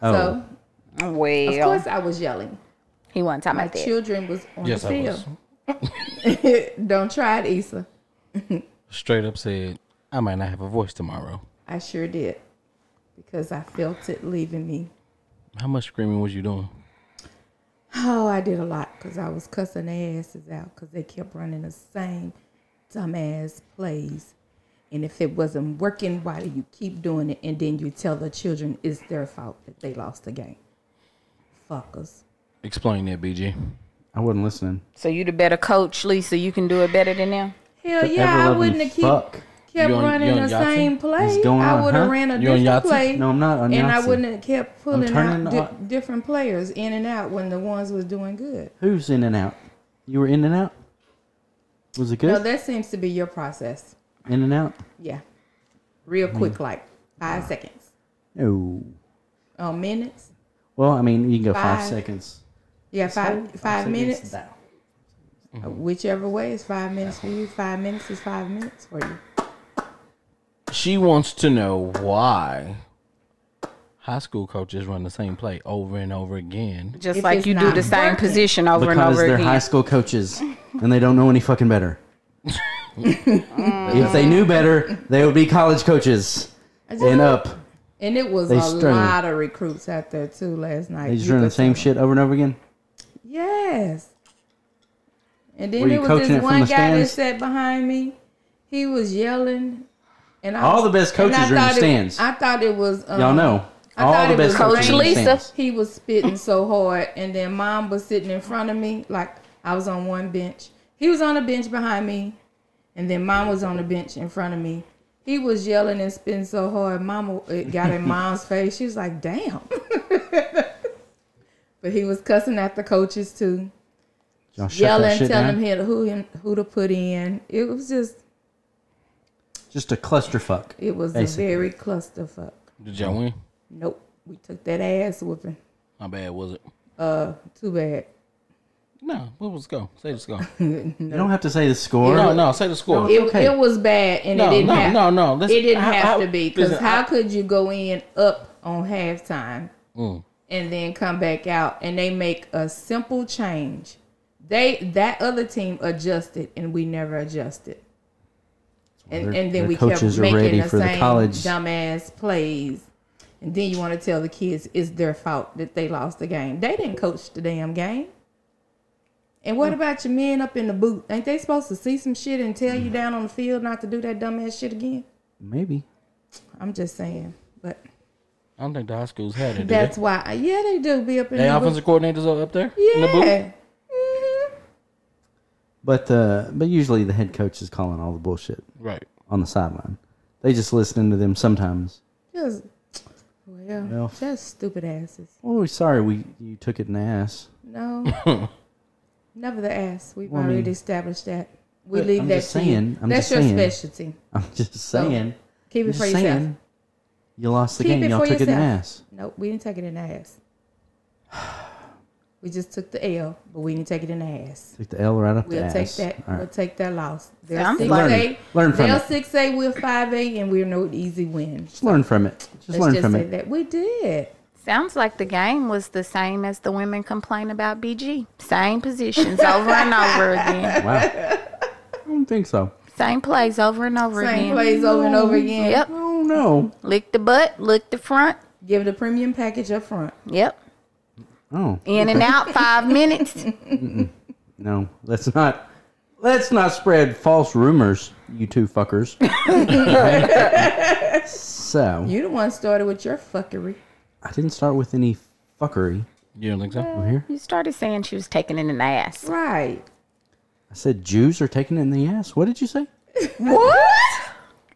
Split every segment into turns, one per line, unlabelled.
So
Well,
of course I was yelling.
he wasn't talking
My
about that.
children was on
Yes,
the
I
field.
was.
Don't try it, Issa.
Straight up said, I might not have a voice tomorrow.
I sure did because I felt it leaving me.
How much screaming was you doing?
Oh, I did a lot because I was cussing their asses out because they kept running the same dumbass plays. And if it wasn't working, why do you keep doing it? And then you tell the children it's their fault that they lost the game. Fuckers.
Explain that, BG.
I wasn't listening.
So you the better coach, Lisa. You can do it better than them.
Hell
The
yeah, I
ever-loving
wouldn't have keep,
fuck.
kept
You on-
running
you on
the
Yahtzee?
same play.
What's going
I
on,
would have
huh?
ran a
You on
different
Yahtzee?
play.
No, I'm not on
And I
Yahtzee.
wouldn't have kept pulling
turning
out
the-
di- different players in and out when the ones was doing good.
Who's in and out? You were in and out. Was it
No,
good?
that seems to be your process.
in and out.
Yeah.
Hmm.
Real quick, like five seconds.
No.
Oh, minutes?
Well, I mean, you can go five,
Five.
seconds.
Yeah, five five
seconds
minutes. Uh,
down.
Whichever way is five minutes for you. Five minutes is five minutes for you.
She wants to know why high school coaches run the same play over and over again.
Just
If
like
it's
you do
not
the same
working.
position over and
Because
over
they're
again.
high school coaches and they don't know any fucking better. if they knew better, they would be college coaches and up.
And it was
They
a
strung it.
lot of recruits out there too last night.
They just
You
run the
could
same
tell.
shit over and over again.
Yes. And
Were
then
you
there was
coaching it
this
from
one
the
guy that
stands?
sat behind me. He was yelling, and I
All
was-
the best
and I
coaches are in the
thought it-
stands.
I thought it was um,
Y'all know.
I
All
thought
the
it
best
was
coaches are in the
Coach Lisa.
stands.
He was spitting so hard, and then mom was sitting in front of me. Like I was on one bench, he was on a bench behind me, and then mom was on the bench in front of me. He was yelling and spitting so hard, mama it got in mom's face. She was like, "Damn!" but he was cussing at the coaches too,
Y'all shut that
yelling,
shit down.
telling him who him, who to put in. It was just,
Just a clusterfuck.
it was
Basically.
a very clusterfuck.
Did y'all win?
Nope, we took that ass whooping.
How bad was it?
Uh, too bad.
No, well, let's go. Say the score.
You don't have to say the score.
no, no, say the score.
It,
okay.
it was bad, and
No,
it didn't
no,
have
no, no. Let's-
it didn't
how-
have
how-
to be because
listen,
how
I-
could you go in up on halftime
Mm.
and then come back out and they make a simple change? They that other team adjusted and we never adjusted, and
Their-
and
their
then we kept
coaches are ready
making the
for the
same
college.
dumbass plays. And then you want to tell the kids it's their fault that they lost the game. They didn't coach the damn game. And
Hmm.
what about your men up in the booth? Ain't they supposed to see some shit and tell
Hmm.
you down on the field not to do that dumbass shit again?
Maybe.
I'm just saying. But
I don't think the high schools had it. Did
that's why, yeah, they do be up in
they? They
the booth.
offensive coordinators are up there? In the booth?
Yeah. Mhm.
But uh, but usually the head coach is calling all the bullshit
Right.
on the sideline. They just listen to them sometimes.
Just, well,
Well.
just stupid asses.
Oh, sorry, we you took it in the ass.
No. Never the ass. We've
Well, I mean-
already established that. We
But
leave
I'm
that
just
to you.
saying- I'm
That's
just
your
saying.
specialty.
I'm just
Oh,
saying.
Keep
I'm
it for
just
yourself.
saying. You lost the
Keep
game.
it
Y'all
for
took it in the
yourself.
ass.
Nope, we didn't take it in the ass. We just took the L, but we didn't take it in the ass.
Took the L right up
We'll
the
take
ass.
that.
All
We'll
right.
take that loss. They're
Sounds
six
like-
eight.
Learn from
they're
it.
six eight. We're five eight, and we're no easy win.
Just learn from it. Just
Let's
learn
just
from
say
it.
that we did.
Sounds like the game was the same as the women complain about BG. Same positions over and over again.
Wow. I don't think so.
Same plays over and over
Same
again.
plays over and over again.
Yep.
Oh no.
Lick the butt, lick the front.
Give the premium package up front.
Yep.
Oh
In and out, five minutes.
no. Let's not. Let's not spread false rumors, you two fuckers. so
You the one started with your fuckery.
I didn't start with any fuckery
You don't think so?
here.
You started saying she was taking it in the ass.
Right.
I said Jews are taking it in the ass. What did you say?
What?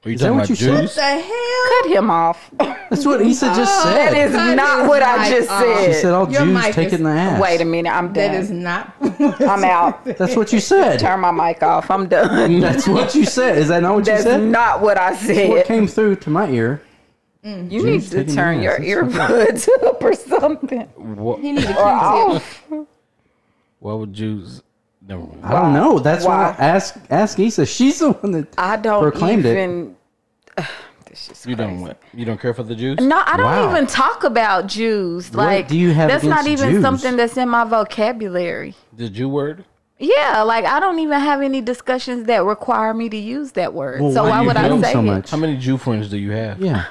Are you
that
talking about
what you said?
Jews?
The hell?
Cut him off.
That's what Issa just
Oh, That
said.
is
Cut
not
his
what I
mic
just
off.
She
said.
said all
Your
Jews
mic
take
is-
it in the ass.
Wait a minute, I'm
That
done.
is not.
I'm out.
That's what you said.
Turn my mic off. I'm done.
That's what you said. Is that not what
That's
you said?
not what I
what
said.
came through to my ear.
You need
Jews
to
taking
turn your
your ass.
earbuds up or something.
What,
he need a Q-tip.
why would Jews? Never mind.
I don't know. That's why,
Why?
I ask ask Issa. She's the one that
I don't
proclaimed it.
even. This is
You don't want. You don't care for the juice.
No, I don't
Wow.
even talk about Jews. like
do you have
that's not
against
even
Jews?
something that's in my vocabulary.
The Jew word.
Yeah, like I don't even have any discussions that require me to use that word.
Well,
so
why
why,
do you
would
hate
I
'em
say
so
it?
much?
How many Jew friends do you have?
Yeah.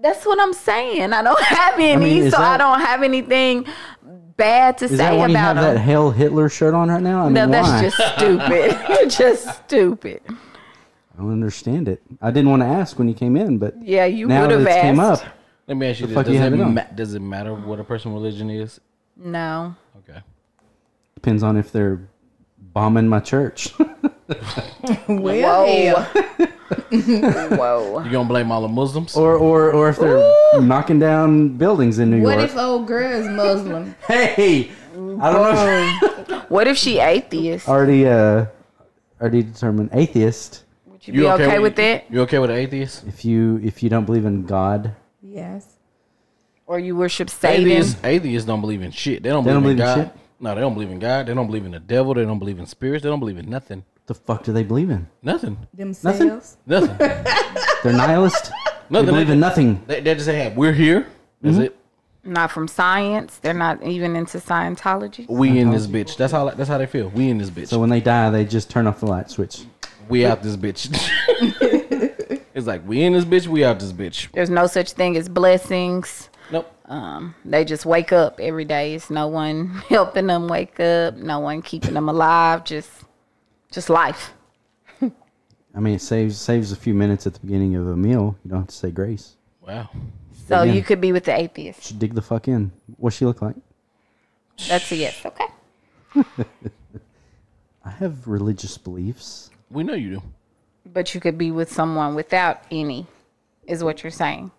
That's what I'm saying. I don't have any,
mean, is
so I
that-
don't have anything bad to
Is
say
that when you
about
have that
them.
Hell Hitler shirt on right now? I mean,
No,
why?
that's just stupid. You're just stupid.
I don't understand it. I didn't want to ask when you came in, but
Yeah, you
now
would
that
have
it
asked.
came up,
Let me ask you
fuck
this:
you
does it,
have it on?
ma- does it matter what a person's religion is?
No.
Okay.
depends on if they're bombing my church.
Well, hell.
Whoa.
You gonna blame all the Muslims?
or or or if they're knocking down buildings in New
what
York.
if old girl is Muslim?
hey, I don't know. If
What if she atheist?
already uh, already determined atheist.
Would you, be okay, with it?
You okay with atheists?
If you if you don't believe in God,
yes.
Or you worship Satan?
Atheists, atheists don't believe in shit. They don't
They
believe, in
don't believe
God.
in shit?
No, they don't believe in God. They don't believe in the devil. They don't believe in spirits. They don't believe in nothing.
what the fuck do they believe in?
Nothing.
Themselves.
Nothing.
They're nihilist.
Nothing.
They believe in nothing. Mm-hmm.
They, they just say, "We're here." That's it.
Not from science. They're not even into Scientology.
We in this bitch. That's how. That's how they feel. We in this bitch.
So when they die, they just turn off the light switch.
we out this bitch. it's like we in this bitch. We out this bitch.
There's no such thing as blessings.
Nope.
Um, they just wake up every day. It's no one helping them wake up. No one keeping them alive. Just, just life.
I mean, it saves saves a few minutes at the beginning of a meal. You don't have to say grace.
Wow.
So
Yeah.
you could be with the atheist.
Should dig the fuck in. What's she look like?
That's a yes. Okay.
I have religious beliefs.
We know you do.
But you could be with someone without any, is what you're saying.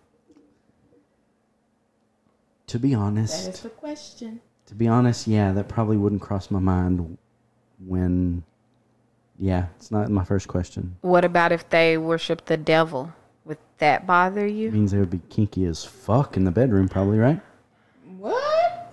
To be honest,
That is the question.
to be honest, yeah, that probably wouldn't cross my mind when. Yeah, it's not my first question.
What about if they worship the devil? Would that bother
It
you?
means they would be kinky as fuck in the bedroom, probably, right?
What?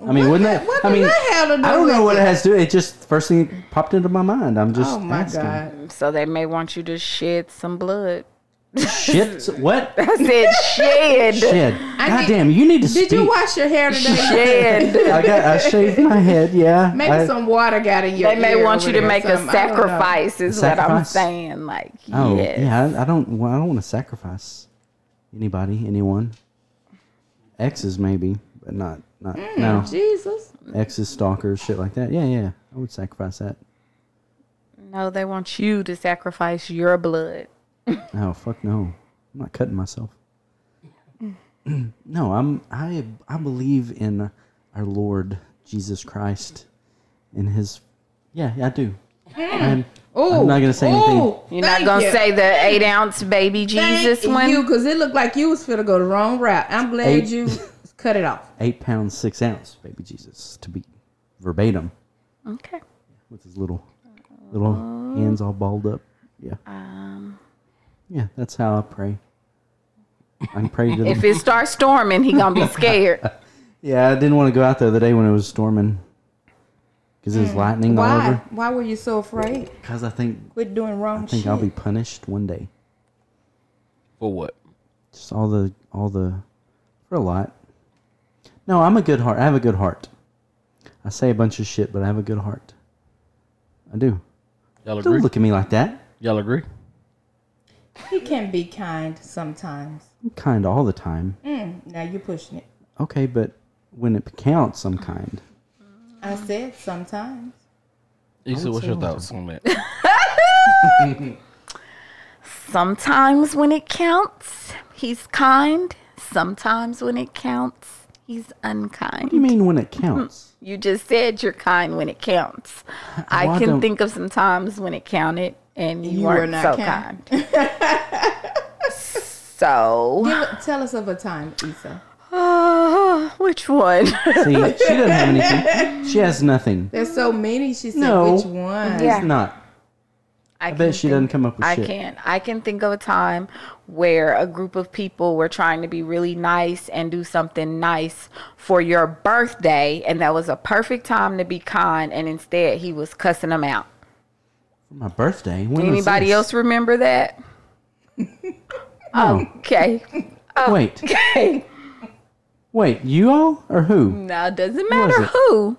I mean,
what
wouldn't
the-
that?
What
I
does
mean,
that have to do
I don't
with
know what
it?
it has to do. It just first thing that popped into my mind. I'm just.
Oh my
asking.
God.
So they may want you to shed some blood.
Shit! What?
I said shed.
Shit!
did-
God damn! You need to
Did
speak.
you wash your hair today?
Shed.
I got. I shaved my head. Yeah.
Maybe
I-
some water got in your
They may
ear
want you
over there
to
or
make a
something. I don't know.
sacrifice, is what I'm
Sacrifice?
saying. Like,
Oh
yes.
yeah, I, I don't. Well, I don't want to sacrifice anybody, anyone. Exes maybe, but not not
Hmm.
no
Jesus.
exes, stalkers, shit like that. Yeah, yeah, I would sacrifice that.
No, they want you to sacrifice your blood.
Oh fuck no, I'm not cutting myself. no, I'm. I I believe in our Lord Jesus Christ, in His. Yeah, yeah, I do. I'm, I'm not gonna say anything.
You're not going to say the eight ounce baby Jesus
Thank
one?
you, because it looked like you was finna go the wrong route. I'm glad
Eight.
you cut it off.
Eight pounds six ounce, baby Jesus, to be verbatim.
Okay.
with his little little hands all balled up. Yeah. yeah, that's how I pray. I can pray to
If
them.
it starts storming, he going to be scared.
Yeah, I didn't want to go out there the day when it was storming because it was lightning all
Why?
over.
Why were you so afraid?
Because I think
Quit doing wrong
I think
shit.
I'll be punished one day.
For what?
Just all the all the for a lot. No, I'm a good heart. I have a good heart. I say a bunch of shit, but I have a good heart. I do.
Y'all agree?
Don't look at me like that.
Y'all agree?
he can be kind sometimes.
I'm kind all the time.
Mm, now you're pushing it.
Okay, but when it counts, I'm kind.
I said sometimes.
Issa, what's your thoughts on that?
Sometimes when it counts, he's kind. Sometimes when it counts, he's unkind.
What do you mean when it counts?
You just said you're kind when it counts.
Well,
I
I
can
don't-
think of some times when it counted and
You
you,
were
weren't
not
so
kind.
kind. so,
Give it- Tell us of a time, Issa.
uh, which one?
See, she doesn't have anything. She has nothing.
There's so many. She said,
No.
which one?
Yeah.
It's not.
I,
I
can
bet she
think-
doesn't come up with
I
shit.
can. I can think of a time where a group of people were trying to be really nice and do something nice for your birthday, and that was a perfect time to be kind, and instead he was cussing them out.
For my birthday. When was
Anybody
this?
else remember that?
No.
Okay.
Oh, Wait.
Okay.
Wait. You all or who?
Now it doesn't matter
it?
who.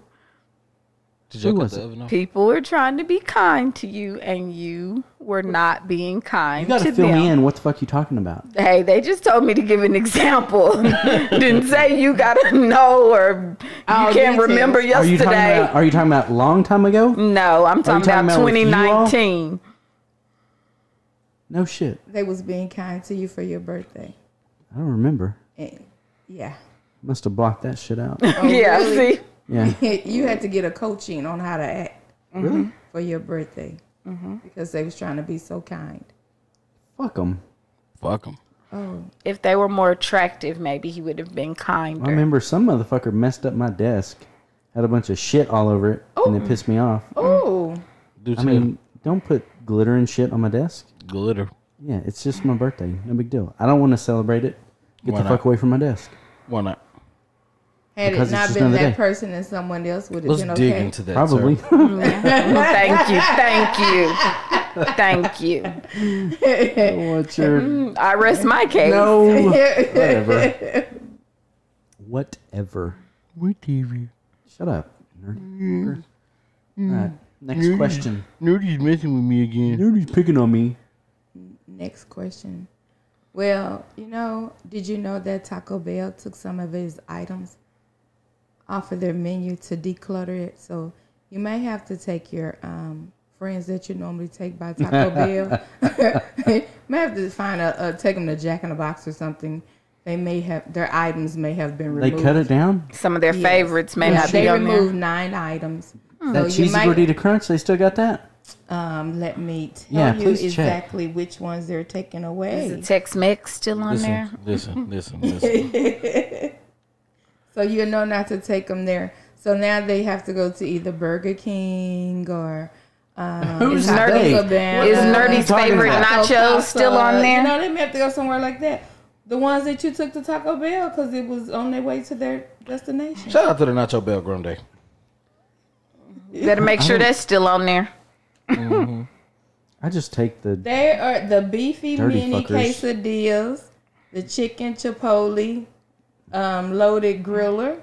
Did you
Who
cut
was
the
it?
oven off?
People were trying to be kind to you, and you were not being kind
You got
to
to fill
them.
me in. What the fuck you talking about?
Hey, they just told me to give an example. Didn't say you gotta know or you
All
can't
Oh, details.
remember
Are you
yesterday.
talking about? Are you talking about long time ago?
no, I'm talking,
talking
about
about with you all?
2019.
No shit.
They was being kind to you for your birthday.
I don't remember.
And yeah.
Must have blocked that shit out.
yeah,
Oh, really?
see,
Yeah.
you had to get a coaching on how to act
Really?
for your birthday because they was trying to be so kind.
Fuck them.
Fuck them.
Oh,
if they were more attractive, maybe he would have been
I
kinder.
remember some motherfucker messed up my desk, had a bunch of shit all over it, and it pissed me off.
oh,
Do
I
tell.
mean, don't put glitter and shit on my desk.
glitter.
Yeah, it's just my birthday. No big deal. I don't want to celebrate it. Get
Why
the
not?
fuck away from my desk.
Why not?
had it
Because it's
not
just
been that
another day.
person and someone else would have
Let's
been
dig
okay.
into that.
Probably.
sir.
thank you, thank you, thank you.
What's your
I rest my case.
no? Whatever. Whatever.
We TV.
Shut up. Nerd.
Mm.
All right. Next question.
Nerdy's messing with me again.
Nerdy's picking on me.
Next question. Well, you know, did you know that Taco Bell took some of his items off of their menu to declutter it? So you may have to take your um, friends that you normally take by Taco Bell. may have to find a, a take them to Jack in the Box or something. They may have their items may have been
They
removed.
cut it down.
Some of their
Yes.
favorites may
Yeah,
not
they
be on there.
removed nine items.
That
So you
cheesy
might
gordita crunch. They still got that.
um, let me tell
Yeah,
you
please check.
exactly which ones they're taking away.
Is the Tex Mex still on there?
Listen, listen, listen, listen.
So you know not to take them there. So now they have to go to either Burger King or um,
Who's
Taco
they?
Cabana.
Is
you
Nerdy's
talking
favorite
Taco
nachos
Casa.
still on
You
there?
know they may have to go somewhere like that. The ones that you took to Taco Bell because it was on their way to their destination.
Shout out to the Nacho Bell Grande.
Better make sure that's still on there.
I just take the.
They are the beefy
Dirty
mini
fuckers.
quesadillas, the chicken chipotle, um, loaded griller,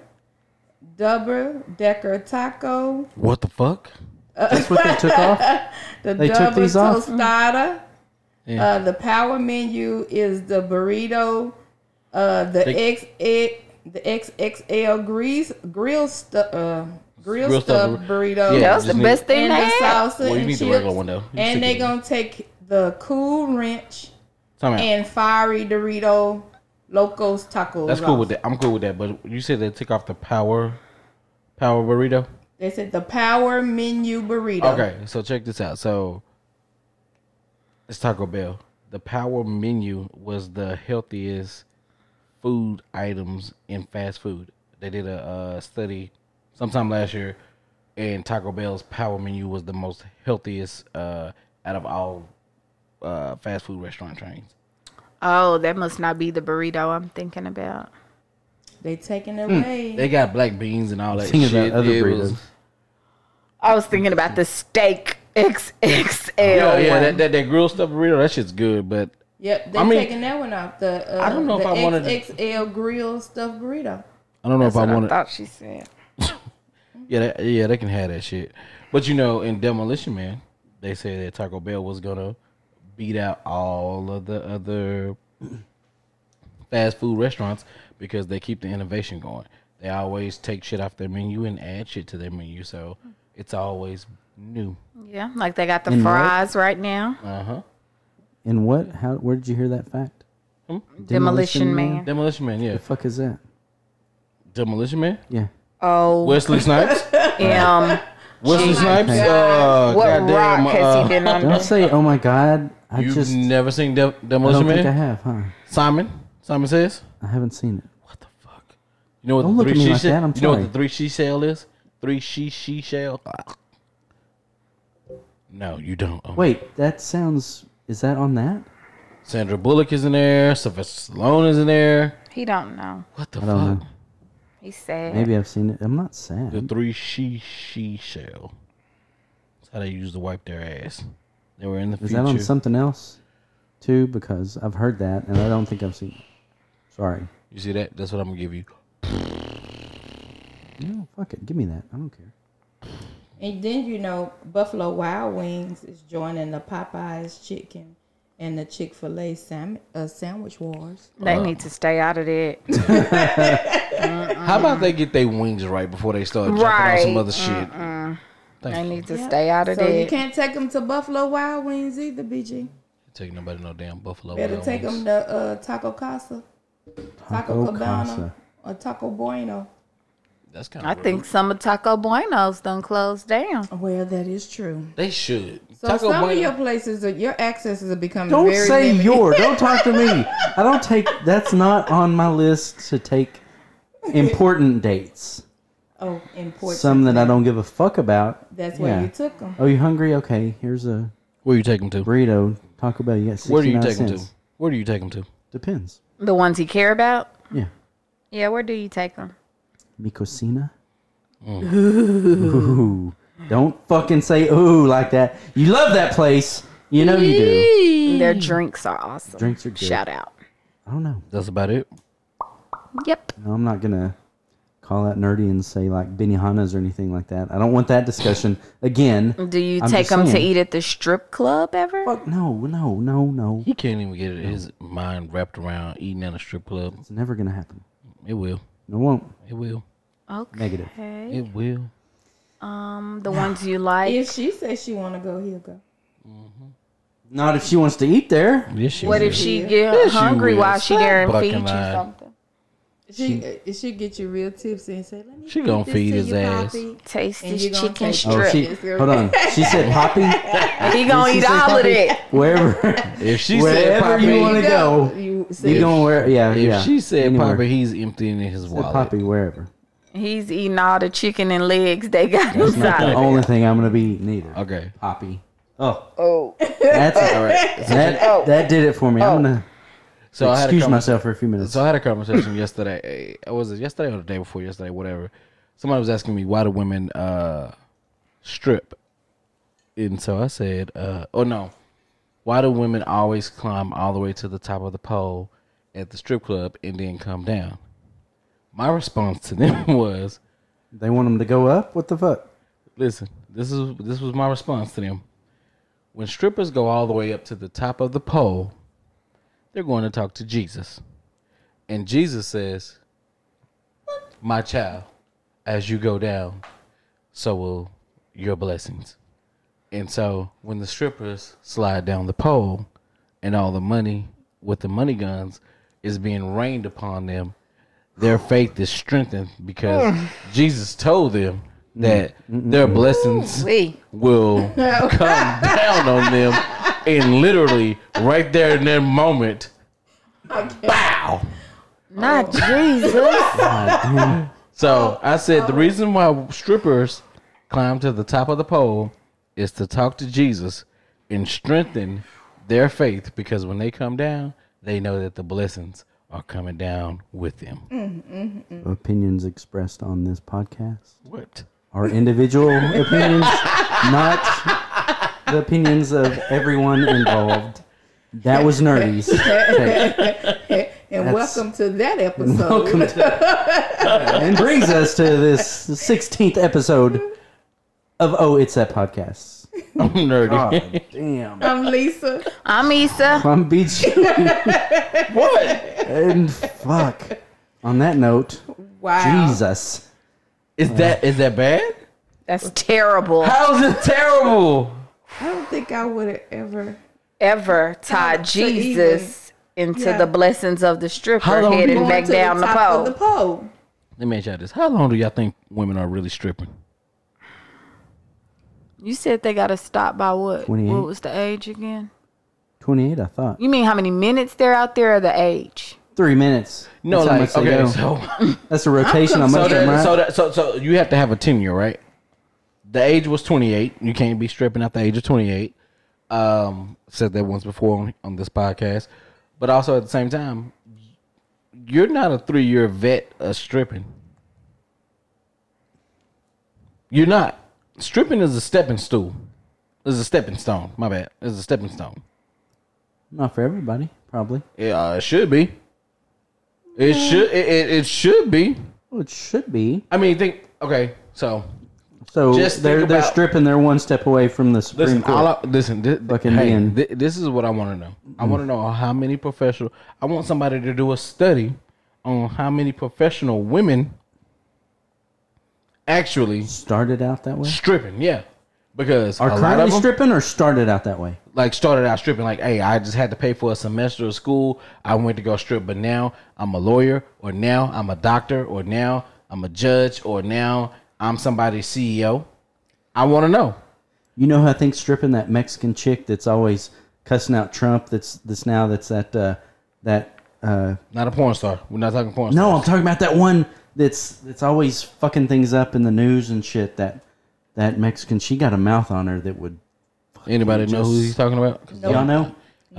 double decker taco,
What the fuck?
That's what they took off.
the
They took
double
these off?
tostada.
Yeah.
Uh, the power menu is the burrito, uh, the
They-
X X the XXL grease grill stu- uh, grill,
Grill
stuffed
stuffed bur-
burrito.
Yeah,
That was
just
the
need-
best thing
and
they
the
had.
salsa
Well, you
and
need
chips.
the regular one, though. You
and
stick
they
it.
gonna take the cool ranch
Time out.
and fiery Dorito Locos tacos.
That's cool
off.
with that. I'm cool with that. But you said they took off the power, power burrito.
They said the power menu burrito.
Okay, so check this out. So it's Taco Bell. The power menu was the healthiest food items in fast food. They did a uh, study sometime last year, and Taco Bell's power menu was the most healthiest uh, out of all uh, fast food restaurant chains.
Oh, that must not be the burrito I'm thinking about.
They taking
Hmm.
it away.
They got black beans and all that
Thinking about
shit.
other
It
burritos.
was-
I was thinking about the steak XXL.
yeah, yeah,
one.
that, that that grilled stuff burrito, that shit's good, but
yep, they
I mean-
taking that one off. The uh,
I don't know
the
if I wanted to-
XXL grill stuffed burrito.
I don't know
That's
if
what
I
I
want to.
thought she said.
Yeah, they, yeah, they can have that shit. But you know, in Demolition Man, they said that Taco Bell was gonna beat out all of the other fast food restaurants because they keep the innovation going. They always take shit off their menu and add shit to their menu, so it's always new.
Yeah, like they got the
In what?
fries right now.
Uh huh.
And what? How? Where did you hear that fact?
Hmm?
Demolition Man.
Demolition Man, yeah.
The fuck is that?
Demolition Man.
Yeah.
Oh,
Wesley Snipes.
M.
Wesley Snipes.
God.
Uh,
What
goddamn,
rock has
uh,
he been under?
Don't say, oh my god. I
You've
just.
never seen De-
I
Demolition
don't think I
Man?
have, huh?
Simon. Simon says.
I haven't seen it.
What the fuck? You know what
Don't
the
look
three
at me
she
like
shell?
that, I'm
you know what
sorry.
the three she shell is? Three she she shell. No, you don't. Oh,
Wait, that sounds. Is that on that?
Sandra Bullock is in there. Sylvester Stallone is in there.
He don't know.
What the
I don't
fuck?
know.
He said.
Oh, Maybe I've seen it. I'm not sad.
The three she she shell. That's how they used to wipe their ass. They were in the
Is
future.
that on something else? Two, because I've heard that and I don't think I've seen it. Sorry.
You see that? That's what I'm gonna give you.
No, fuck it. Give me that. I don't care.
And then you know, Buffalo Wild Wings is joining the Popeyes chicken and the Chick Fil A sam- uh, sandwich wars.
They
uh,
need to stay out of that.
How about they get their wings right before they start jumping on some
Right.
other shit? Thank
They
you.
need to stay out of
So you
that.
can't take them to Buffalo Wild Wings either, BG.
Take nobody no damn buffalo.
Better
Wild
take
Wings.
them to uh, Taco Casa, Taco,
Taco
Cabana,
Casa.
or Taco Bueno.
That's kind
I
of.
think some of Taco Bueno's done closed down.
Well, that is true.
they should.
So
Taco
some
Bueno-
of your places, are, your accesses are becoming
Don't
very
say
limited.
your. Don't talk to me. I don't take. That's not on my list to take important dates.
oh important.
Some that I don't give a fuck about.
That's
why
where you took them.
Oh, you hungry? Okay, here's a
Where you take them to?
burrito. Taco Bell. You got
Where do you
69
take them to?
cents.
Where do you take them to?
Depends.
The ones he care about.
Yeah,
Yeah, where do you take them?
Micosina.
Oh.
Ooh. Don't fucking say ooh like that. You love that place. You know you do.
Their drinks are awesome.
Drinks are good.
Shout out.
I don't know.
That's about it.
Yep.
No, I'm not gonna call that nerdy and say like Benihana's or anything like that. I don't want that discussion again.
Do you
I'm
take
just
them to
saying.
eat at the strip club ever?
Fuck no, no, no, no.
He can't even get his mind wrapped around eating at a strip club.
It's never gonna happen.
It will.
It won't.
It will.
Okay.
Negative.
It will.
Um, the ones you like.
If she says she want to go, he'll go.
Not if she wants to eat there.
Yes, she
what
will.
if she get
Yes, you
hungry
will.
while she there and
Stop
feed you
fucking lying.
something?
She uh, she get you real tipsy and say, "Let me."
She
feed
gonna
this
feed
to
his
you,
ass.
Poppy."
Taste
And
this
you gonna
chicken
take-
Oh,
strip.
she. Hold on. She said poppy.
he gonna
Did she
eat
say
all of
poppy?
it.
Wherever.
If she said
Wherever
Poppy,
you wanna go.
You
you
say,
going where? Yeah,
if
yeah.
she said
Anywhere.
Poppy, he's emptying his
Said
wallet.
poppy wherever.
He's eating all the chicken and legs they got inside.
The
of it.
only thing I'm gonna be eating either.
Okay.
Poppy. Oh,
Oh,
that's it.
All right.
That, that did it for me. I'm gonna
So I had a
excuse
conver-
myself for a few minutes.
So I had a conversation yesterday. eh, Was it yesterday or the day before yesterday? Whatever. Somebody was asking me why do women uh, strip, and so I said, uh, "Oh no, why do women always climb all the way to the top of the pole at the strip club and then come down?" My response to them was,
They want them to go up. What the fuck?
Listen, this is this was my response to them. When strippers go all the way up to the top of the pole, they're going to talk to Jesus. And Jesus says, "My child, as you go down, so will your blessings." And so, when the strippers slide down the pole and all the money with the money guns is being rained upon them, their faith is strengthened because Jesus told them that their blessings
wee.
will come down on them and literally right there in that moment bow Oh
not Jesus.
so i said the reason why strippers climb to the top of the pole is to talk to jesus and strengthen their faith because when they come down they know that the blessings are coming down with them
Mm.
Opinions expressed on this podcast
what
are individual opinions, not the opinions of everyone involved. That was nerdy's. take.
and
That's-
welcome to that episode.
Welcome to, and brings us to this 16th episode of Oh It's That Podcast.
i'm nerdy
God damn.
I'm Lisa.
I'm Issa.
I'm beat you. what? And fuck. On that note,
Wow.
Jesus.
is that is that bad
That's terrible.
how is it terrible
I don't think I would have ever.
Ever tie
To
Jesus into
Yeah.
the blessings of the
How
stripper
long you
heading
Going
back
to
down
the
the,
top
pole.
of the pole.
let me ask y'all this how long do y'all think women are really stripping
You said they got to stop by what?
28.
What was the age again?
28, I thought.
You mean how many minutes they're out there or the age?
Three minutes.
No,
That's how
like
much they
okay,
go.
so
That's a rotation on
so,
most of them,
that,
right?
so that so so you have to have a tenure, right? The age was twenty eight. You can't be stripping at the age of twenty eight. Um, said that once before on, on this podcast, but also at the same time, you're not a three year vet of stripping. You're not. Stripping is a stepping stool. Is a stepping stone. My bad. It's a stepping stone.
Not for everybody, probably.
Yeah, it should be. It should. It, it, it should be.
Well, it should be.
I mean, think. Okay, so
So
Just
they're
think
they're
about-
stripping. They're one step away from the Supreme
listen.
Court.
All I, listen. This,
Fucking
hey,
man.
thi- this is what I want to know. I want to know how many professional. I want somebody to do a study on how many professional women actually
started out that way.
stripping. Yeah, because
Are
a lot
currently
of them,
stripping or started out that way?
like started out stripping like hey i just had to pay for a semester of school i went to go strip but now i'm a lawyer or now i'm a doctor or now i'm a judge or now i'm somebody's ceo i want to know
You know who I think stripping that Mexican chick that's always cussing out Trump. That's that's now that's that uh, that. Uh,
not a porn star we're not talking porn
no,
stars.
I'm talking about that one that's that's always fucking things up in the news and shit. That that Mexican, she got a mouth on her that would.
anybody know who he's talking about 'Cause
Y'all know,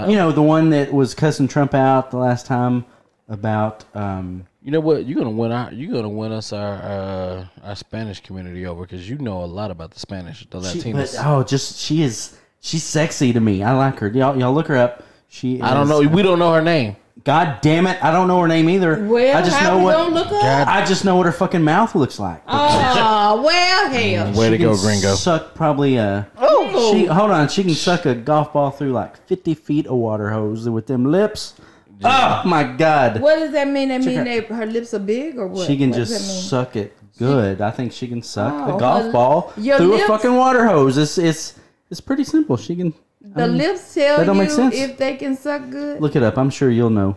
you know the one that was cussing Trump out the last time about. Um,
you know what you're gonna win our you're gonna win us our uh, our spanish community over because you know a lot about the spanish the
She,
latinos
but, oh, just she is she's sexy to me. I like her. Y'all, y'all look her up. She. Is,
i don't know we don't know her name
God damn it! I don't know her name either.
Well,
I just
how
know
we
what.
gonna look up?
God.
I just know what her fucking mouth looks like.
Oh well, hell.
way
She
to
can
go gringo
Suck probably a.
Ooh.
She hold on. She can suck a golf ball through like fifty feet of water hose with them lips. Oh my god!
What does that mean? That mean
her-
they, her lips are big or what?
She can
What does that mean?
just suck it good. I think she can suck
Oh,
a golf
her-
ball
your
through
lips-
a fucking water hose. It's it's it's pretty simple. She can. I
The
mean,
lips tell
that don't
you
make sense.
if they can suck good.
Look it up. I'm sure you'll know.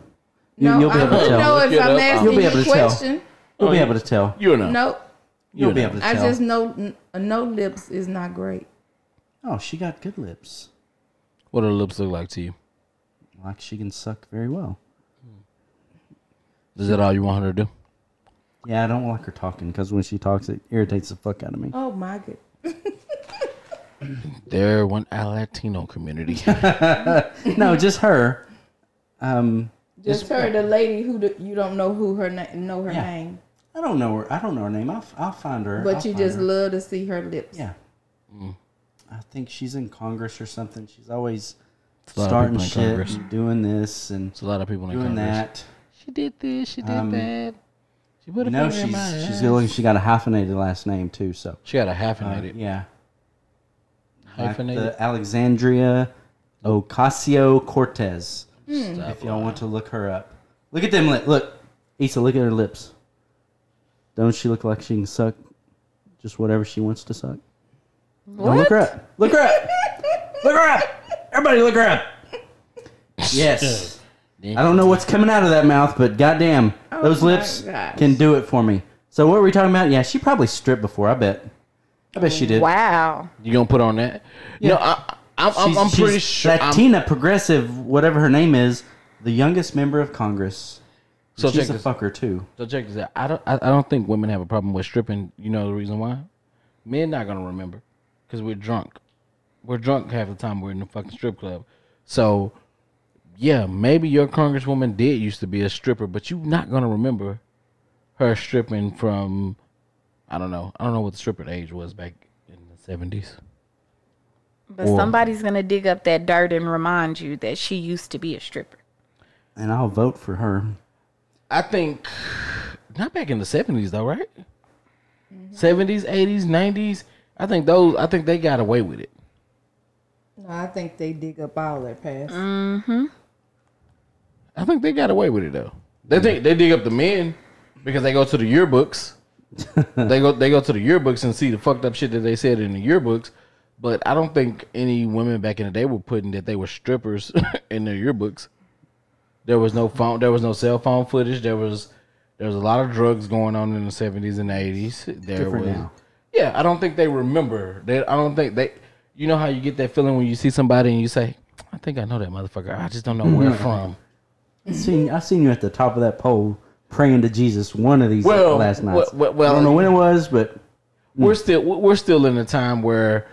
You,
no,
you'll be
I
able to
don't
tell.
know
Look
if
it
I'm
up.
asking
You'll be
you
able
a
to tell.
question.
You'll be able to tell.
you know
No,
You'll
you
be
know.
able to
I
tell.
just know n- a no lips is not great.
Oh, she got good lips.
what do the lips look like to you
Like she can suck very well.
is that all you want her to do
Yeah, I don't like her talking because when she talks, it irritates the fuck out of me.
Oh my god.
There went our Latino community.
no, just her. Um,
Just her, the lady who the, you don't know who her na- know her
Yeah.
name,
I don't know her. I don't know her name. I'll, f- I'll find her.
but
I'll
you
find
just
her.
love to see her lips.
yeah.
Mm.
I think she's in Congress or something. She's always
a lot of
starting
people in
shit,
Congress.
and doing this and
It's a lot of people in
doing
Congress.
that.
She did this. She did
Um,
that. She put
You
a
know,
finger in
she's
my
she's
ass.
good looking. She got a hyphenated last name too. So
She had a
uh,
hyphenated.
yeah, Like
hyphenated.
the Alexandria Ocasio Cortez.
Hmm.
Stop.
If y'all want to look her up, look at them. li- Look, Issa, look at her lips. Don't she look like she can suck just whatever she wants to suck? Don't look her up. Look her up. look her up. Everybody, look her up. Yes. I don't know what's coming out of that mouth, but goddamn,
Oh
those
my
lips
gosh.
can do it for me. So what were we talking about? Yeah, she probably stripped before. I bet. I bet she did.
Wow.
You gonna put on that? No, I, I'm, I'm,
She's-
I'm pretty
she's
sure. I'm-
Latina progressive, whatever her name is, the youngest member of Congress.
So
she's
check
a
this.
fucker too.
so check this out. I don't. I, I don't think women have a problem with stripping. You know the reason why? Men not gonna remember because we're drunk. We're drunk half the time. We're in the fucking strip club. So yeah, maybe your congresswoman did used to be a stripper, but you're not gonna remember her stripping from I don't know. I don't know what the stripper age was back in the seventies.
But somebody's gonna dig up that dirt and remind you that she used to be a stripper.
And I'll vote for her.
I think not back in the seventies though, right? 70s 80s, nineties. I think those. I think they got away with it.
No, I think they dig up all their past.
I think they got away with it though. They think they dig up the men because they go to the yearbooks. they go they go to the yearbooks and see the fucked up shit that they said in the yearbooks. But I don't think any women back in the day were putting that they were strippers in their yearbooks. There was no phone. There was no cell phone footage. There was there was a lot of drugs going on in the seventies and eighties. There
Different
was.
now.
Yeah, I don't think they remember. They, I don't think they. You know how you get that feeling when you see somebody and you say, "I think I know that motherfucker. I just don't know where from."
Seen, I seen you at the top of that pole praying to Jesus one of these
Well,
last nights.
well, well,
I don't know when it was, but Hmm.
we're still we're still in a time where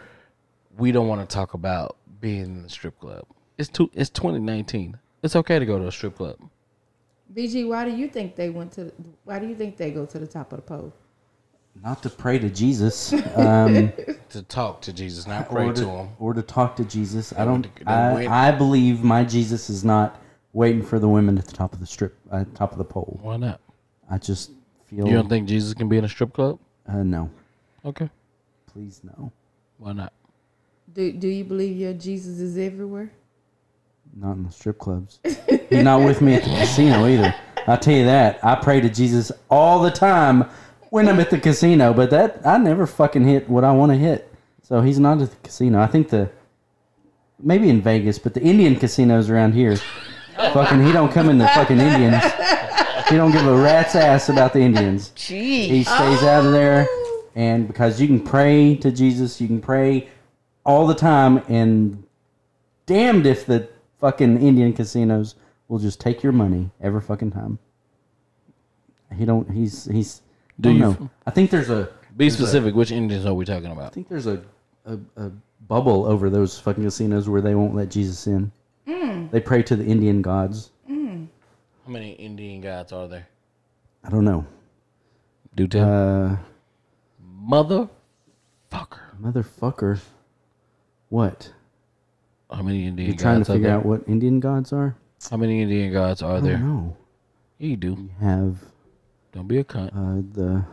we don't want to talk about being in the strip club. It's two, it's 2019. It's okay to go to a strip club.
BG, why do you think they went to? Why do you think they go to the top of the pole?
not to pray to Jesus. Um,
to talk to Jesus, not pray
or
to him.
or to talk to Jesus. I don't.
to- they went-
I, I believe my Jesus is not waiting for the women at the top of the strip, uh, top of the pole.
Why not?
I just feel
You don't think Jesus can be in a strip club?
uh, no.
Okay.
Please no,
Why not?
Do Do you believe your Jesus is everywhere?
not in the strip clubs. He's not with me at the casino either. I tell you that. I pray to Jesus all the time when I'm at the casino, but that I never fucking hit what I want to hit. So he's not at the casino. I think the maybe in Vegas, but the Indian casinos around here. fucking he don't come in the fucking Indians. He don't give a rat's ass about the Indians. He
Gee.
stays out of there and because you can pray to Jesus, you can pray all the time and damned if the fucking Indian casinos will just take your money every fucking time. He don't he's he's
Do
I don't
you-
know. I think there's a
Be specific. Which Indians are we talking
I
about?
think there's a, a, a bubble over those fucking casinos where they won't let Jesus in. They pray to the Indian gods.
How many Indian gods are there?
I don't know.
Do tell.
Uh,
Motherfucker.
motherfucker. What?
How many Indian
You're
gods
trying to
are
figure
there?
out what Indian gods are?
How many Indian gods are
I don't
there?
know.
Yeah, you do.
You have
Don't be a cunt.
uh, the,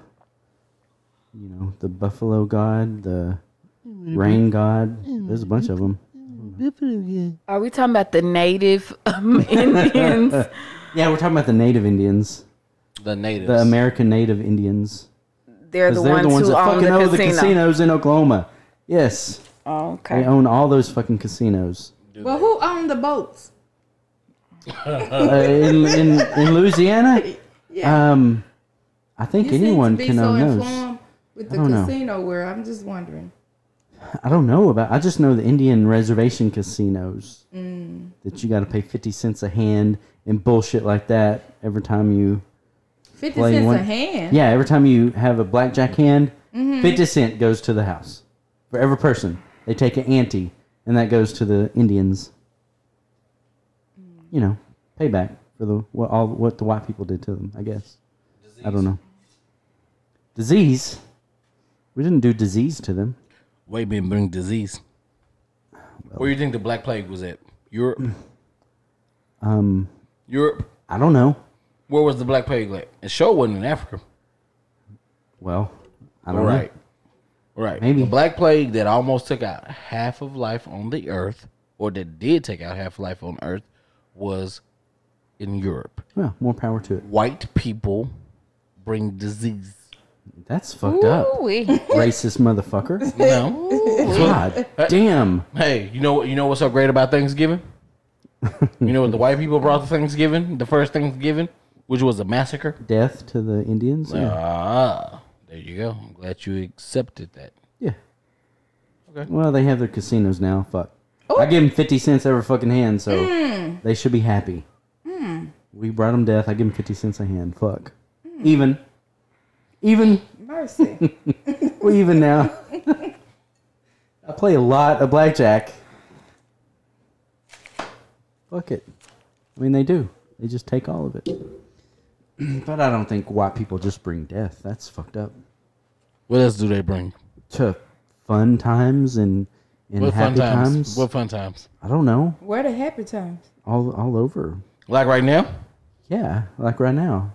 you know, the buffalo god, the rain god. There's a bunch of them.
Are we talking about the native um, Indians?
Yeah, we're talking about the native Indians,
The natives.
the American native Indians.
They're the
Because they're
ones
the ones
who
that
own
fucking
the
own
casino.
the casinos in Oklahoma. Yes,
Oh, okay.
they own all those fucking casinos.
well, who owned the boats?
Uh, in, in, in Louisiana, um, I think
You seem to
anyone
be
can
so
own those.
informed With the
don't know.
casino world, I'm just wondering.
I don't know about. I just know the Indian reservation casinos that you got to pay fifty cents a hand and bullshit like that every time you.
Fifty
Play
cents
one-
a hand.
Yeah, every time you have a blackjack hand, fifty cent goes to the house for every person. They take an ante, and that goes to the Indians. You know, payback for the what all what the white people did to them. I guess. I don't know. Disease. We didn't do disease to them.
White men bring disease. Where do you think the Black Plague was at? Europe.
Um,
Europe.
I don't know.
Where was the Black Plague at? It sure wasn't in Africa.
Well, I
All
don't know.
right. All right.
Uh-huh. Maybe.
The Black Plague that almost took out half of life on the earth, or that did take out half life on earth, was in Europe.
Well, more power to it.
White people bring disease.
That's fucked up.
Ooh-wee.
Racist motherfucker.
Now,
God damn.
hey, you know what? You know what's so great about Thanksgiving? you know what the white people brought to Thanksgiving, the first Thanksgiving, which was a massacre.
Death to the Indians. Yeah.
Ah, there you go. I'm glad you accepted that.
yeah.
Okay.
Well, they have their casinos now. Fuck. I give them 50 cents every fucking hand, so they should be happy. We brought them death. I give them 50 cents a hand. Fuck. Even. Even.
Mercy.
We're even now. I play a lot of blackjack. Fuck it. I mean, they do. They just take all of it. but I don't think white people just bring death. That's fucked up.
What else do they bring?
To fun times and and
What fun
happy
times?
times.
What fun times?
I don't know.
Where the happy times?
All all over.
Like right now?
Yeah, like right now.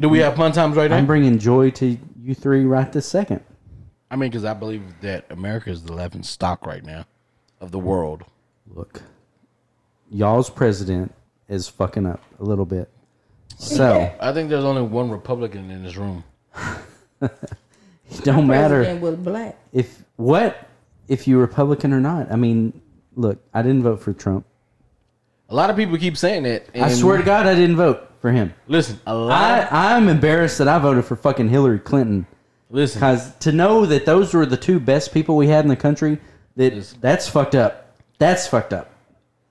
Do we have fun times right now?
I'm bringing joy to you three right this second.
I mean, because I believe that America is the 11th stock right now of the world.
Look, y'all's president is fucking up a little bit. So.
I think there's only one Republican in this room.
don't matter
President was black.
if what if you Republican or not. I mean, look, I didn't vote for Trump.
A lot of people keep saying that.
I
and-
swear to God, I didn't vote for him.
Listen, a lot.
I, I'm embarrassed that I voted for fucking Hillary Clinton
listen,
because to know that those were the two best people we had in the country, that that's fucked up. That's fucked up.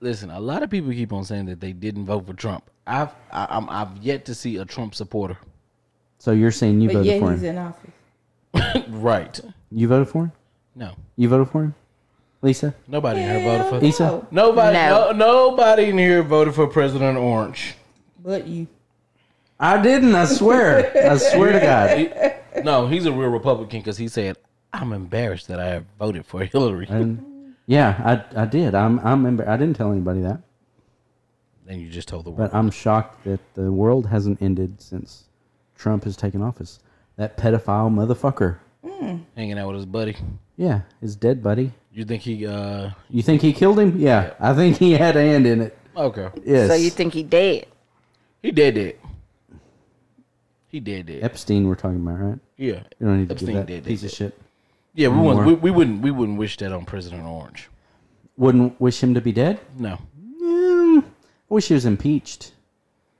listen. A lot of people keep on saying that they didn't vote for Trump. I've I, I'm, I've yet to see a Trump supporter.
So you're saying you
But
voted
yeah,
for
he's
him?
in office.
right?
You voted for him?
No,
You voted for him? Lisa,
nobody in here voted for.
Isa,
Nobody,
No.
no. nobody in here voted for President Orange.
But you.
I didn't. I swear. I swear to God.
He- no, he's a real Republican because he said, I'm embarrassed that I voted for Hillary.
And yeah, I, I did. I'm I'm embar- I didn't tell anybody that,
and you just told the world.
but I'm shocked that the world hasn't ended since Trump has taken office. That pedophile motherfucker.
Hanging out with his buddy.
Yeah, his dead buddy.
You think he? uh
You think he killed him? Yeah, I think he had a hand in it.
Okay.
Yes.
So you think he dead?
He did it. He did it.
Epstein? We're talking about right?
Yeah.
You don't need to
Epstein
give that
did
piece
it.
of shit.
Yeah, we
More.
wouldn't, we, we wouldn't we wouldn't wish that on President Orange.
Wouldn't wish him to be dead.
No.
Mm, I wish he was impeached.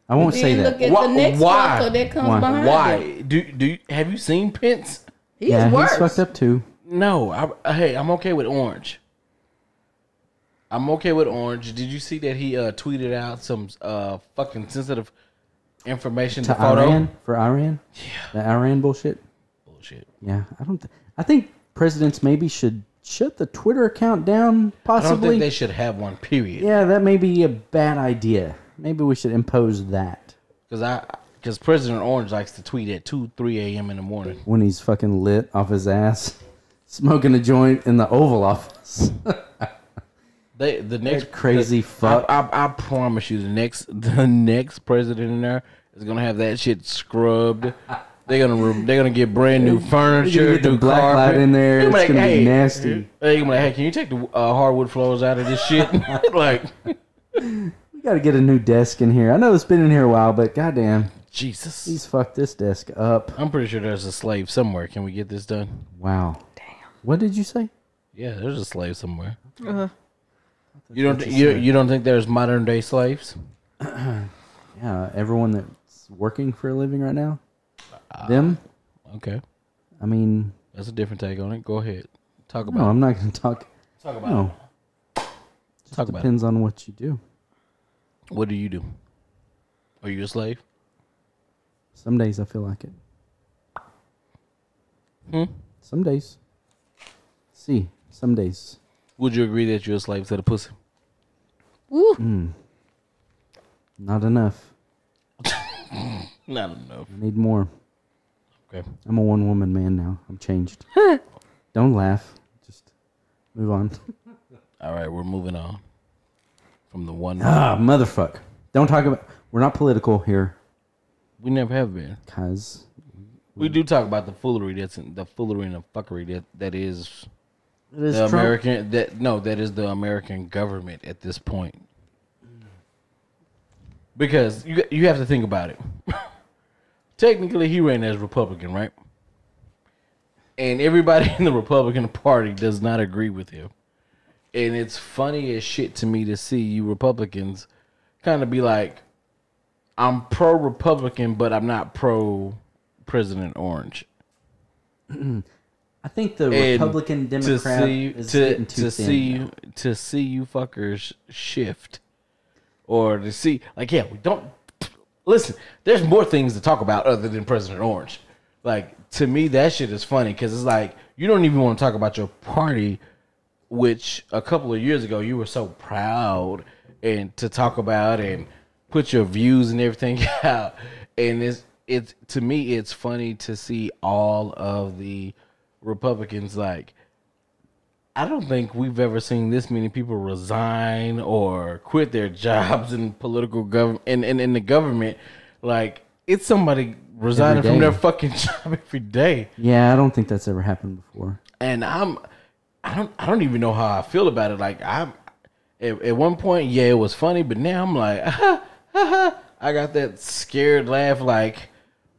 I won't say
Then
that.
look at
Why-
the next
why?
why? that comes
Why?
behind. him.
Why? Do do you- have you seen Pence?
He's
yeah,
worse.
he's fucked up too.
No. I, I- hey, I'm okay with Orange. I'm okay with Orange. Did you see that he uh, tweeted out some uh, fucking sensitive information
To
to photo?
Iran for Iran. Yeah, the Iran bullshit.
Bullshit.
Yeah, I don't. Th- I think presidents maybe should shut the Twitter account down.
I don't
Possibly.
think they should have one. Period.
yeah, that may be a bad idea. Maybe we should impose that
Because I because President Orange likes to tweet at two three a.m. in the morning.
when he's fucking lit off his ass, smoking a joint in the Oval Office.
They the next
crazy
the-
fuck.
I, I, I promise you, the next the next president in there is gonna have that shit scrubbed. They're gonna re- they're gonna get brand new furniture,
get the
new
black
carpet.
light in there.
They're
It's gonna be
hey,
nasty.
They're gonna be like, hey, can you take the uh, hardwood floors out of this shit? like,
we got to get a new desk in here. I know it's been in here a while, but goddamn,
Jesus,
he's fucked this desk up.
I'm pretty sure there's a slave somewhere. Can we get this done?
Wow. Damn. What did you say?
Yeah, there's a slave somewhere. You don't thi- you, you don't think there's modern day slaves?
Yeah, everyone that's working for a living right now. Them.
Okay,
I mean,
that's a different take on it. Go ahead, talk about
no, I'm not going to talk.
talk about
No,
it. talk about it.
depends on what you do.
What do you do? Are you a slave?
Some days I feel like it.
Hmm?
Some days. See, some days.
Would you agree that you're a slave to the pussy?
Hmm. Not enough.
Not enough.
I need more.
Okay.
I'm a one woman man now. I'm changed. Don't laugh. Just move on.
All right, we're moving on from the one
Ah, motherfuck. Don't talk about. We're not political here,
we never have been.
cuz.
We do talk about the foolery that's in, the foolery and the fuckery that that is
It is
the American that no that is the American government at this point. Because you you have to think about it. Technically, he ran as Republican, right? And everybody in the Republican Party does not agree with him. And it's funny as shit to me to see you Republicans kind of be like, I'm pro Republican, but I'm not pro President Orange.
I think the
And
Republican Democrat is getting too
to
thin.
see
now.
you to see you fuckers shift or to see like yeah we don't listen there's more things to talk about other than president orange like to me that shit is funny because it's like you don't even want to talk about your party which a couple of years ago you were so proud and to talk about and put your views and everything out and it's it's to me it's funny to see all of the republicans like I don't think we've ever seen this many people resign or quit their jobs in political government in, in, in the government. Like it's somebody resigning
Every
from
day.
their fucking job every day.
Yeah, I don't think that's ever happened before.
And I'm I don't I don't even know how I feel about it. Like I'm at, at one point, yeah, it was funny, but now I'm like, I got that scared laugh like,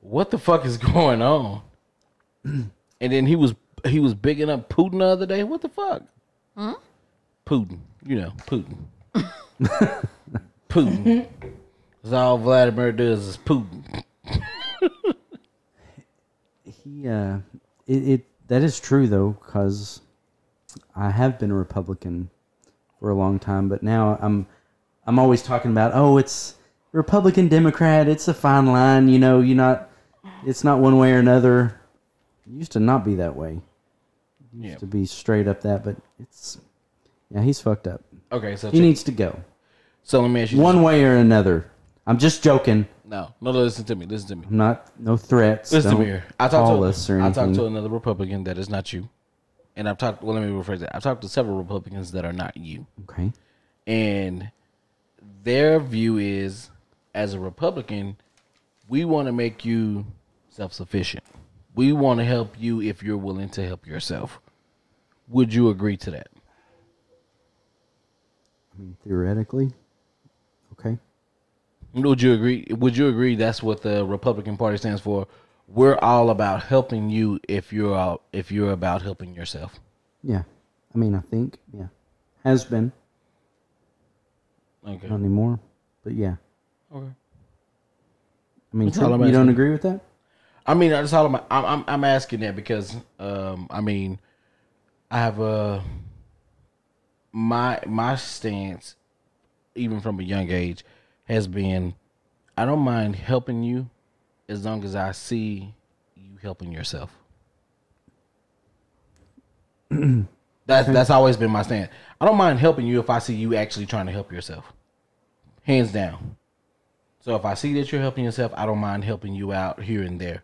what the fuck is going on? and then he was he was bigging up Putin the other day. What the fuck? Putin, you know Putin. Putin. That's all Vladimir does is Putin.
He, uh, it, it that is true though, because I have been a Republican for a long time, but now I'm, I'm always talking about, oh, it's Republican Democrat, it's a fine line, you know, you're not, it's not one way or another. It used to not be that way. It used
Yeah.
to be straight up that, but it's, yeah, he's fucked up.
Okay, so
He
check-
needs to go
so let me ask you
one
this.
way or another. I'm just joking.
No, no, no, listen to me. Listen to me.
I'm not no threats.
Listen to
Don't
me. here. I
call
talked to
us or
I
anything.
talked to another Republican that is not you. and I've talked. Well, let me rephrase that. I've talked to several Republicans that are not you,
Okay.
and their view is, as a Republican, we want to make you self-sufficient. We want to help you if you're willing to help yourself. Would you agree to that?
I mean, theoretically. Okay.
Would you agree? Would you agree that's what the Republican Party stands for? We're all about helping you if you're all, if you're about helping yourself.
Yeah. I mean, I think. Yeah. Has been.
Okay.
Not anymore. But yeah.
Okay.
I mean,
That's all I'm
you don't
asking.
agree with that?
I mean, that's all I'm, I'm I'm I'm asking that because um I mean, I have a my my stance even from a young age has been I don't mind helping you as long as I see you helping yourself. that's that's always been my stance. I don't mind helping you if I see you actually trying to help yourself. Hands down. So if I see that you're helping yourself, I don't mind helping you out here and there. Uh,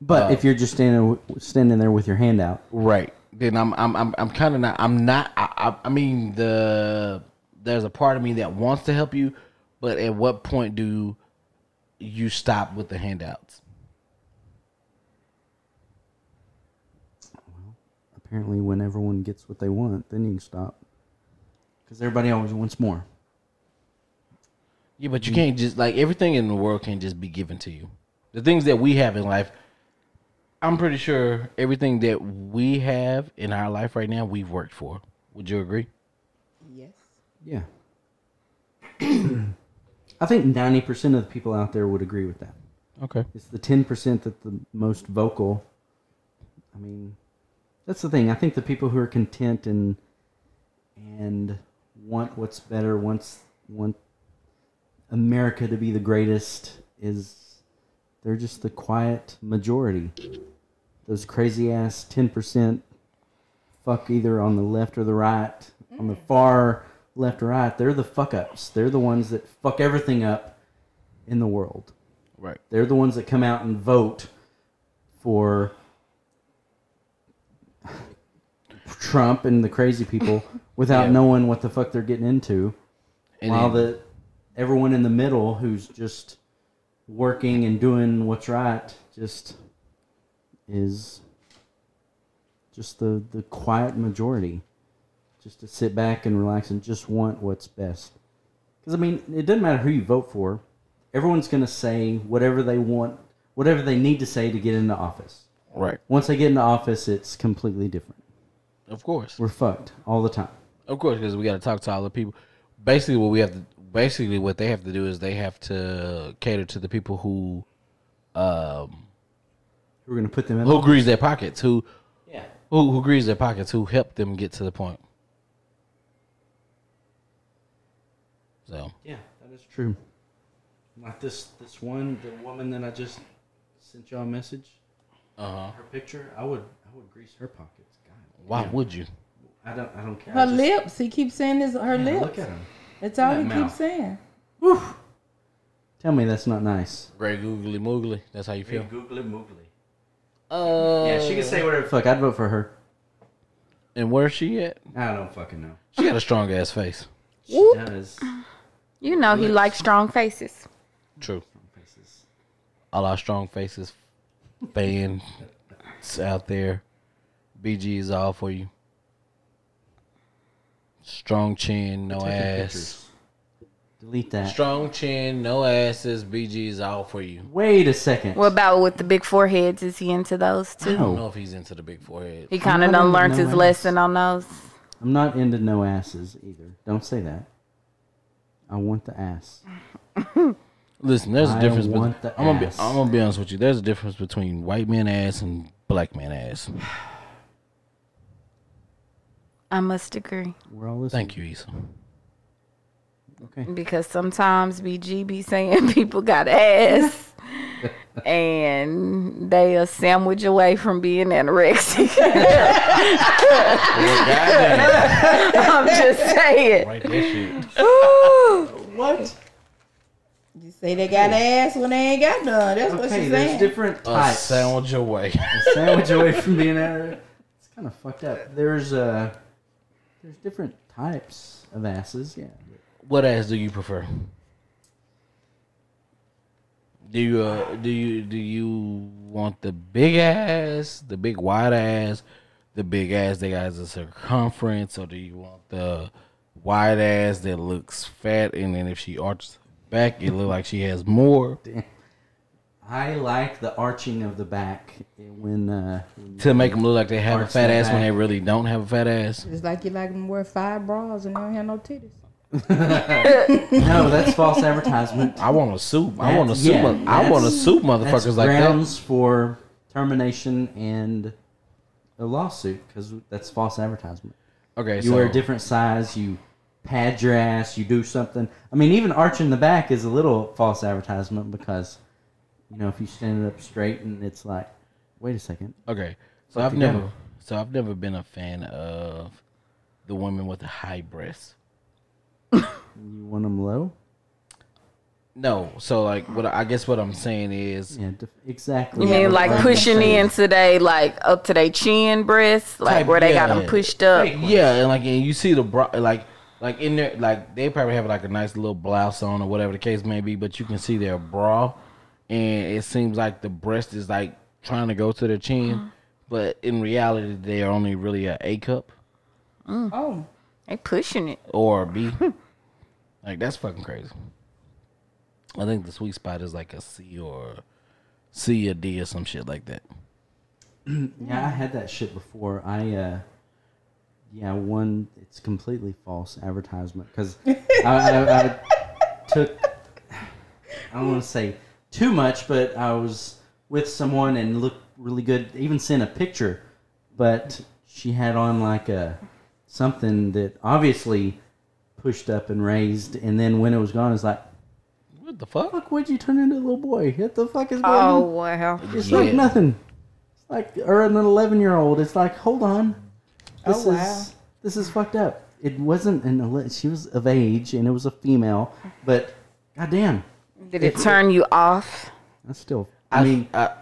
But if you're just standing standing there with your hand out,
Right. Then I'm I'm I'm, I'm kind of not I'm not I, I I mean the there's a part of me that wants to help you, but at what point do you stop with the handouts?
apparently, when everyone gets what they want, then you can stop. Because everybody always wants more.
Yeah, but you can't just like everything in the world can't just be given to you. The things that we have in life, I'm pretty sure everything that we have in our life right now, we've worked for. Would you agree?
Yes.
Yeah. I think ninety percent of the people out there would agree with that.
Okay.
It's the ten percent that the most vocal. I mean, that's the thing. I think the people who are content and and want what's better, wants want America to be the greatest, is they're just the quiet majority. Those crazy ass ten percent, fuck either on the left or the right, on the far left or right. They're the fuck ups. They're the ones that fuck everything up in the world.
Right.
They're the ones that come out and vote for Trump and the crazy people without
Yeah.
knowing what the fuck they're getting into.
And
while
then-
the everyone in the middle who's just working and doing what's right just is just the, the quiet majority. Just to sit back and relax and just want what's best. Because I mean, it doesn't matter who you vote for. Everyone's going to say whatever they want, whatever they need to say to get into office.
right.
Once they get into office, it's completely different.
Of course.
We're fucked all the time.
Of course, because we got to talk to all the people. Basically, what we have to basically what they have to do is they have to cater to the people who um,
We're going to put them in.
who grease their pockets, who
Yeah.
who who grease their pockets, who help them get to the point. So
Yeah, that is true. Like this, this one, the woman that I just sent y'all a message,
uh-huh.
her picture. I would, I would grease her pockets. God,
why would you?
I don't, I don't care. I
Her
just-
lips. He keeps saying this. Her
Yeah,
lips.
Look at them.
That's all
that
he
mouth.
keeps saying.
Tell me that's not nice.
Great googly moogly. That's how you feel.
Googly moogly.
Uh,
Yeah, she can say whatever. the Fuck, I'd vote for her.
and where's she at?
I don't fucking know.
She got a strong ass face.
She
Whoop.
does.
You know he likes strong faces.
True. all our strong faces fans out there. BG is all for you. Strong chin, no
Take your
ass.
pictures. Delete that.
Strong chin, no asses. BG is all for you.
Wait a second.
What about with the big foreheads? Is he into those too?
I don't know if he's into the big forehead.
He kind of
not
done
into
learned
no
his
ass.
lesson on those.
I'm not into no asses either. Don't say that. I want the ass.
Listen, there's a
I
difference.
want the
I'm gonna be,
ass.
I'm gonna be honest with you. There's a difference between white man ass and black man ass.
I must agree
We're all listening.
Thank you, Issa.
Okay.
because sometimes BG be saying people got ass, and they a sandwich away from being anorexic. I'm just saying.
Right, that shit.
What?
You say they got ass when they ain't got none. That's what
Okay,
she's
there's
saying.
different
A
types.
sandwich away.
A sandwich away from being out. It's kind of fucked up. There's uh, there's different types of asses. Yeah.
What ass do you prefer? Do you uh, do you do you want the big ass, the big wide ass, the big ass that has a circumference, or do you want the wide ass that looks fat and then if she arches back, it look like she has more
I like the arching of the back when uh, when
to make them look like they have
Arch
a fat
the
ass when they
back.
really don't have a fat ass.
It's like you like them wear five bras and don't have no titties.
no, that's false advertisement.
I want to sue. I want to
That's-
sue.
yeah,
mo- I want to
that's-
sue
That's
motherfuckers like that.
grounds for termination and a lawsuit because that's false advertisement.
Okay,
You
so
wear a different size. You pad your ass. You do something. I mean, even arching the back is a little false advertisement because, you know, if you stand it up straight and it's like, wait a second,
Okay, so
Put
I've
together.
never, so I've never been a fan of the women with the high breasts.
you want them low?
No, so like what I I guess what I'm saying is
Yeah, def- exactly.
You mean like pushing in today, like up to their chin breasts, like
Type-
where they got
yeah.
them pushed up?
yeah, and like and you see the bra, like like in there, like they probably have like a nice little blouse on or whatever the case may be, but you can see their bra, and it seems like the breast is like trying to go to their chin,
Uh-huh.
but in reality they're only really a A cup
Oh,
They pushing it.
or a B. like that's fucking crazy. I think the sweet spot is like a C or C or D or some shit like that.
Yeah, I had that shit before. I, uh, yeah, one, it's completely false advertisement because I, I, I took, I don't want to say too much, but I was with someone and looked really good, even sent a picture, but she had on like a something that obviously pushed up and raised, and then when it was gone, it's like,
What the fuck?
fuck, why'd you turn into a little boy? What the fuck is going
Oh
on?
wow!
It's
Yeah.
like nothing. It's like or an eleven year old. It's like hold on, this
Oh,
is
wow.
this is fucked up. It wasn't an ele- she was of age and it was a female, but goddamn,
Did it turn you off?
that's still. I,
I
mean,
mean, I,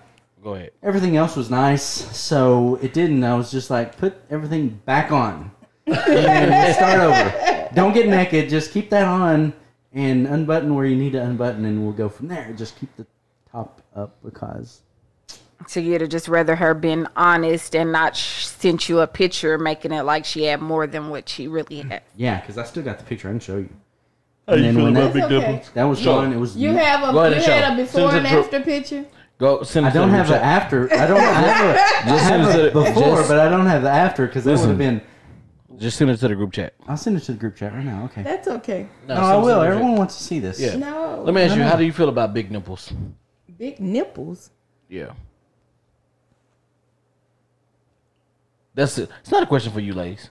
go ahead.
everything else was nice, so it didn't. I was just like, put everything back on and then start over. Don't get naked. Just keep that on and unbutton where you need to unbutton, and we'll go from there. Just keep the top up because
So you'd have just rather her been honest and not sh- sent you a picture making it like she had more than what she really had.
yeah, because I still got the picture. I can show you.
How
And
you
then
feel
when
about
that-
big
It's okay.
dimples?
That was gone. It was.
you have
Go
a
ahead
you
and
had
show.
a before
Send
and
it to-
after picture.
Go send.
I
us the
don't have
picture.
an after. I don't have a. I
send
have
it
a
to the-
before,
just-
but I don't have the after because that would
Listen.
have been.
Just send it to the group chat.
I'll send it to the group chat right now. Okay.
That's okay.
No, I will. Everyone wants to see this.
Yeah.
No.
Let me ask you, how do you feel about big nipples?
Big nipples.
Yeah. That's it. It's not a question for you, ladies.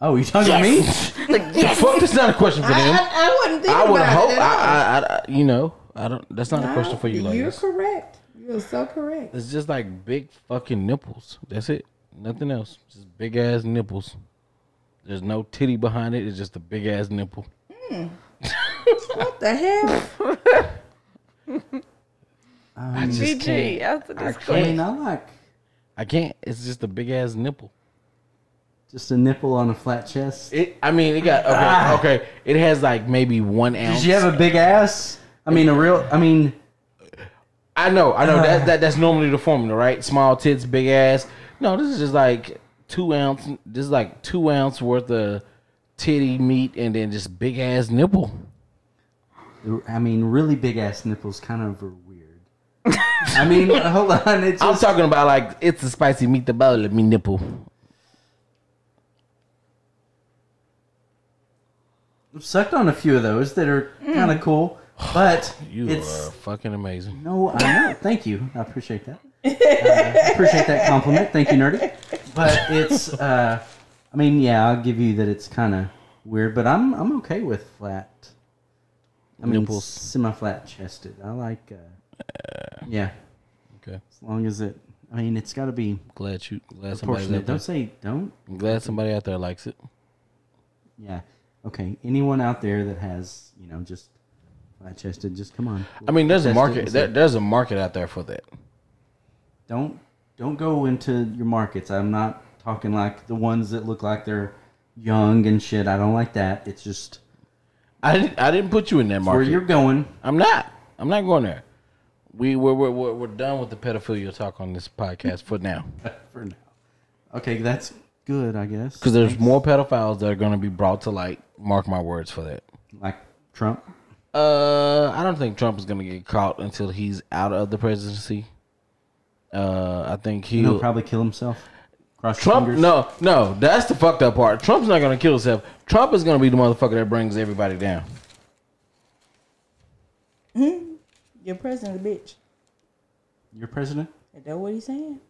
Oh, you talking to me?
Fuck, it's not a question for
I,
them.
I, I wouldn't think
I
about
would hope.
it.
I,
at all.
I, I, you know, I don't. That's not a question for you,
No, You're
ladies.
correct. You're so correct.
It's just like big fucking nipples. That's it. Nothing else. Just big ass nipples. There's no titty behind it. It's just a big ass nipple.
What the hell?
I just
BG,
can't.
after
I
this
I
can't.
mean, I like
I can't. It's just a big ass nipple.
just a nipple on a flat chest.
It. I mean, it got okay. Okay. It has like maybe one ounce.
Ah. Did you have a big ass? I mean, a real. I mean,
I know, I know
Uh.
that, that that's normally the formula, right? Small tits, big ass. No, this is just like two ounce. This is like two ounce worth of titty meat, and then just big ass nipple.
I mean, really big ass nipples kind of are weird. I mean, hold on. It's
I'm
just,
talking about like it's a spicy meat the bottle of me nipple.
I've sucked on a few of those that are kind of cool, but
You
it's
are fucking amazing.
No, I know. Thank you. I appreciate that. Uh, I appreciate that compliment. Thank you, nerdy. But it's, uh, I mean, yeah, I'll give you that. It's kind of weird, but I'm I'm okay with flat. I mean,
Nipples.
semi-flat chested. I like. Uh, yeah,
Okay,
as long as it. I mean, it's got to be
glad you glad somebody's
proportionate.
out there.
Don't say don't.
I'm glad somebody out there likes it.
Yeah. Okay. Anyone out there that has, you know, just flat chested, just come on.
I mean, there's a
Test it
market.
and see.
There, there's a market out there for that.
don't don't go into your markets. I'm not talking like the ones that look like they're young and shit. I don't like that. It's just
I didn't. I didn't put you in that
where
market.
you're going.
I'm not. I'm not going there. We we're we're, we're, we're done with the pedophilia talk on this podcast for now.
For now. Okay, that's good, I guess.
Because there's more pedophiles that are going to be brought to light. Mark my words for that.
like Trump.
Uh, I don't think Trump is going to get caught until he's out of the presidency. Uh, I think he.
He'll probably kill himself. Cross your
Trump?
fingers.
No, no, that's the fucked up part. Trump's not going to kill himself. Trump is going to be the motherfucker that brings everybody down.
Your president's a bitch.
Your president?
Is that what he's saying?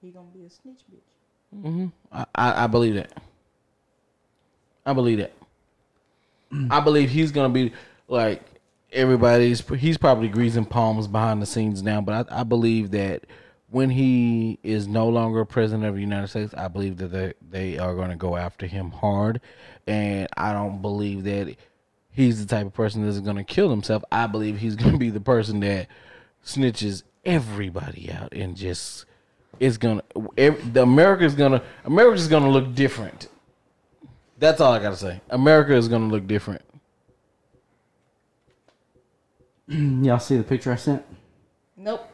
He gonna be a snitch bitch.
I, I, I believe that. I believe that. I believe he's gonna be like everybody's. He's probably greasing palms behind the scenes now, but I, I believe that when he is no longer president of the United States, I believe that they, they are gonna go after him hard, and I don't believe that he's the type of person that's gonna kill himself. I believe he's gonna be the person that snitches everybody out and just it's gonna ev the America's gonna America's gonna look different. That's all I gotta say. America is gonna look different.
Y'all see the picture I sent?
Nope.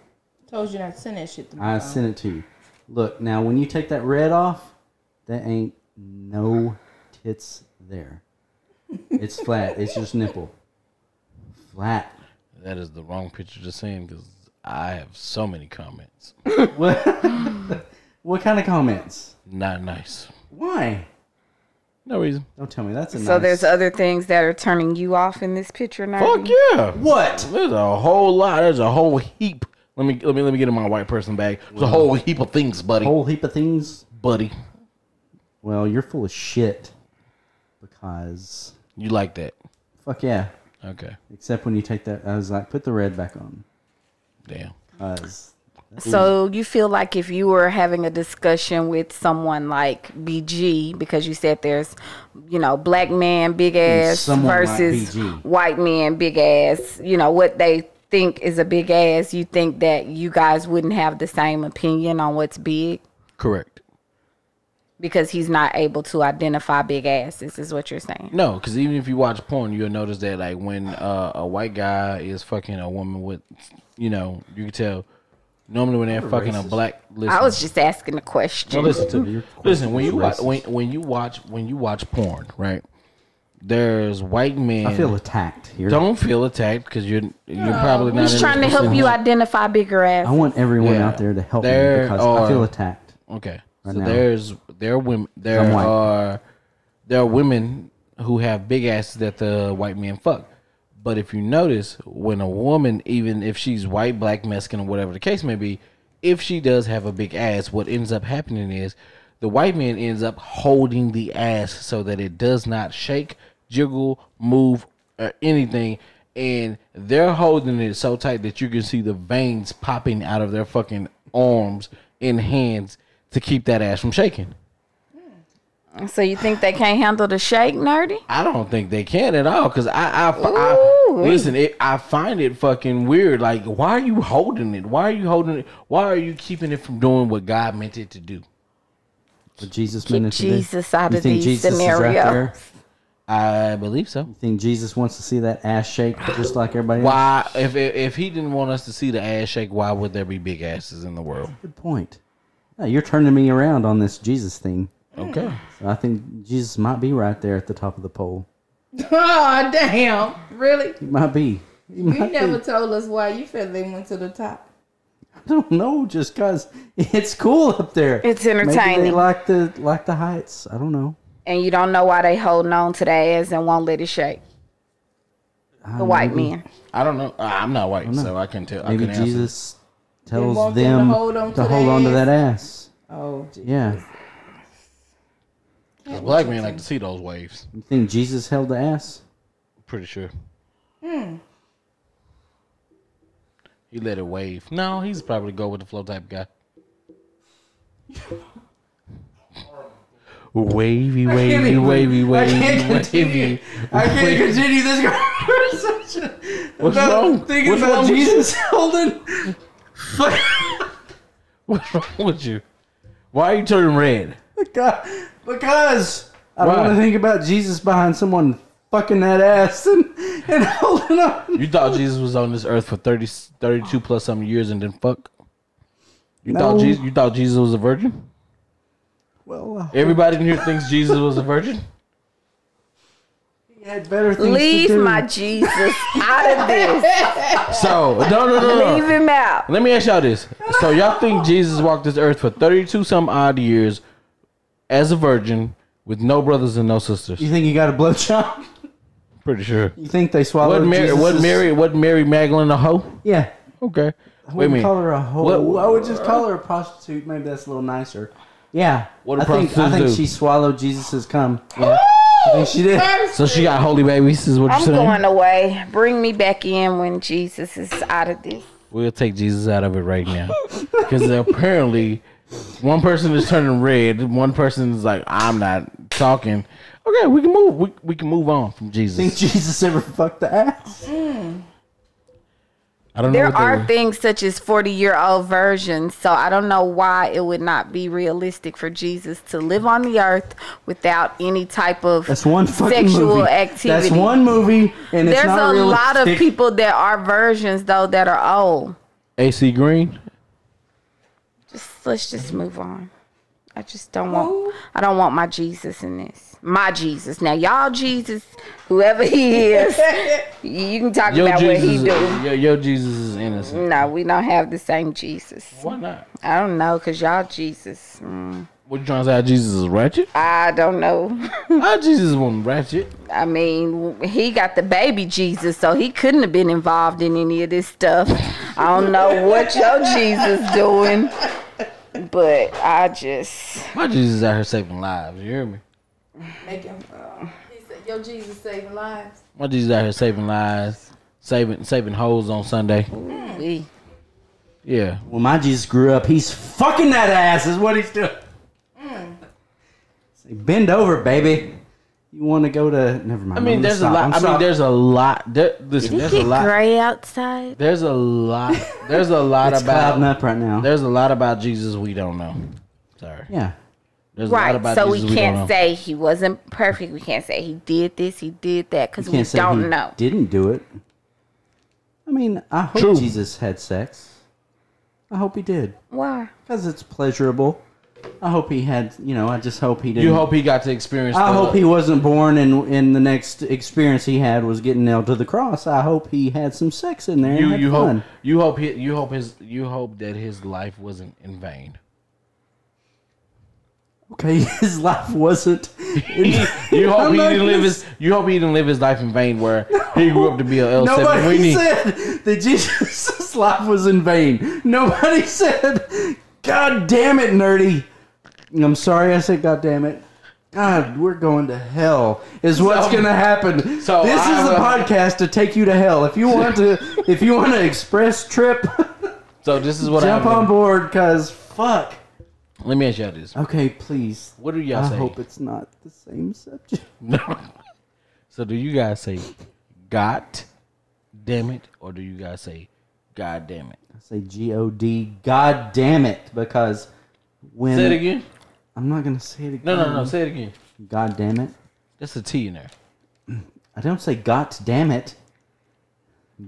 Told you not to send that shit to me.
I
dog.
sent it to you. Look, now when you take that red off, that ain't no tits there. It's flat. It's just nipple. Flat.
That is the wrong picture to send because I have so many comments.
What? what kind of comments?
Not nice.
Why?
No reason.
Don't tell me that's a
So
nice-
there's other things that are turning you off in this picture now.
Fuck yeah.
Um, what?
There's a whole lot. There's a whole heap. Let me let me let me get in my white person bag. There's a whole heap of things, buddy.
Whole heap of things.
buddy.
Well, you're full of shit. Because
You like that.
fuck yeah.
Okay.
Except when you take that, I was like, put the red back on.
Damn.
'Cause
So you feel like if you were having a discussion with someone like BG, because you said there's, you know, black man big ass
someone like
versus
BG.
white man big ass, you know, what they think is a big ass, you think that you guys wouldn't have the same opinion on what's big
Correct.
because he's not able to identify big asses, is what you're saying.
No, because even if you watch porn, you'll notice that like when uh, a white guy is fucking a woman with, you know, you can tell. Normally when they're fucking a
racist.
black, listen,
I was just asking the
no,
question.
listen to
You're
me. Listen when you watch
racist.
when when you watch when you watch porn, right? There's white men.
I feel attacked here.
don't feel attacked because you're you're probably not.
He's
in
trying to
this
help you
position.
identify bigger
I
ass.
want everyone
Yeah.
out there to help
There
me because
are-
I feel attacked.
Okay. So
now.
there's there are women there
I'm white.
are there are women who have big asses that the white men fuck. But if you notice, when a woman, even if she's white, black, Mexican, or whatever the case may be, if she does have a big ass, what ends up happening is the white man ends up holding the ass so that it does not shake, jiggle, move, or anything. And they're holding it so tight that you can see the veins popping out of their fucking arms and hands to keep that ass from shaking.
So you think they can't handle the shake, nerdy?
I don't think they can at all because I, I, I-
Ooh.
listen. It, I find it fucking weird. Like, why are you holding it? Why are you holding it? Why are you keeping it from doing what God meant it to do?
But Jesus meant it to do.
Jesus out
You
of
think
these
Jesus is out
scenarios.
there?
I believe so.
You think Jesus wants to see that ass shake just like everybody? else?
Why, if if if he didn't want us to see the ass shake, why would there be big asses in the world?
Good point. No, you're turning me around on this Jesus thing.
Okay,
So I think Jesus might be right there at the top of the pole.
Oh damn! Really?
He might be. He might
You
be.
never told us why you feel they went to the top.
I don't know, just cause it's cool up there.
It's
Maybe they
entertaining.
like the like the heights. I don't know.
and you don't know why they holding on to their ass and won't let it shake.
Ah,
The white men.
I don't know. I- I'm not white, so I can tell. I
Maybe
can answer.
Jesus
want
tells
them to
them
hold on
to
to
hold
their
on to
ass.
that ass.
Oh, gee.
Yeah.
Black men like to see those waves.
You think Jesus held the ass?
Pretty sure. He let it wave. No, he's probably go with the flow type guy. wavy, wavy, wavy, wavy, wavy.
I can't continue this conversation.
What's wrong? What's wrong with you?
Jesus holding. Fuck.
What's wrong with you? Why are you turning red?
I Because, because I don't
Why?
want to think about Jesus behind someone fucking that ass and, and holding on.
You thought Jesus was on this earth for 30, 32 plus some years and then fuck? You
No.
thought Jesus, you thought Jesus was a virgin?
Well, uh,
Everybody in here thinks Jesus was a virgin.
he had better things
Leave
to do.
my Jesus out of this.
So no, no, no,
Leave
no.
him out.
Let me ask y'all this. So y'all think Jesus walked this earth for thirty-two some odd years as a virgin with no brothers and no sisters?
you think you got a blowjob?
Pretty sure.
You think they swallowed
What Mary? What
Jesus's-
Mary? What Mary Magdalene a hoe?
Yeah.
Okay.
I
Wait a
wouldn't call
minute.
her a hoe.
What-
I would just call her a prostitute. Maybe that's a little nicer. Yeah.
What do
I think, I
prostitutes
think
do?
she swallowed Jesus's cum. Yeah. I think she did.
So she got holy babies, is what you're
I'm
saying?
going away. Bring me back in when Jesus is out of this.
We'll take Jesus out of it right now. Because apparently, one person is turning red. One person is like, I'm not talking. Okay, we can move. We, we can move on from
Think
Jesus.
Jesus ever fucked the ass?
I don't know.
There
what they
are
were-
things such as 40 year old versions, so I don't know why it would not be realistic for Jesus to live on the earth without any type of
That's one fucking
sexual
movie.
activity.
That's one movie, and it's
There's
not
a lot of
realistic.
people that are versions though that are old.
AC Green.
Just let's just move on. I just don't want I don't want my Jesus in this. My Jesus. Now y'all Jesus, whoever he is, you can talk
Yo
about
Jesus.
what he do.
Yo, yo Jesus is innocent.
No, we don't have the same Jesus.
Why not?
I don't know, cause y'all Jesus. Mm,
What you trying to say? Jesus is ratchet?
I don't know.
How Jesus wasn't ratchet?
I mean, he got the baby Jesus, so he couldn't have been involved in any of this stuff. I don't know what your Jesus doing, but I just
My Jesus out here saving lives. You hear me?
Making, uh, he said, "Yo, Jesus saving lives."
My Jesus out here saving lives, saving saving hoes on Sunday.
we.
Yeah.
Well, my Jesus grew up. He's fucking that ass, is what he's doing.
Mm.
Say, bend over, baby. You want to go to? Never mind.
I mean,
I'm
there's a
gonna
lot.
stop. I'm
I mean, there's a lot. There,
Did
listen,
it
there's a
get
lot.
gray outside?
There's a lot. There's a lot
it's clouding
about.
up right now.
There's a lot about Jesus we don't know. Sorry.
yeah.
There's a lot
Right,
about
so
Jesus
we can't
don't know.
say he wasn't perfect. We can't say he did this, he did that, because
You
we
can't say
don't
he
know.
didn't do it. I mean, I hope
True.
Jesus had sex. I hope he did
Why?
because it's pleasurable. I hope he had. You know, I just hope he didn't.
You hope he got to experience.
I
the-
hope he wasn't born and and the next experience he had was getting nailed to the cross. I hope he had some sex in there. and
You
had
you
fun.
hope you hope he, you hope his you hope that his life wasn't in vain.
Okay, his life wasn't.
You hope
I'm
he
not
didn't live
gonna-
his you hope he didn't live his life in vain where he grew up to be a L seven. We
Nobody
need
said that Jesus' life was in vain. Nobody said, "God damn it, nerdy." I'm sorry, I said, "God damn it." God, we're going to hell. Is what's
So-
going to happen.
so
this
I uh,
is a
will-
podcast to take you to hell. If you want to, if you want to express trip,
so this is what
jump
I
on board. Cause fuck.
let me ask y'all this.
Okay, please.
What do y'all
I
say?
hope it's not the same subject.
so do you guys say God damn it or do you guys say God damn it?
I say G O D. God damn it, because when
Say it again.
I'm not gonna say it again.
No, no, no. Say it again.
God damn it.
That's a T in there.
I don't say God damn it.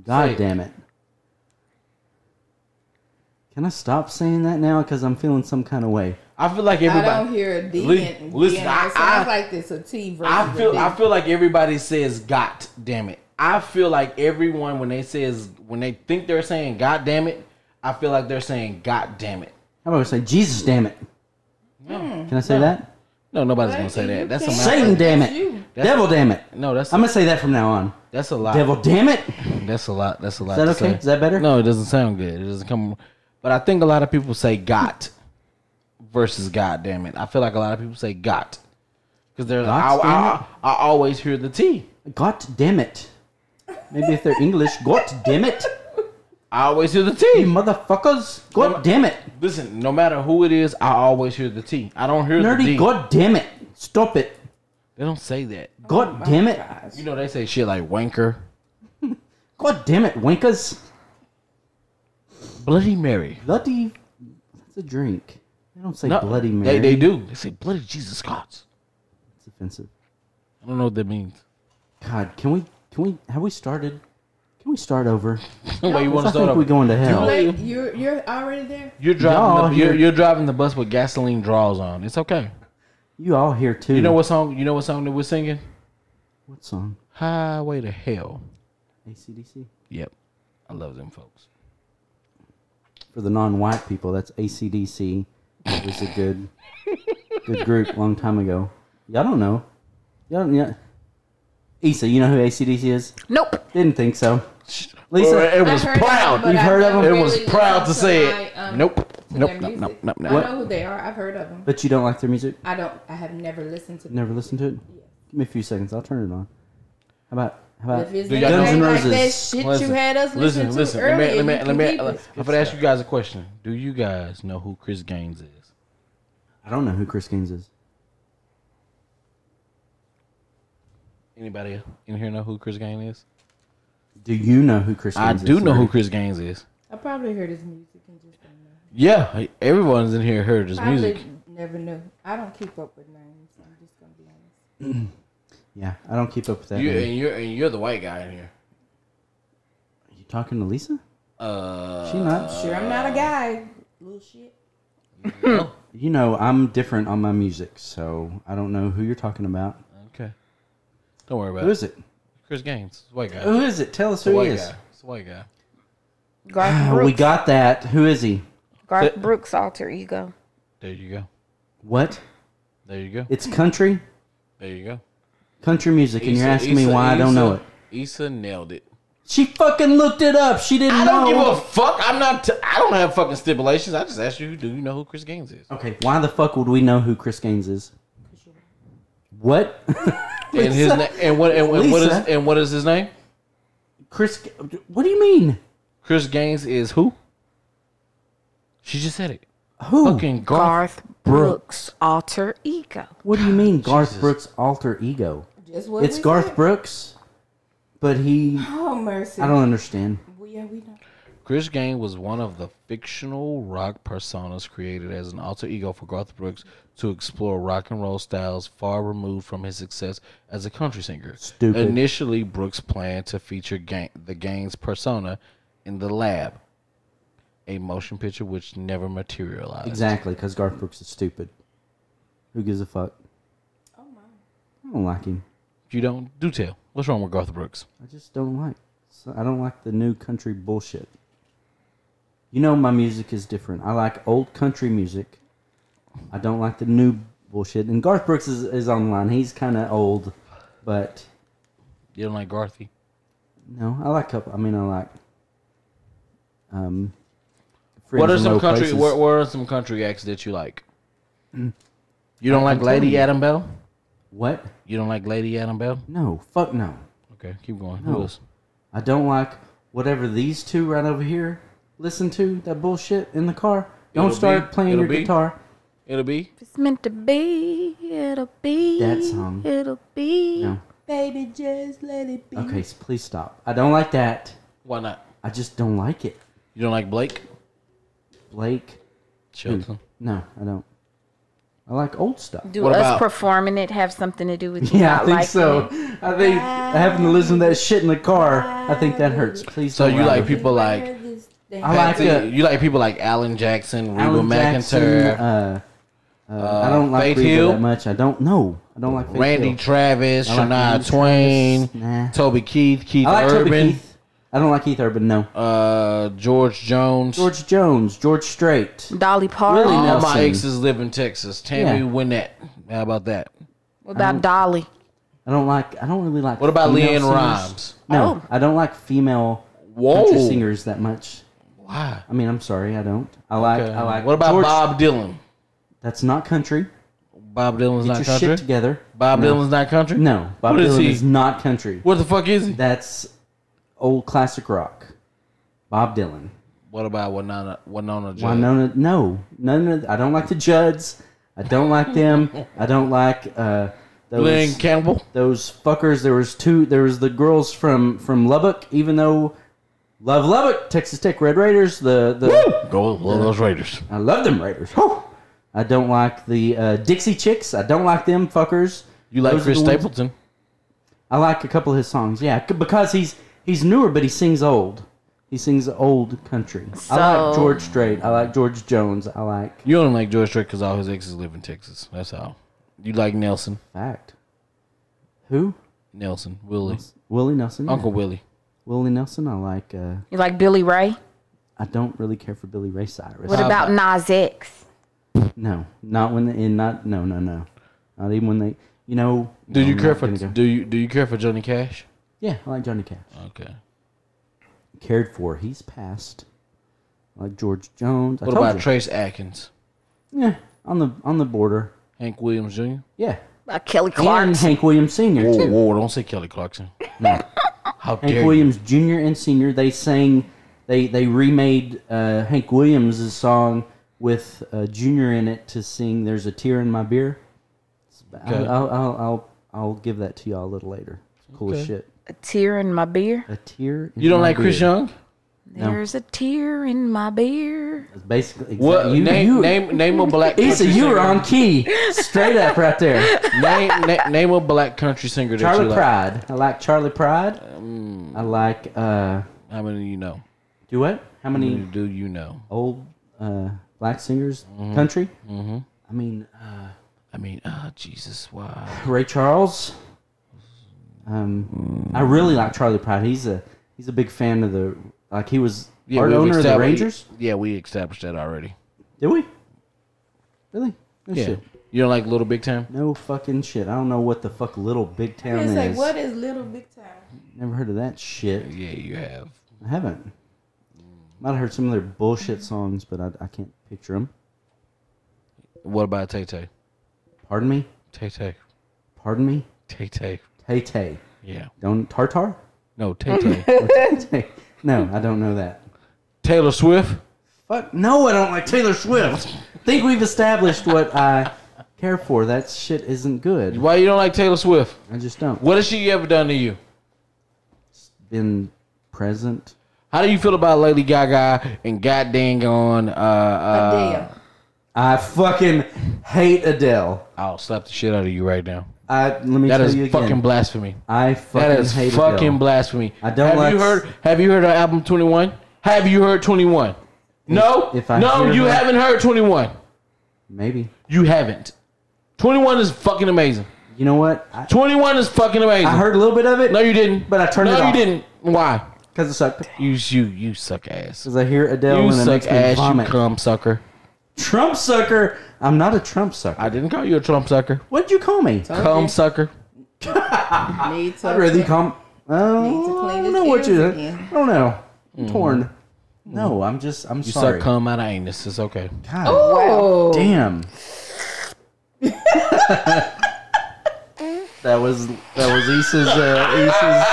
God
Say it.
damn it. Can I stop saying that now? Because I'm feeling some kind of way.
I feel like
I
everybody.
don't hear a D.
Li-
in,
listen,
listen,
I-
it sounds
I-
like this a T versus
I feel.
a D.
I feel like everybody says "God damn it." I feel like everyone when they says when they think they're saying "God damn it," I feel like they're saying "God damn it."
How about I say Jesus damn it? Can I say that?
No, nobody's gonna
Right,
say
you
that. That's a
can't.
lie.
Satan damn
that's
it.
you.
That's-
Devil damn it.
No, that's
I'm gonna say that from now on.
that's a lot.
Devil damn it.
That's a lot. That's a lot.
that
to
okay?
say.
Is that better?
No, it doesn't sound good. It doesn't come. But I think a lot of people say "God" versus "God damn it." I feel like a lot of people say "God" because there's. I,
God damn
I, I always hear the T.
God damn it. Maybe if they're English, God damn it.
I always hear the T.
You motherfuckers. God damn it.
Listen, no matter who it is, I always hear the T. I don't hear the D.
Nerdy, god damn it. Stop it.
They don't say that.
God damn it.
You know, they say shit like wanker,
God damn it, winkers.
Bloody Mary.
Bloody. That's a drink. They don't say Bloody Mary.
They, they do. They say Bloody Jesus Christ.
It's offensive.
I don't know what that means.
God, can we? Can we? Have we started? Can we start over?
Wait, you want
I
to start
think
over?
we're going to hell.
Like, you're you're already there.
You're
Y'all
driving. The,
here-
you're, you're driving the bus with gasoline draws on. It's okay.
You all here too?
You know what song? You know what song that we're singing?
What song?
Highway to Hell.
ACDC.
Yep, I love them folks.
For the non-white people, that's ACDC. It was a good, good group long time ago. Y'all don't know. Y'all don't. Y'all... Issa, you know who ACDC is?
Nope.
Didn't think so. Lisa,
Or it
I
was
heard of
proud.
them, but
You've
I've
heard of
never
them?
It was
really
proud to
listened
say
my,
it.
um,
nope.
to
Nope.
their
Nope. Nope.
music.
Nope.
I
Nope.
know who they are. I've heard of them.
but you don't like their music.
I don't. I have never listened to.
Never listened to it. Give me a few seconds. I'll turn it on. How about? How about?
If it's
Do y'all
anything
know- Guns
N'
like that
Roses.
shit
Listen,
you had us listen,
listen,
to
listen. Let
earlier,
me, let me,
you
let me.
can keep it.
I'm gonna ask you guys a question. Do you guys know who Chris Gaines is?
I don't know who Chris Gaines is.
Anybody in here know who Chris Gaines is?
Do you know who Chris?
I
Gaines
do
is,
know who
Larry?
Chris Gaines is.
I probably heard his music and just don't know.
Yeah, everyone's in here heard his
Probably
music.
never knew. I don't keep up with names. I'm just gonna be honest.
Yeah, I don't keep up with that.
You
name.
and you're and you're the white guy in here.
you talking to Lisa?
Uh,
She not.
Sure, I'm not a guy. Little shit.
You know, I'm different on my music, so I don't know who you're talking about.
okay. Don't worry about
Who
it.
is it?
Chris Gaines, it's a white guy.
Who is it? Tell us
It's a
who he
white
is.
guy. It's a white guy.
Garth
Ah, we
Brooks.
got that. Who is he?
Garth Brooks alter ego.
There you go.
What?
There you go.
It's country,
There you go.
country music, and you're
Issa-
asking me
Issa-
why I don't know it.
Issa- Issa nailed it.
She fucking looked it up. She didn't
I
know.
don't give a fuck. I'm not. T- I don't have fucking stipulations. I just asked you, do you know who Chris Gaines is?
okay, why the fuck would we know who Chris Gaines is? What?
And his
Lisa.
na- and what and, and what is
Lisa.
and what is his name?
Chris, what do you mean?
Chris Gaines is who? She just said it.
Who?
Fucking Garth.
Garth Brooks alter ego.
What do you mean, Garth
Jesus.
Brooks' alter ego?
Just what
It's
we
Garth
said.
Brooks, but he.
Oh mercy.
I don't understand.
Well, yeah, we know.
Chris Gaines was one of the fictional rock personas created as an alter ego for Garth Brooks to explore rock and roll styles far removed from his success as a country singer.
Stupid.
Initially, Brooks planned to feature Gain- the Gaines persona in The Lab, a motion picture which never materialized.
Exactly, because Garth Brooks is stupid. Who gives a fuck?
Oh my.
I don't like him.
You don't do tell. What's wrong with Garth Brooks?
I just don't like. so- I don't like the new country bullshit. You know my music is different. I like old country music. I don't like the new bullshit. And Garth Brooks is, is online. He's kind of old, but
You don't like Garthy?
no, I like. Couple, I mean, I like. Um,
What
Friends
are
in
some
Low
country?
Places. Mm.
What, what are some country acts that you like? You don't like
can tell
Lady
you.
Adam Bell?
What?
You don't like Lady Adam Bell?
No, fuck no.
Okay, keep going.
No.
Who else?
I don't like whatever these two right over here listen to that bullshit in the car. Don't
It'll
start
be-
playing
it'll
your
be.
guitar.
It'll be.
If it's meant to be, it'll be.
That song.
It'll be.
No.
Baby, just let it be.
Okay, s- please stop. I don't like that.
Why not?
I just don't like it.
You don't like Blake?
Blake. Hmm.
Shelton.
No, I don't. I like old stuff.
Do
What
us
about-
performing it have something to do with you
Yeah,
not
I think
liking
so.
it?
I think having to listen to that shit in the car, I think that hurts. Please.
So
don't
you like
it.
people like
Where this thing-
I like
Patsy-
uh,
you like people like Alan Jackson, Reba
Alan Jackson,
McIntyre,
Uh, uh, I don't like
Faith
Reba
Hill.
that much. I don't know. I don't like Faith
Randy
Hill.
Travis,
I like
Shania
Randy
Twain,
Travis. Nah.
Toby Keith, Keith
I like
Urban,
Toby Keith. I don't like Keith Urban. No.
Uh, George Jones.
George Jones, George Strait.
Dolly Parton.
Really?
All my
Nelson.
exes live in Texas. Tammy
Yeah.
Wynette. How about that?
What about Dolly?
I don't like. I don't really like.
What about
female
Leanne
singers.
Rhymes?
Oh.
No, I don't like female
Whoa.
country singers that much.
Why?
I mean, I'm sorry, I don't. I like. I like.
what about
George-
Bob Dylan?
That's not country.
Bob Dylan's
Get
not
your
country.
shit together.
Bob
no.
Dylan's not country.
No, Bob
What
Dylan
is
is,
he?
not country.
What the fuck is he?
That's old classic rock. Bob Dylan.
What about Winona? Winona Judd?
Winona. No, none of. I don't like the Judds. I don't like them. I don't like uh, those.
Lynn Campbell.
those fuckers. There was two. There was the girls from from Lubbock. Even though love Lubbock, Texas Tech Red Raiders. The the
Go with those Raiders.
I love them Raiders. Whew. I don't like the uh, Dixie Chicks. I don't like them fuckers.
You like
Those are
Chris
the ones-
Stapleton?
I like a couple of his songs. Yeah, c- because he's he's newer, but he sings old. He sings old country. I
So-
like George Strait. I like George Jones. I like
You don't like George Strait because all his exes live in Texas. That's how. You like Nelson,
fact. Who?
Nelson, Willie,
Willie Nelson. yeah.
Uncle Willie.
Willie Nelson. I like. Uh,
You like Billy Ray?
I don't really care for Billy Ray Cyrus.
What about Nas X?
No, not when the and not no no no, not even when they. You know.
Do
no,
you
I'm
care
not
for
gonna go.
do you do you care for Johnny Cash?
Yeah, I like Johnny Cash.
Okay.
Cared for. He's passed. I like George Jones. I
What
told
about
you.
Trace Atkins,
Yeah, on the on the border.
Hank Williams Jr.?
Yeah.
Like Kelly
And
Clarkson.
Hank Williams Sr.
Whoa,
too.
whoa! Don't say Kelly Clarkson.
No.
How dare
Hank
you?
Williams Jr. and Sr. They sang, they they remade uh, Hank Williams' song with uh, Jr. in it to sing "There's a Tear in My Beer."
Okay.
I'll, I'll, I'll I'll I'll give that to y'all a little later. It's cool as
Okay.
shit.
A tear in my beer.
A tear. In
You don't
my
like Chris
beer.
Young?
There's a tear in my beer.
That's basically exactly,
What
you,
name
you,
name name a black?
Issa,
country
you were
singer.
on key, straight up right there.
name, na- name a black country singer that
Charlie
you like. Um,
Pride. I like Charlie Pride. I like uh,
How many you know?
do what? How
How
many?
many do you know?
old uh, black singers country. Mm-hmm. I mean, uh,
I mean, oh Jesus, wow.
Ray Charles. Um, I really like Charlie Pride. He's a he's a big fan of the like he was part
we've
owner of the
established-
Rangers.
Yeah, we established that already.
Did we? Really? No
Yeah.
shit.
You don't like Little Big Time?
No fucking shit. I don't know what the fuck Little Big Town
It's
is.
like, what is Little Big Time?
Never heard of that shit.
Yeah, you have.
I haven't. Might have heard some of their bullshit songs, but I, I can't picture them.
What about Tay Tay?
Pardon me.
Tay Tay.
Pardon me.
Tay Tay.
Tay Tay.
Yeah.
Don't Tartar.
No, Tay Tay.
no, I don't know that.
Taylor Swift.
Fuck no, I don't like Taylor Swift. I think we've established what I care for. That shit isn't good.
Why you don't like Taylor Swift?
I just don't.
What has she ever done to you?
Been present.
How do you feel about Lady Gaga and God dang on uh, uh
Adele.
I fucking hate Adele.
I'll slap the shit out of you right now.
I let me
That
tell
is
you again.
fucking blasphemy.
I fucking
that is
hate
fucking
Adele.
blasphemy.
I don't
have
like-
you heard have you heard her album 21? Have you heard 21? No.
if I
no,
hear
you
her-
haven't heard 21.
Maybe.
You haven't. 21 is fucking amazing.
You know what? I,
21 is fucking amazing.
I heard a little bit of it
No, you didn't.
But I turned
no,
it off.
you didn't. Why?
because it sucked.
You you you suck ass.
Because I hear
You
Adele and it
suck
makes me
ass.
vomit.
You cum sucker.
Trump sucker. I'm not a Trump sucker.
I didn't call you a Trump sucker.
What'd you call me?
Cum sucker.
Need to,
I'd rather you call. me- Oh,
Need to clean
I don't
his
know what
ears
you.
again.
I don't know. I'm torn. No, I'm just. I'm
Mm-hmm. You
sorry.
suck cum out of anus. It's okay.
God,
Wow.
damn. that was that was Issa's. Uh,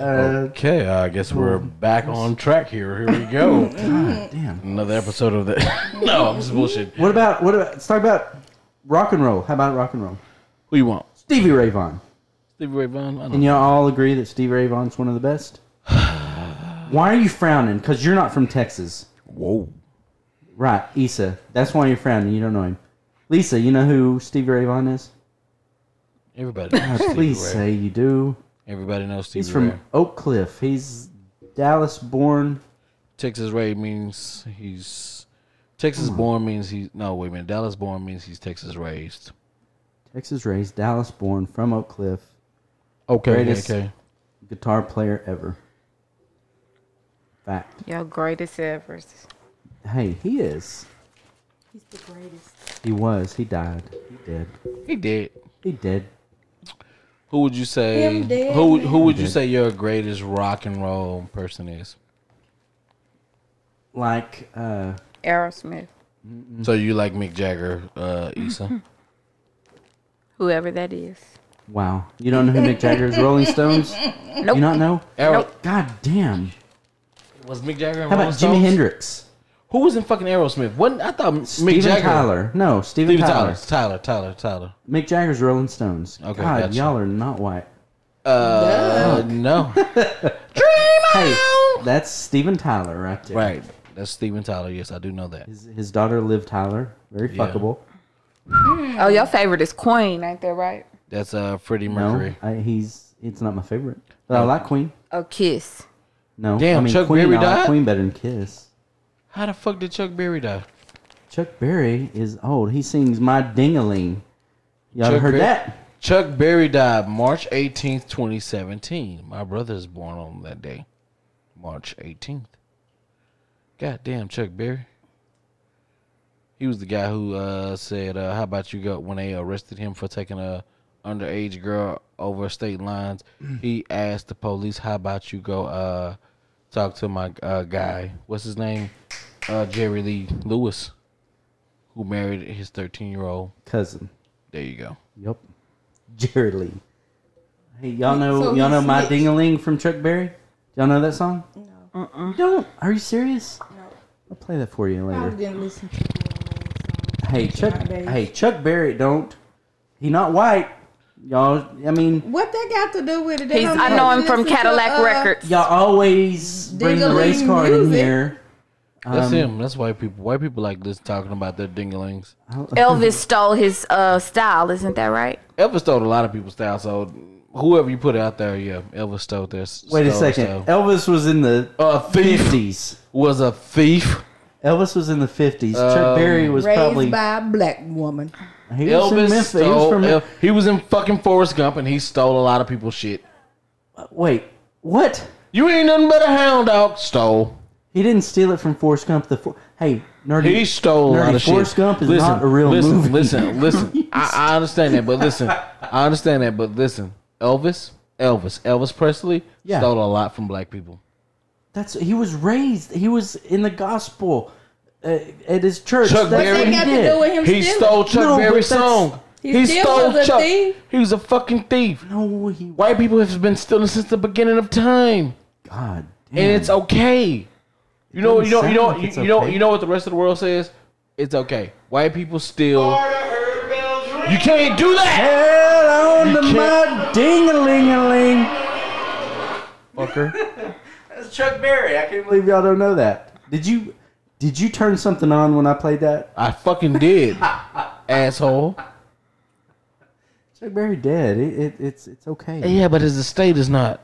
Okay, I guess we're back on track here. Here we go.
Issa's. Damn.
Another episode of the. no, I'm just bullshit.
What about what about? Let's talk about rock and roll. How about rock and roll?
Who you want?
Stevie Ray Vaughan.
Stevie Ray Vaughan. I don't
And y'all all agree that Stevie Ray Vaughan's one of the best. Why are you frowning? Because you're not from Texas.
Whoa.
Right, Issa. That's why you're frowning. You don't know him. Lisa, you know who Stevie Ray Vaughan is?
Everybody. knows Stevie
Please
Ray.
say you do.
Everybody knows Stevie
He's from
Ray.
Oak Cliff. He's Dallas born.
Texas Ray means he's. Texas
Hmm.
born means he's. No, wait a minute. Dallas born means he's Texas raised.
Texas raised, Dallas born, from Oak Cliff,
Okay.
Greatest.
Okay.
guitar player ever. Fact.
Your greatest ever.
Hey, he is.
He's the greatest.
He was. He died. He did.
He did.
He did.
Who would you say?
Him dead,
Who
man.
Who would you say your greatest rock and roll person is?
Like, uh,
Aerosmith.
Mm.
So you like Mick Jagger, uh, Issa?
Whoever that is.
wow. You don't know who Mick Jagger is? Rolling Stones?
Nope.
You not know?
Arrow.
God damn.
Was Mick Jagger? in
How
Rolling
about Jimi
Stones?
Hendrix?
Who was in fucking Aerosmith? Wasn't I thought Mick
Steven
Jagger?
Tyler. No, Steven,
Steven Tyler. Tyler.
Tyler.
Tyler. Tyler.
Mick Jagger's Rolling Stones.
Okay,
God,
gotcha.
y'all are not white.
Uh, no.
Hey, that's Steven Tyler right there.
right. That's Steven Tyler. Yes, I do know that.
His, his daughter Liv Tyler, very
Yeah.
fuckable.
Oh, your favorite is Queen, ain't that right?
That's uh Freddie
No,
Mercury.
I, he's it's not my favorite, but I like Queen.
Oh, Kiss.
No,
Damn,
I mean
Chuck
Queen.
Berry
I like
died?
Queen better than Kiss.
How the fuck did Chuck Berry die?
Chuck Berry is old. He sings "My Dingaling." Y'all
Chuck
heard
Berry-
that?
Chuck Berry died March 18th, 2017. My brother's born on that day. March 18th. Goddamn Chuck Berry. He was the guy who uh, said, uh, how about you go, when they arrested him for taking a underage girl over state lines, he asked the police, how about you go uh, talk to my uh, guy, what's his name? Uh, Jerry Lee Lewis, who married his 13-year-old.
Cousin.
There you go.
Yep. Jared Lee. Hey, y'all know
So
y'all
he
know my
snitched.
dingaling from Chuck Berry. Y'all know that song?
No,
You don't? Are you serious?
no.
I'll play that for you
I
Uh-uh. later.
didn't listen to the
Hey
Chuck
Chuck.
Berry.
Hey Chuck Berry. Don't. He not white. Y'all. I mean,
What that got to do with it? They
He's,
don't
I know him from
listen to,
Cadillac
uh,
Records.
y'all always bring the
Dingaling
race card in
music.
here.
That's
Um,
him. That's white people. White people like this talking about their dinglings.
Elvis stole his uh, style, isn't that right?
Elvis stole a lot of people's style, so whoever you put out there, yeah, Elvis stole this.
Wait a
stole their
second.
style.
Elvis was in the
A thief
fifties.
was a thief.
Elvis was in the fifties.
Um,
Chuck Berry was
Raised
probably
by a black woman.
he was in
Elvis
Memphis.
stole.
He was from
El- he was in fucking Forrest Gump, and he stole a lot of people's shit.
Wait, what?
You ain't nothing but a hound dog. Stole.
He didn't steal it from Forrest Gump. The for- hey, nerdy.
He stole a
Nerdy,
lot of shit.
Forrest Gump is not a real
listen,
movie.
Listen, listen, I, I understand that, but listen, I understand that, but listen, Elvis, Elvis, Elvis Presley
Yeah.
stole a lot from black people.
That's he was raised. He was in the gospel uh, at his church.
Chuck
That's
Berry-
what
They
he
got to
did.
do with him
He
stealing.
stole Chuck
No, but
Berry's
that's-
song.
He still was a thief.
He was a fucking thief.
No, he.
White people have been stealing since the beginning of time,
God damn.
and it's okay. You know, you know,
doesn't
you know,
sound like
you,
it's
you know,
okay.
you know what the rest of the world says. It's okay. White people steal. You can't do that.
Hell on
You
to
can't-
my ding-a-ling-a-ling. Fucker. That's Chuck Berry. I can't believe y'all don't know that. Did you? Did you turn something on when I played that?
I fucking did, asshole.
Chuck Berry dead. It, it, it's it's okay.
Yeah, but his estate is not.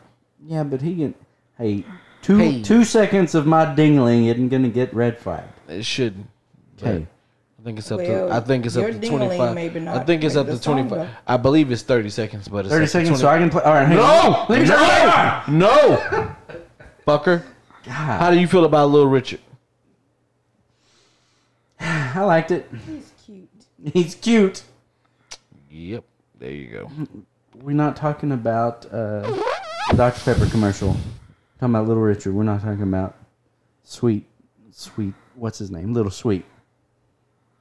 Yeah, but he can. Hey, two
Hey.
two seconds of my dingling isn't gonna get red flagged.
It shouldn't. But
Okay.
I think it's up
Well,
to. I think it's up
your
to
ding-a-ling
twenty five.
maybe
I
not
think it's
make
up
the
to
song,
twenty five.
though.
I believe it's thirty seconds, but it's
Thirty
up to 20
seconds, so I can play. All right, hang
No!
on. Let me
no!
turn it on.
No! Fucker.
God,
How do you feel about Little Richard?
I liked it.
He's cute.
He's cute.
Yep. There you go.
We're not talking about uh, the Dr Pepper commercial. talking about Little Richard. We're not talking about Sweet, Sweet. What's his name? Little Sweet.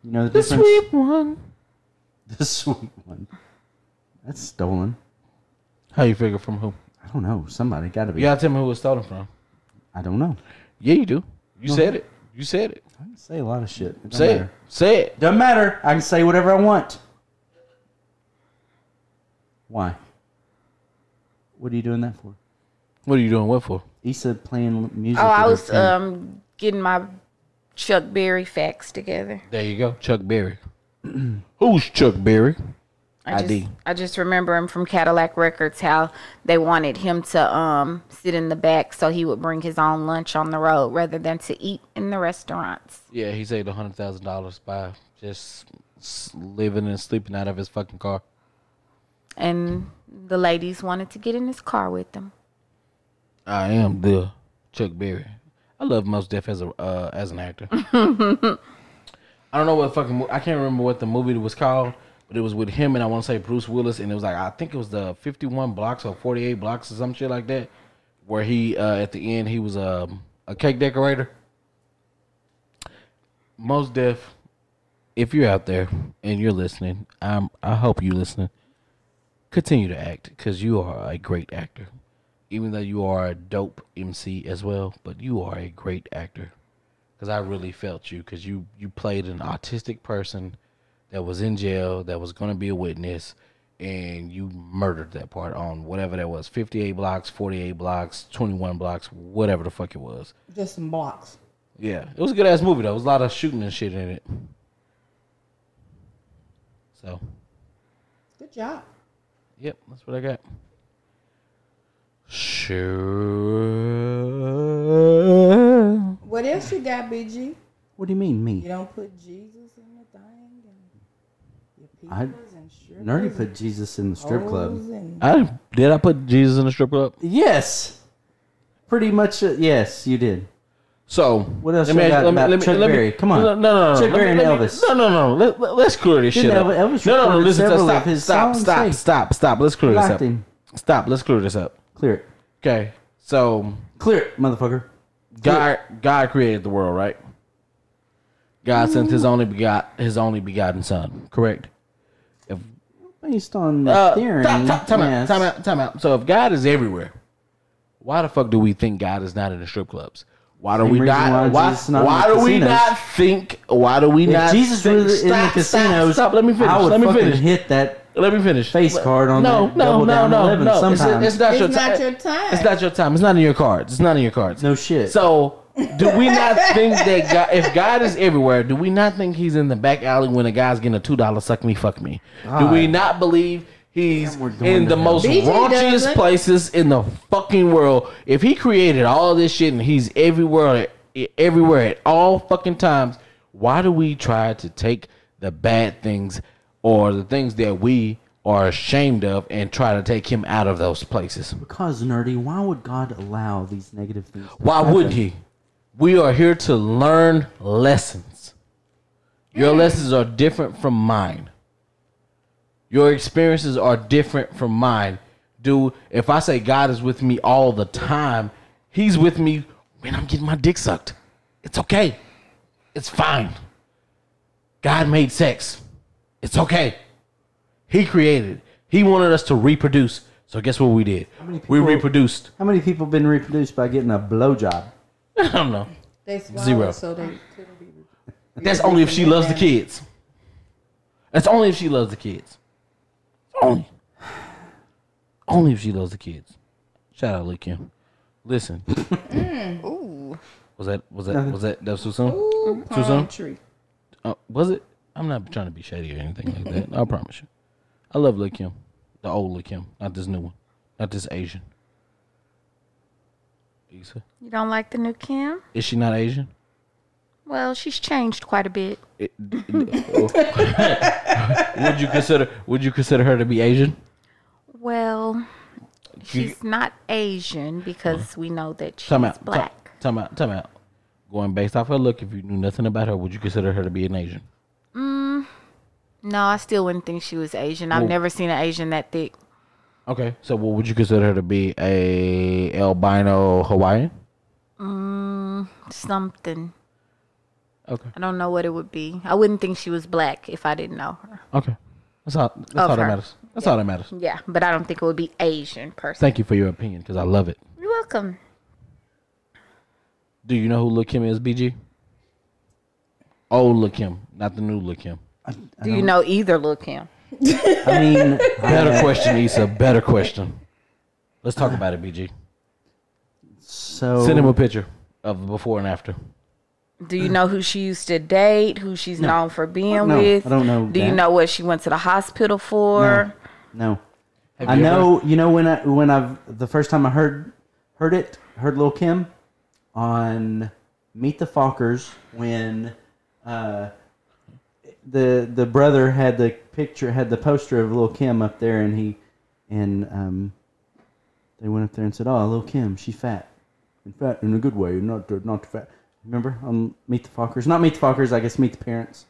You know the, difference.
one.
The sweet one. That's stolen.
How you figure from who?
I don't know. Somebody got to be.
You gotta tell me who it was stolen from.
I don't know.
Yeah, you do. You said it. You said it.
I can say a lot of shit. It don't
Say
matter.
it. Say it.
Doesn't matter. I can say whatever I want. Why? What are you doing that for?
What are you doing? What for?
Issa playing l- music.
Oh,
with
I
her
was
friend.
uh,
um, getting my Chuck Berry facts together.
There you go. Chuck Berry. Who's Chuck Berry?
I
ID.
just, I just remember him from Cadillac Records how they wanted him to um sit in the back so he would bring his own lunch on the road rather than to eat in the restaurants.
Yeah, he saved hundred thousand dollars by just s- living and sleeping out of his fucking car.
And the ladies wanted to get in his car with him.
I am the Chuck Berry. I love Most Def as a uh, as an actor. I don't know what fucking mo- I can't remember what the movie was called, but it was with him and I want to say Bruce Willis, and it was like I think it was the fifty one blocks or forty eight blocks or some shit like that, where he uh, at the end he was um, a cake decorator. Most Def, if you're out there and you're listening, I'm I hope you listening. Continue to act because you are a great actor even though you are a dope MC as well, but you are a great actor. Cause I really felt you, cause you you played an autistic person that was in jail, that was gonna be a witness, and you murdered that part on whatever that was, fifty eight blocks, forty eight blocks, twenty one blocks, whatever the fuck it was.
Just some blocks.
Yeah, it was a good ass movie though. It was a lot of shooting and shit in it. So,
Good job.
yep, that's what I got. Sure.
What else you got, BG?
What do you mean,
You
me?
don't put Jesus in the thing and your
I-
pizzas and strippers
Nerdy
and
put Jesus in the strip club.
hoes and-
I did I put Jesus in the strip club?
Yes. Pretty much, uh, yes, you did.
So
What else you got about Chuck Berry? Come on.
no, no, no,
Chuck
no,
Berry
let me-
and
let me-
Elvis.
No, no, no. Let, let, let's clear this
Didn't
shit up.
Elvis- Elvis
no, no, no.
recorded
Listen, to,
several of
stop,
his
stop,
songs,
stop,
hey?
stop, stop. Let's clear this
Locked
up.
him.
Stop. Let's clear this up.
Clear it.
Okay. So
Clear it, motherfucker.
God, God created the world, right? God sent His only begot, His only begotten Son, correct? If
Based on the
uh,
theory.
time, time, time
yes.
out, time out, time out. So if God is everywhere, why the fuck do we think God is not in the strip clubs? Why do
Same
we
reason
not?
why
Why,
Jesus is not in
why
the
do we
casinos.
not think? Why do we
If
not?
Jesus
think,
was in the
Stop, stop,
casinos,
Stop, Let me finish.
I would
Let me
fucking
finish.
hit that
Let me finish.
face
Let-
card on
no,
that
no,
double
no,
down
no,
11
no. It's,
sometimes.
it's not
It's
your
not
ti-
your time.
It's not your time. It's not in your cards. It's not in your cards.
No shit.
So do we not think that God, if God is everywhere, do we not think He's in the back alley when a guy's getting a two dollar suck me fuck me? Do we not believe He's
Damn, we're going
in
to
the
hell.
most
BG
raunchiest
doesn't.
places in the fucking world? If He created all this shit and He's everywhere, everywhere at all fucking times, why do we try to take the bad things or the things that we are ashamed of and try to take Him out of those places?
Because, nerdy, why would God allow these negative things? to
Why
happen?
would he? We are here to learn lessons. Your lessons are different from mine. Your experiences are different from mine. Do if I say God is with me all the time, he's with me when I'm getting my dick sucked. It's okay. It's fine. God made sex. It's okay. He created. it. He wanted us to reproduce. So guess what we did?
many
We
people-
reproduced.
How many people been reproduced by getting a blowjob?
I don't know.
They swallowed
Zero.
so they couldn't be.
That's only if she loves the kids. That's only if she loves the kids. Only. Only if she loves the kids. Shout out Lil Kim. Listen.
Ooh.
Was that was that was that that was too soon?
Ooh,
Too soon?
palm tree.
Uh, was it? I'm not trying to be shady or anything like that. I promise you. I love Lil Kim. The old Lil Kim, not this new one. Not this Asian. Issa?
You don't like the new Kim?
Is she not Asian?
Well, she's changed quite a bit.
It- would you consider would you consider her to be Asian?
Well,
You-
she's not Asian because we know that she's
Time out.
black.
Time out. Time out. Going based off her look, if you knew nothing about her, would you consider her to be an Asian?
No, I still wouldn't think she was Asian. I've
Well-
never seen an Asian that thick.
Okay. So, what would you consider her to be? A albino Hawaiian?
Something.
Okay.
I don't know what it would be. I wouldn't think she was black if I didn't know her.
Okay. That's all. That's all that
her.
matters. That's all that matters.
Yeah, but I don't think it would be Asian person.
Thank you for your opinion, because I love it.
You're welcome.
Do you know who Lil Kim is, BG? Old Lil Kim, not the new Lil Kim.
Do you know either Lil Kim?
I mean, I,
Better question, Issa. Better question. Let's talk about it, BG.
so
Send him a picture of the before and after.
Do you know who she used to date? Who she's known for being
Mm. No, I
with?
don't know
Do you
that.
know what she went to the hospital for?
no.
Have
I
you ever-
know. You know when I when I've the first time I heard heard it heard Lil Kim on Meet the Fockers when uh, the the brother had the picture had the poster of Lil Kim up there and he and um, they went up there and said, "Oh, Lil Kim, she's fat and fat in a good way, not not fat." Remember on Meet the Fockers? Not Meet the Fockers. I guess Meet the Parents.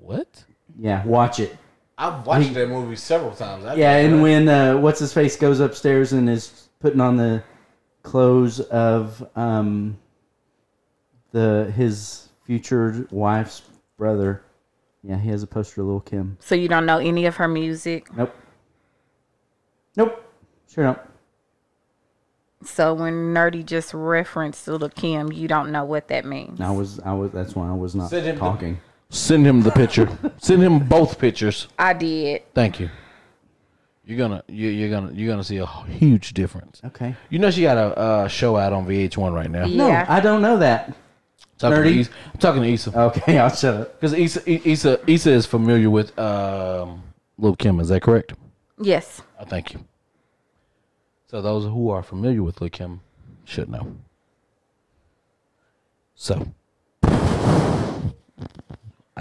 What?
Yeah, watch it.
I've watched that movie several times. I
Yeah, and when uh, what's his face goes upstairs and is putting on the clothes of um, the his future wife's brother. Yeah, he has a poster of Lil Kim.
So you don't know any of her music.
Nope. Nope. Sure don't.
So when Nerdy just referenced Lil Kim, you don't know what that means.
I was I was that's why I was not
Send him the-
talking.
Send him the picture. Send him both pictures.
I did.
Thank you. You're gonna you, you're gonna you're gonna see a huge difference.
Okay.
You know she got a uh, show out on VH1 right now.
Yeah.
No, I don't know that.
Talking to
Nerdy?
Issa, I'm talking to Issa
Okay, I'll shut up.
because Issa, I- Issa Issa is familiar with um, Lil Kim. Is that correct?
Yes.
I thank you. So those who are familiar with Lil Kim should know. So I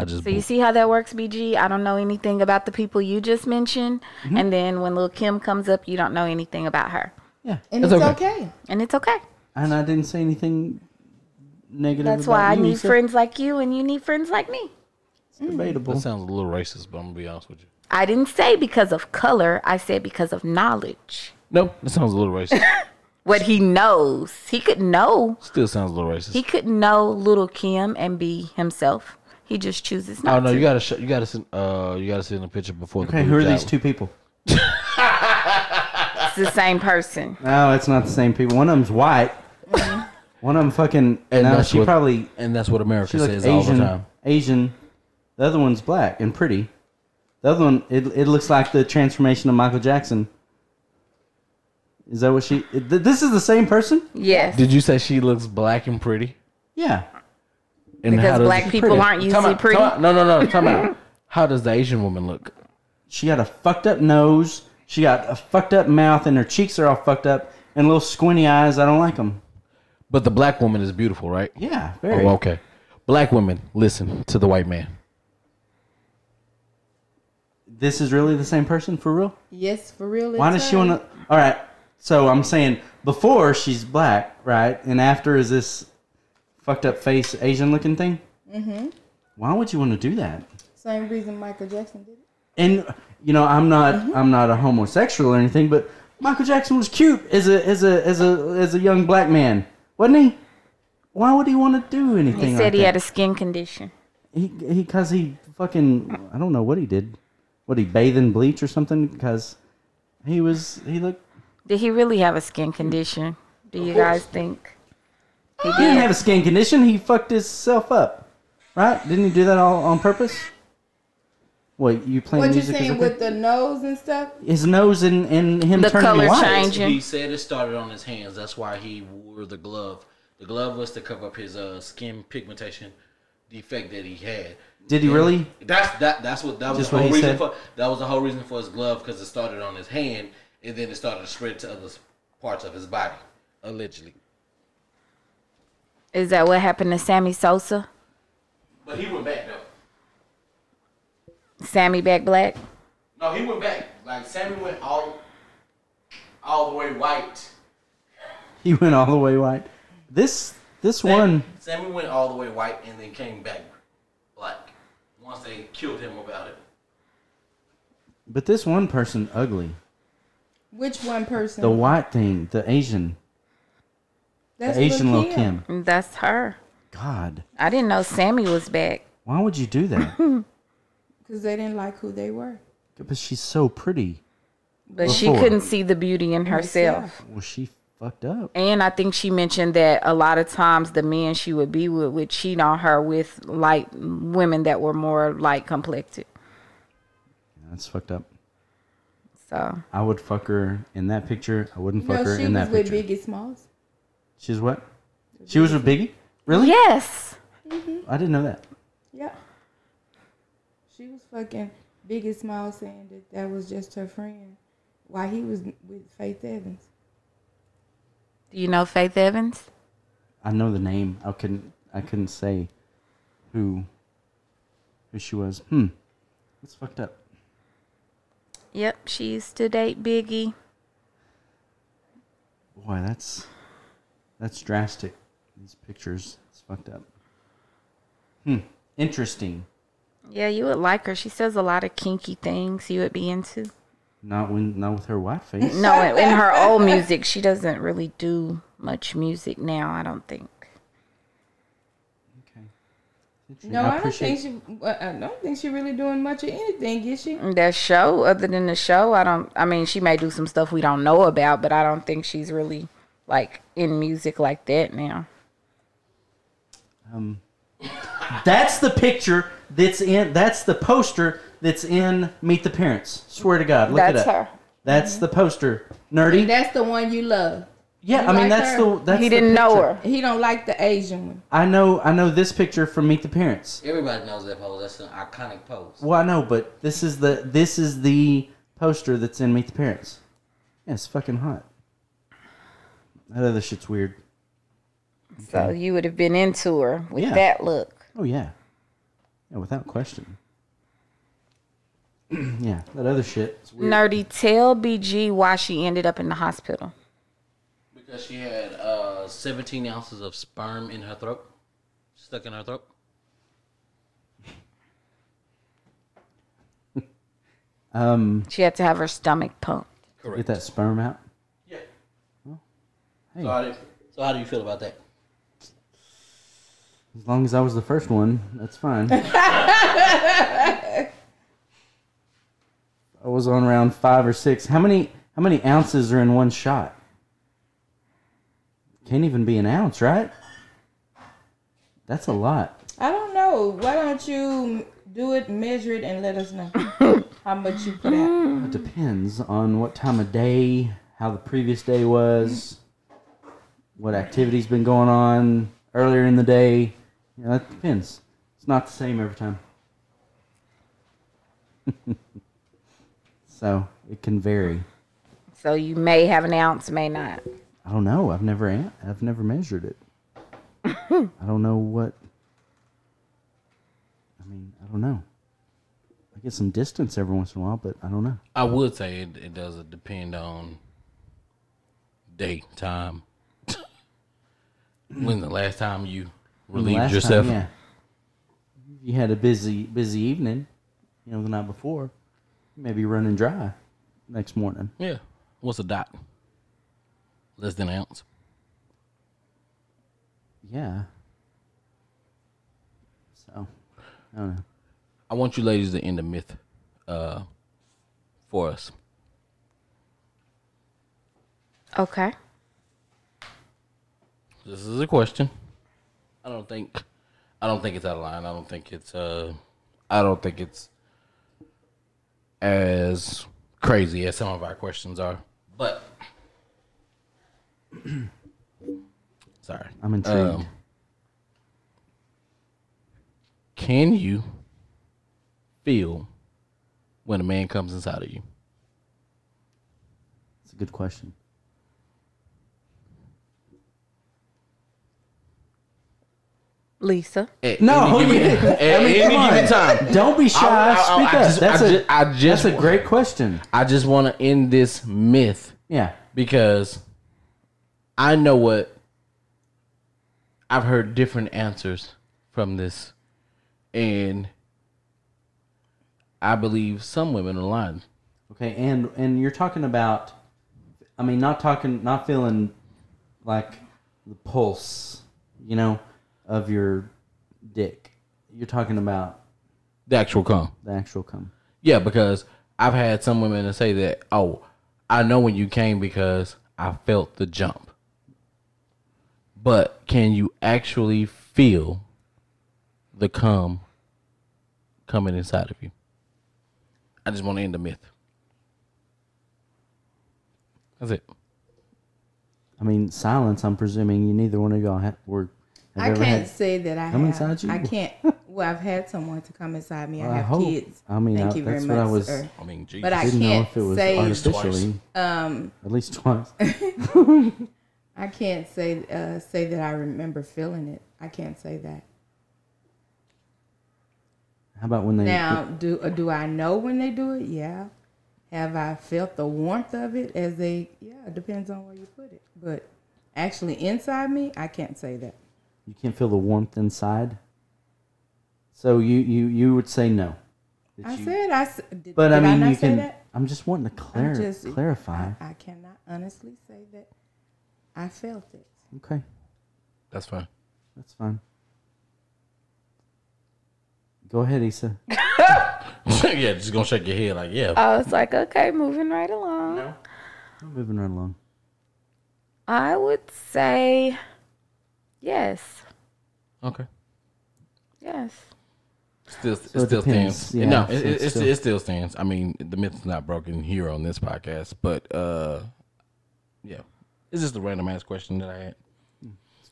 just
So you see how that works, BG? I don't know anything about the people you just mentioned.
Mm-hmm.
And then when Lil Kim comes up, you don't know anything about her.
Yeah,
And
It's
it's,
okay.
okay.
And it's okay.
and I didn't say anything negative.
That's
about
why I
you,
need
Issa.
friends like you and you need friends like me.
It's debatable.
that sounds a little racist, but I'm gonna be honest with you.
I didn't say because of color, I said because of knowledge.
Nope, that sounds a little racist.
What he knows. He could know.
Still sounds a little racist.
He could know little Kim and be himself. He just chooses not
oh no,
to.
you gotta sh- you gotta send uh you gotta send a picture before the
Okay,
blue
who are these
shower.
two people?
It's the same person.
No, it's not the same people. One of them's white. One of them fucking.
And
no,
that's
she
what-
probably
And that's what America
she like
says all the
Asian.
time.
Asian. The other one's black and pretty. The other one, it, it looks like the transformation of Michael Jackson. Is that what she? it- th- this is the same person.
Yes.
Did you say she looks black and pretty?
Yeah,
And
Because
does-
black people
Pretty.
aren't
Time
usually
out, time
pretty.
out. No, no, no. Time out. How does the Asian woman look?
she got a fucked up nose. She got a fucked up mouth, and her cheeks are all fucked up, and little squinty eyes. I don't like them.
But the black woman is beautiful, right?
Yeah, very.
Oh, okay. Black women, listen to the white man.
This is really the same person for real.
Yes, for real.
Why does she want to? All right. So I'm saying before she's black, right, and after is this fucked up face Asian looking thing. Mm-hmm. Why would you want to do that?
Same reason Michael Jackson did it.
And you know, I'm not,
Mm-hmm.
I'm not a homosexual or anything, but Michael Jackson was cute as a, as a, as a, as a young black man, wasn't he? Why would he want to do anything?
He
like
said he
that?
had a skin condition.
He, he, cause he fucking, I don't know what he did. What he bathe in bleach or something? Cause he was, he looked.
Did he really have a skin condition? Do you guys think? He
He
did.
didn't have a skin condition. He fucked himself up, right? Didn't he do that all on purpose? What you playing
What you
music? is
saying
okay?
with the nose and stuff?
his nose and, and him
The
turning
color
white.
change. Jim. He
said it started on his hands. That's why he wore the glove. The glove was to cover up his uh, skin pigmentation defect that he had.
Did he really?
That's that. That's what that was
Just
the
what
whole
he
reason
said?
for. That was the whole reason for his glove because it started on his hand and then it started to spread to other s- parts of his body, allegedly.
Is that what happened to Sammy Sosa?
But he went back though.
Sammy Back Black?
No, he went back. Like Sammy went all, all the way white.
He went all the way white. This this one
Sammy went all the way white and then came back black. Once they killed him about it.
but this one person ugly.
Which one person?
The white thing, the Asian.
That's
the Asian
Lil'
little Kim.
That's her.
God.
I didn't know Sammy was back.
Why would you do that?
Because they didn't like who they were.
but she's so pretty.
But she
Before.
couldn't see the beauty in herself.
Well she fucked up.
And I think she mentioned that a lot of times the men she would be with would cheat on her with light women that were more light complected.
That's fucked up.
So
I would fuck her in that picture. I wouldn't fuck
No,
her
she
in
was
that
with
picture.
Biggie Smalls.
She's what? She was with Biggie? Really?
yes,
I didn't know that.
Yeah. She was fucking Biggie Smalls saying that that was just her friend while he was with Faith Evans.
do you know Faith Evans?
I know the name. I couldn't I couldn't say who who she was. Hmm. That's fucked up.
Yep, she used to date Biggie.
Boy, that's that's drastic. These pictures. It's fucked up. Hmm. Interesting.
Yeah, you would like her. She says a lot of kinky things you would be into.
Not when not with her white face.
No, in, in her old music, she doesn't really do much music now. I don't think.
Okay. Interesting.
No, I, don't
appreciate-
think she. well, I don't think she really doing much of anything, is she?
That show, other than the show, I don't. I mean, she may do some stuff we don't know about, but I don't think she's really like in music like that now.
um That's the picture that's in that's the poster that's in Meet the Parents. Swear to God. Look
That's
it up.
her.
That's the poster. Nerdy.
That's the one you love.
Yeah, I
like
mean that's
her?
the that's
he
the
didn't know
picture.
her.
He don't like the Asian one.
I know I know this picture from Meet the Parents.
Everybody knows that pose. That's an iconic pose.
Well, I know, but this is the this is the poster that's in Meet the Parents. Yeah, it's fucking hot. That other shit's weird.
So you would have been into her with
Yeah.
that look.
Oh yeah, yeah, without question. yeah, that other shit. It's weird.
Nerdy, tell BG why she ended up in the hospital.
Because she had uh, 17 ounces of sperm in her throat, stuck in her throat.
Um,
She had to have her stomach pumped.
get that sperm out.
Yeah.
Hey.
So, how do you, so how do you feel about that?
As long as I was the first one, that's fine. I was on round five or six. How many how many ounces are in one shot? Can't even be an ounce, right? That's a lot.
I don't know. Why don't you do it, measure it, and let us know how much you put out?
It depends on what time of day, how the previous day was, what activity's been going on earlier in the day. You know, that depends. It's not the same every time. so it can vary.
So you may have an ounce, may not.
I don't know. I've never an- I've never measured it. I don't know what. I mean, I don't know. I get some distance every once in a while, but I don't know.
I would say it, it does depend on day, time. when the last time you
The
relieved
last
yourself?
Time, yeah. You had a busy busy evening, you know, the night before. You may be running dry next morning.
yeah. What's a dot? Less than an ounce.
Yeah. So I don't know.
I want you ladies to end the myth uh, for us.
Okay.
This is a question. I don't think I don't think it's out of line. I don't think it's uh I don't think it's as crazy as some of our questions are. But sorry.
I'm intrigued.
Um, can you feel when a man comes inside of you?
It's a good question.
Lisa.
At
No,
any given,
yeah.
at
I mean,
any
come
given
on.
time.
Don't be shy.
I- I- I-
Speak
I
up.
just-
that's
I
a
ju- I just-
that's a great question.
I just want to end this myth
Yeah.
because I know what I've heard different answers from this, and I believe some women are lying.
Okay, and and you're talking about, I mean, not talking, not feeling like the pulse, you know, of your dick. You're talking about
The actual cum,
the actual cum.
yeah, because I've had some women to say that, oh, I know when you came because I felt the jump. But can you actually feel the cum coming inside of you? I just want to end the myth. That's it.
I mean, silence. I'm presuming you neither one of y'all ha were. Have
I
ever
can't
had-
say that I
Come
have.
inside you?
I can't. Well, I've had someone to come inside me.
Well, I
I have
hope-
kids.
I mean,
thank
I-
you
that's
very
what I
much,
was-
sir.
I mean, Jesus.
But I
didn't know
can't
if it was
say.
artificially.
Um,
At least twice.
I can't say uh, say that I remember feeling it. I can't say that.
How about when they?
Now, do uh, do I know when they do it? Yeah. Have I felt the warmth of it as they? Yeah, it depends on where you put it. But actually, inside me, I can't say that.
You can't feel the warmth inside. So you you you would say no. That
I
you-
said I. s- Did,
but
did
I mean,
not
you
say
can.
that?
I'm just wanting to clar-
I'm just-
clarify.
I cannot honestly say that I felt it.
Okay,
That's fine.
that's fine. Go ahead, Issa.
yeah, just gonna shake your head like, yeah.
Uh,
I was like, okay, moving right along.
I'm moving right along.
I would say yes.
okay.
Yes.
Still, it
it
still
depends.
stands.
Yeah,
no,
so
it,
it's
it, it,
still-
it still stands. I mean, the myth's not broken here on this podcast, but uh, yeah, It's just a random ass question that I had.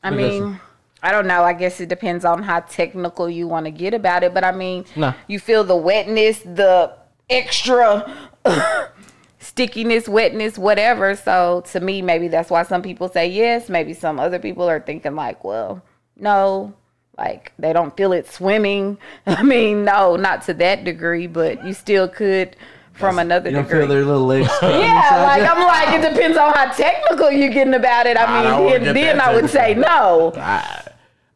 I mean, I don't know. I guess it depends on how technical you want to get about it. But I mean,
Nah.
you feel the wetness, the extra stickiness, wetness, whatever. So to me, maybe that's why some people say yes. Maybe some other people are thinking, like, well, no. Like they don't feel it swimming. I mean, no, not to that degree, but you still could from another
You don't
degree.
feel their little legs.
Yeah, like I'm like, it depends on how technical you're getting about it.
I
I
don't
mean,
wanna
then,
get
then
that
I would say no.
I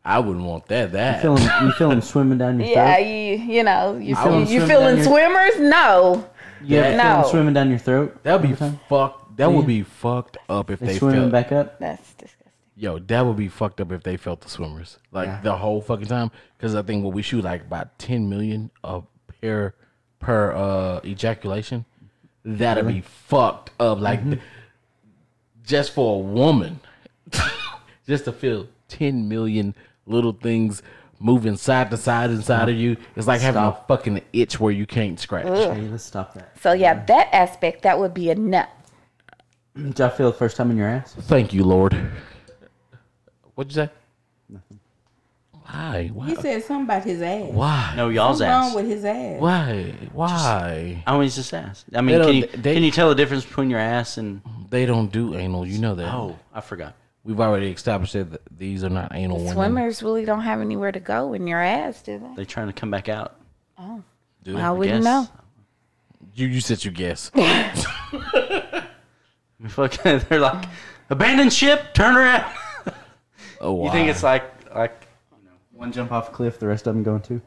I wouldn't want that. That
feel them, you feel them swimming down your
Yeah,
throat.
you you know, you,
feel
you,
swim
feeling
down your-
swimmers? No.
You ever feel
No.
them swimming down your throat?
that'd be fucked. That
Yeah.
would be fucked up if
They,
they
swimming
felt.
back up.
That's disgusting.
Yo, that would be fucked up if they felt the swimmers like the whole fucking time. Because I think what we shoot like about ten million of per per uh, ejaculation. That'd be fucked up. Like
Mm-hmm.
th- just for a woman, just to feel ten million little things moving side to side inside of you. It's like having a fucking itch where you can't scratch.
Hey, let's stop that.
So yeah, that aspect that would be a no.
Did y'all feel the first time in your ass?
Thank you, Lord. What'd you say? Why? Why?
He said something about his ass.
Why?
No, y'all's
What's wrong
ass.
with his ass?
Why? Why?
I was just ass. I mean,
They
can
don't-
you,
they-
can you tell the difference between your ass and
They don't do anal. You know that.
oh, I forgot.
We've already established that th- these are not anal women.
Swimmers really don't have anywhere to go in your ass, do they?
They trying to come back out.
Do
I
they?
wouldn't
guess.
know.
You, you said you guess.
Fuck, they're like abandon ship, turn around.
Oh, why?
You think it's like like
One jump off a cliff, the rest of them going too.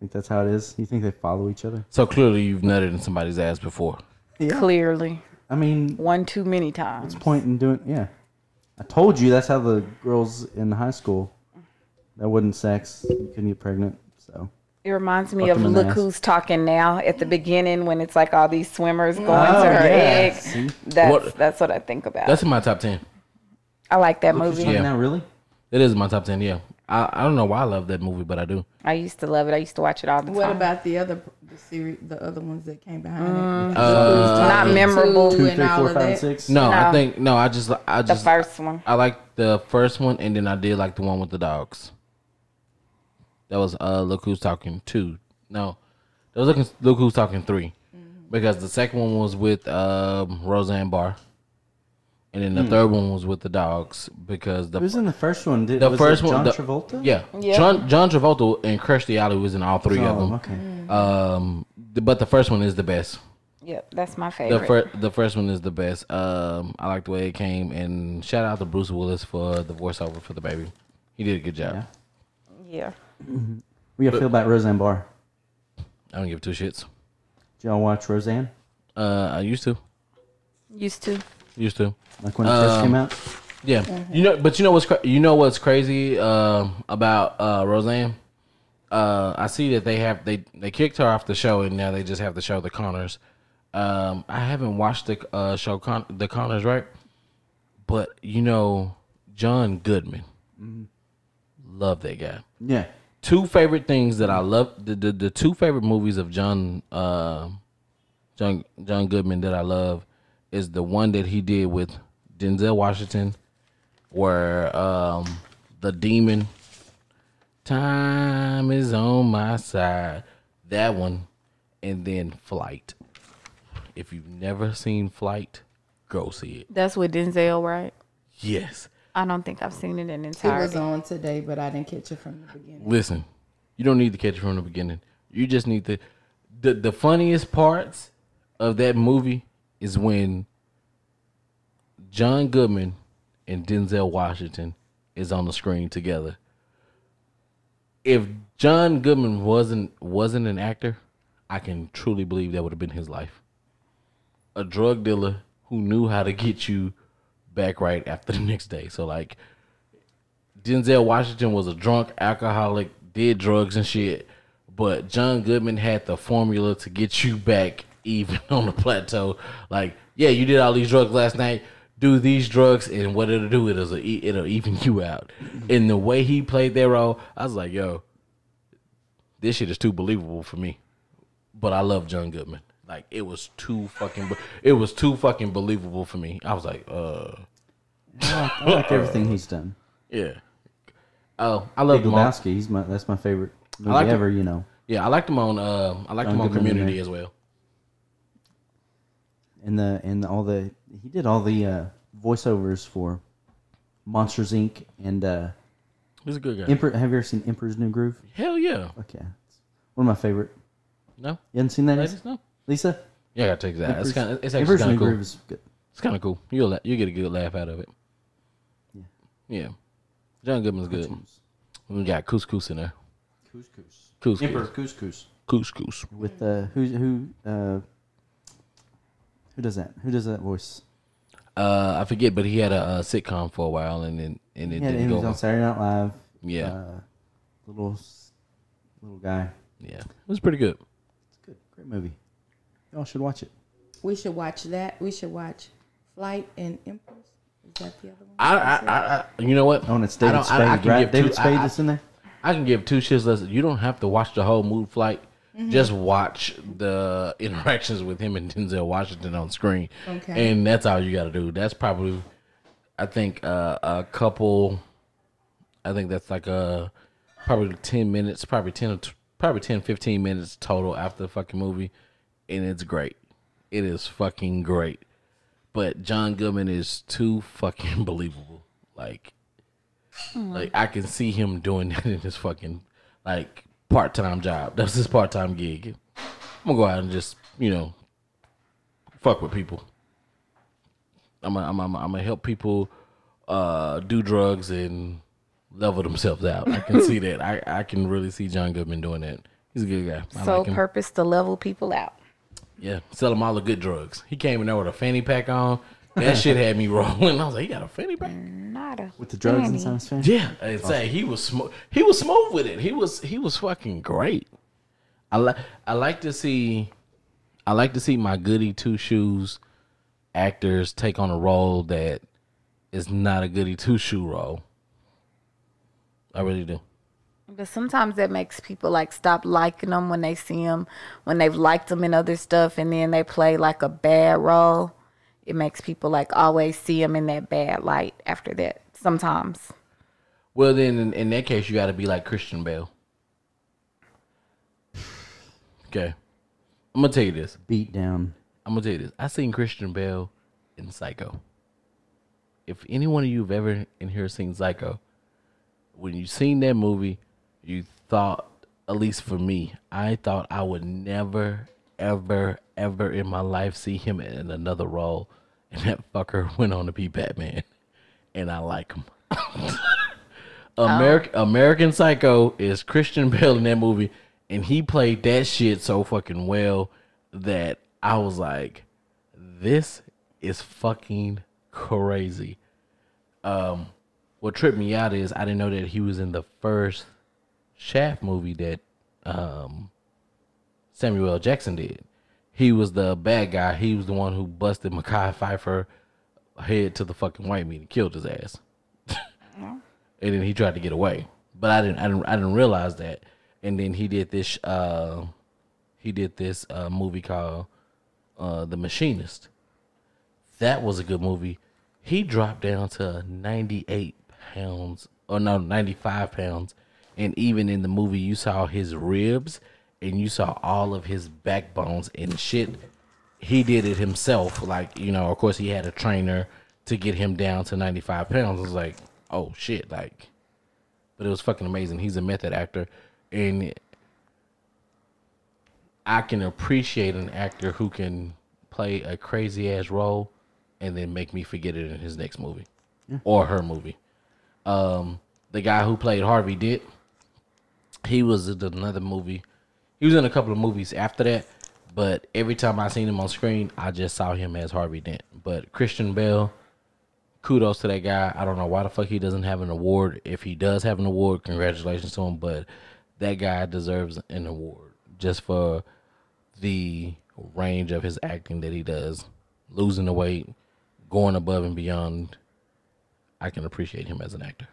think that's how it is. You think they follow each other?
so clearly you've nutted in somebody's ass before.
Clearly.
I mean,
One too many times.
point in doing yeah. I told you that's how the girls in high school that wasn't sex. You couldn't get pregnant. So
It reminds me
Fuck
of
them in the
Look
ass.
Who's Talking Now at the beginning when it's like all these swimmers going
Oh,
to her
yeah.
egg.
See?
That's
What-
that's what I think about.
That's in my top 10.
I like that
Look who's
movie.
talking
Yeah.
now really?
It is in my top 10, yeah. I, I don't know why I love that movie, but I do.
I used to love it. I used to watch it all the
What
time.
about the other the series, the other ones that came behind it?
Uh,
Not memorable.
Two,
Two,
and
three,
all
four,
of
five, and
that.
six.
No,
No.
I think, no, I just, I
the
just,
first one?
I like the first one, and then I did like the one with the dogs. That was uh, look who's talking two. No, that was looking look who's talking 3 because the second one was with um, Roseanne Barr, and then the third one was with the dogs because the
It Hmm. was in the first one. Did,
the
was
first
it
one
John
the-
Travolta?
yeah,
Yeah.
John John Travolta and Kirstie Alley was in all three
Oh,
of them.
okay.
Mm.
Um, th- but the first one is the best.
Yep, that's my
The
favorite.
first the first one is the best. Um, I like the way it came, and shout out to Bruce Willis for the voiceover for the baby. He did a good job.
Yeah.
yeah.
We gotta feel about Roseanne Barr.
I don't give two shits.
Did y'all watch Roseanne?
Uh, I used to,
Used to.
used to.
Like when it first
Um,
came out?
Yeah, you know, but you know what's cra- you know what's crazy um about uh, Roseanne? Uh, I see that they have they they kicked her off the show, and now they just have the show The Connors. Um, I haven't watched the uh, show Con- The Connors, right? But you know, John Goodman, love that guy.
Yeah.
two favorite things that I love the the, the two favorite movies of John uh, John John Goodman that I love is the one that he did with Denzel Washington where um the demon time is on my side that one and then flight if you've never seen flight go see it
That's with Denzel, right?
yes
I don't think I've seen it in
It was
entirety.
on today, but I didn't catch it from the beginning.
Listen, you don't need to catch it from the beginning. You just need to. The the funniest parts of that movie is when John Goodman and Denzel Washington is on the screen together. If John Goodman wasn't wasn't an actor, I can truly believe that would have been his life. A drug dealer who knew how to get you back right after the next day. So like Denzel Washington was a drunk alcoholic, did drugs and shit, but John Goodman had the formula to get you back even on the plateau. Like, yeah, you did all these drugs last night. Do these drugs, and what it'll do, it'll it'll even you out. And the way he played that role, I was like, yo, this shit is too believable for me. But I love John Goodman. Like, it was too fucking, it was too fucking believable for me. I was like, uh,
I like, I like everything he's done.
Yeah. Oh, I love
Big
them. On,
Lebowski, he's my that's my favorite movie
like
ever. You know,
yeah, I like them on. Uh, I like
John
them on
Goodman in
Community
there.
as well.
and the and all the he did all the uh, voiceovers for Monsters Inc. and uh,
He's a good guy.
Emperor. Have you ever seen Emperor's New Groove?
Hell yeah.
Okay, it's one of my favorite.
No,
You haven't seen that,
ladies, no.
Lisa?
Yeah, I gotta take that. It's
Emperor's-
kind of. It's actually
Emperor's
kind
New
of cool.
Groove is good.
It's kind of cool. You'll la- you get a good laugh out of it. Yeah. Yeah. John Goodman's good. We got couscous in there.
Couscous.
Couscous.
Emperor Couscous
Couscous.
with uh, who who uh, who does that? Who does that voice?
Uh, I forget, but he had a, uh sitcom for a while, and then and it
Yeah, he
didn't
was
go.
on Saturday Night Live.
Yeah.
uh, little s- little guy.
yeah, it was pretty good.
It's good, great movie. Y'all should watch it.
We should watch that. We should watch Flight and Empress. Is that the other one?
I, I, I, I you know what?
Oh, and it's
I
David
don't- I- I
Spade,
can
right?
give
David
two- I-
Spade
I-
is in there.
I can give two shits less. You don't have to watch the whole mood flight. Just watch the interactions with him and Denzel Washington on screen.
Okay.
And that's all you got to do. That's probably, I think, uh, a couple. I think that's like a probably 10 minutes, probably 10 or tw- probably 10 15 minutes total after the fucking movie and it's great. It is fucking great. But John Goodman is too fucking believable. Like like I can see him doing that in his fucking like part-time job. That's his part-time gig. I'm going to go out and just, you know, fuck with people. I'm gonna I'm I'm I'm help people uh, do drugs and level themselves out. I can see that. I, I can really see John Goodman doing that. He's a good guy. I
Sole
like him.
purpose to level people out.
yeah, sell him all the good drugs. He came in there with a fanny pack on. That shit had me rolling. I was like, he got a fanny pack.
Not a
With the drugs and science fan.
Yeah, and say he was smooth. He was smooth with it. He was he was fucking great. I like I like to see, I like to see my goody two shoes actors take on a role that is not a goody two shoe role. I really do.
But sometimes that makes people like stop liking them when they see them, when they've liked them in other stuff, and then they play like a bad role. It makes people like always see them in that bad light after that. Sometimes.
Well, then in, in that case, you got to be like Christian Bale. Okay, I'm gonna tell you this.
Beat down.
I'm gonna tell you this. I seen Christian Bale in Psycho. If any one of you have ever in here seen Psycho, when you seen that movie, you thought, at least for me, I thought I would never, ever, ever in my life see him in another role. And that fucker went on to be Batman. And I like him. American American Psycho is Christian Bale in that movie, and he played that shit so fucking well that I was like, "This is fucking crazy." Um, what tripped me out is I didn't know that he was in the first Shaft movie that um Samuel L. Jackson did. He was the bad guy. He was the one who busted Mackay Pfeiffer head to the fucking white meat and killed his ass and then he tried to get away. But I didn't, I didn't, I didn't realize that. And then he did this, uh, he did this uh, movie called uh, The Machinist. That was a good movie. He dropped down to 98 pounds, or no, 95 pounds. And even in the movie, you saw his ribs and you saw all of his backbones and shit. He did it himself. Like, you know, of course, he had a trainer to get him down to 95 pounds. I was like, oh shit, like, but it was fucking amazing. He's a method actor. And I can appreciate an actor who can play a crazy ass role and then make me forget it in his next movie or her movie. Um, the guy who played Harvey Dent, he was in another movie. He was in a couple of movies after that, but every time I seen him on screen, I just saw him as Harvey Dent. But Christian Bale, kudos to that guy. I don't know why the fuck he doesn't have an award. If he does have an award, congratulations to him. But that guy deserves an award just for the range of his acting that he does, losing the weight, going above and beyond. I can appreciate him as an actor.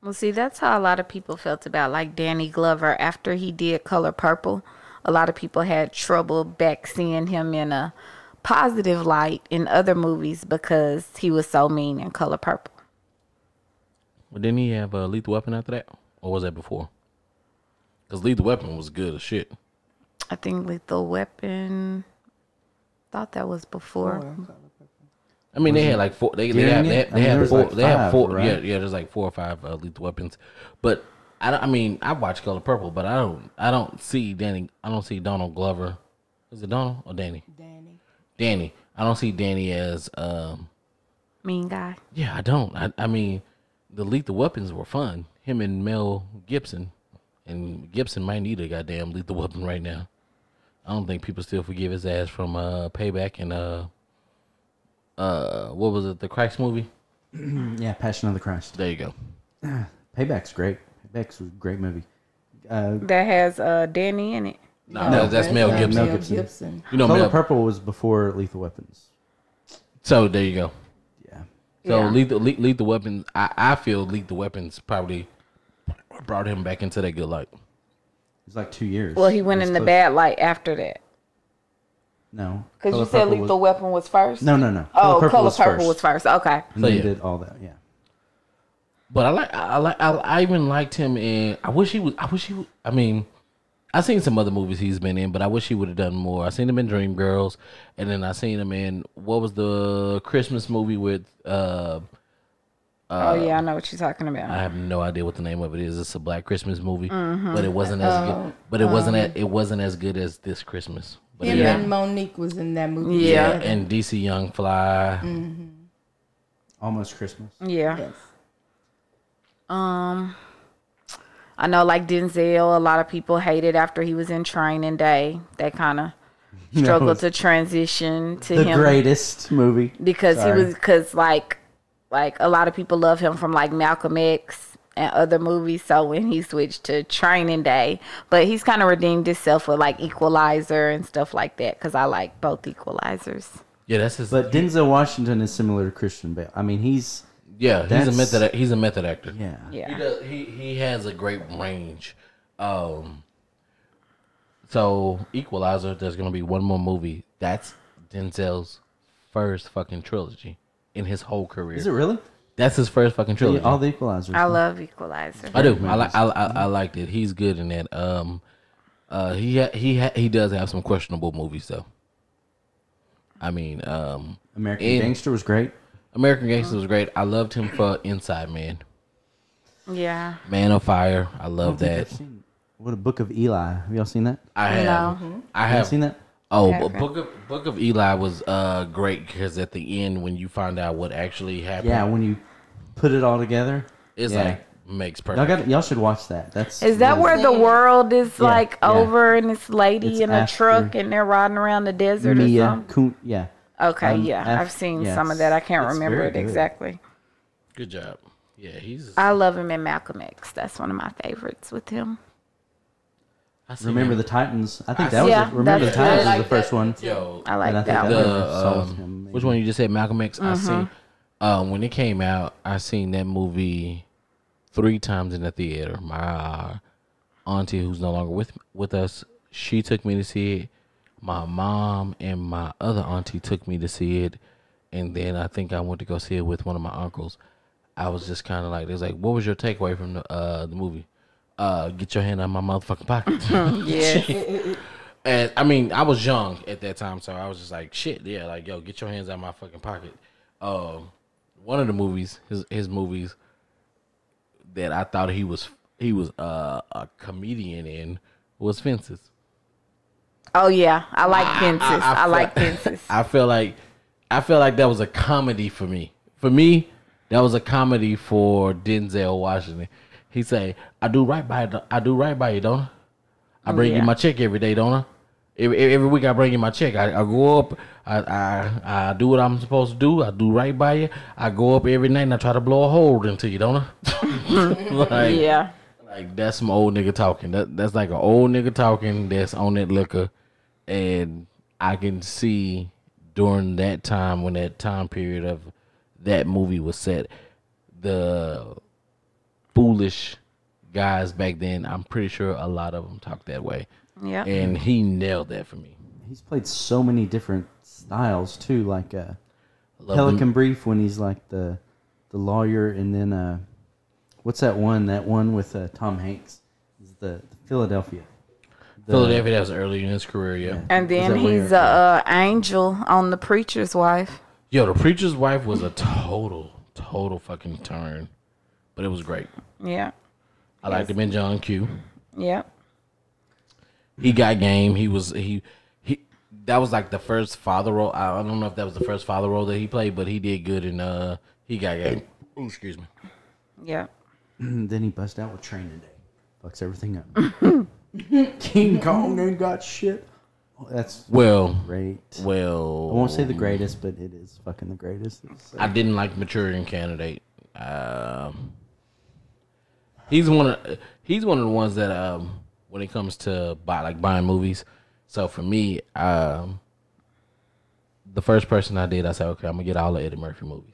Well, see, that's how a lot of people felt about like Danny Glover after he did Color Purple. A lot of people had trouble back seeing him in a positive light in other movies because he was so mean in Color Purple.
But didn't he have a lethal weapon after that, or was that before? Because lethal weapon was good as shit.
I think Lethal Weapon. Thought that was before.
I mean, they had like four. They, they
Yeah,
had
yeah.
they,
I
had- they
mean, there
had
was
four.
like
they had
five,
four.
right?
Yeah, yeah. There's like four or five uh, lethal weapons, but I don't. I mean, I watch Color Purple, but I don't. I don't see Danny. I don't see Donald Glover. Is it Donald or Danny?
Danny.
Danny. I don't see Danny as. um
Mean guy.
Yeah, I don't. I, I mean, the lethal weapons were fun. Him and Mel Gibson, and Gibson might need a goddamn lethal weapon right now. I don't think people still forgive his ass from uh Payback and uh uh what was it the Christ movie?
Yeah, Passion of the Christ.
There you go.
Payback's great. Payback's a great movie.
That has uh Danny in it.
No, that's, that's Mel
not
Gibson.
Mel Gibson.
You know
Color
Mel.
Purple was before Lethal Weapons.
so there you go.
Yeah.
So
Yeah.
lethal le- lethal weapons. I I feel lethal weapons probably brought him back into that good light.
It's like two years.
Well, he went in the
Lethal-
bad light after that.
No.
Because you
Color
said
Purple
Lethal Weapon was first?
No, no, no.
Oh, Color Purple, was, first. Okay.
And they
So, yeah.
did all that. Yeah.
But I like I like I, I even liked him in. I wish he was. I wish he. would- I mean, I seen some other movies he's been in, but I wish he would have done more. I seen him in Dreamgirls, and then I seen him in what was the Christmas movie with. uh
oh, yeah, I know what you're talking about.
I have no idea what the name of it is. It's a black Christmas movie, but it wasn't as good. But it wasn't a, it wasn't as good as this Christmas. But
Him
it-
Yeah.
and Monique was in that movie.
Yeah.
together.
and DC Young Fly.
Almost Christmas.
yeah.
Yes.
Um, I know, like Denzel, a lot of people hated after he was in Training Day. They kind of struggled
was
to transition to
The
him
greatest movie.
because
Sorry.
he was because like like a lot of people love him from like Malcolm X and other movies. So when he switched to Training Day, but he's kind of redeemed himself with like Equalizer and stuff like that because I like both Equalizers.
Yeah, that's his.
But Denzel Washington is similar to Christian Bale. I mean, he's
yeah, he's a
that's-
method. He's a method actor.
yeah.
He
Yeah,
does. He he has a great range. Um. So Equalizer, there's gonna be one more movie. That's Denzel's first fucking trilogy in his whole career.
Is it really?
That's his first fucking trilogy.
Yeah, all the Equalizers.
I love Equalizer.
I do. I like. I, I, I liked it. He's good in that. Um. Uh. He ha- he ha- he does have some questionable movies though. I mean, um,
American
And-
Gangster was great.
American Gangster was great. I loved him for Inside Man,
Yeah,
Man of Fire. I love that.
I've seen- What a Book of Eli. Have y'all seen that?
I have. I
Have
have
you seen that?
Oh, but
Haven't.
Book of Book of Eli was uh great because at the end when you find out what actually happened,
Yeah. When you put it all together,
it's
yeah.
like makes
y'all
perfect.
got y'all should watch that. That's
Is that
really-
where the world is
Yeah,
like
yeah.
over and this lady
It's
in a
after-
truck and they're riding around the desert or
Mia
something?
Kun? Yeah.
Okay,
um,
yeah.
af-
I've seen
yeah,
some of that. I can't
it's
remember
very
it
good.
exactly.
Good job. Yeah, he's.
I love him in Malcolm X. That's one of my favorites with him.
I seen
Remember
him.
the Titans. I think
I
that
see.
was
Yeah,
the, Remember the
that's
Titans
good.
was the first one.
yo.
I
And I
like
think
that
I
one.
never saw
the um,
him
which one you just said Malcolm X? I seen um, when it came out. I seen that movie three times in the theater. My uh, auntie, who's no longer with with us, she took me to see it. My mom and my other auntie took me to see it, and then I think I went to go see it with one of my uncles. I was just kind of like, "There's like, what was your takeaway from the uh, the movie? Uh, get your hand out of my motherfucking pocket."
Yeah.
And I mean, I was young at that time, so I was just like, shit, yeah, like yo, get your hands out of my fucking pocket. Um, one of the movies, his his movies that I thought he was he was uh, a comedian in was Fences.
oh yeah. I like Fences. I,
feel-
like Fences.
I feel like I feel like that was a comedy for me. For me, that was a comedy for Denzel Washington. He say, "I do right by the, I do right by you, don't I? I bring
Oh, Yeah.
you my check every day, don't I? Every, every- every week I bring you my check. I, I go up, I, I I do what I'm supposed to do. I do right by you. I go up every night and I try to blow a hole into you, don't I? like,
yeah.
like that's some old nigga talking. That that's like an old nigga talking that's on that liquor, and I can see during that time when that time period of that movie was set, the foolish guys back then. I'm pretty sure a lot of them talked that way,
Yeah.
and he nailed that for me.
He's played so many different styles too, like uh,
Love
Pelican Brief when he's like the the lawyer, and then uh, What's that one? That one with uh, Tom Hanks? Is the, Philadelphia. The-
Philadelphia that was early in his career, yeah.
And then
that when
he's
you're-
a uh, angel on the preacher's wife.
Yo, the preacher's wife was a total, total fucking turn. But it was great.
Yeah.
I liked him in John Q.
Yeah.
He got game. He was he he that was like the first father role. I I don't know if that was the first father role that he played, but he did good and uh he got game. Ooh, excuse me.
Yeah.
And then he bust out with Training Day. Fucks everything up. King Kong ain't got shit. Oh, that's
Well
great.
well
I won't say the greatest, but it is fucking the greatest. It's,
I didn't like Maturing Candidate. Um, he's one of he's one of the ones that um, when it comes to buy like buying movies. So for me, um, the first person I did, I said, okay, I'm gonna get all the Eddie Murphy movies.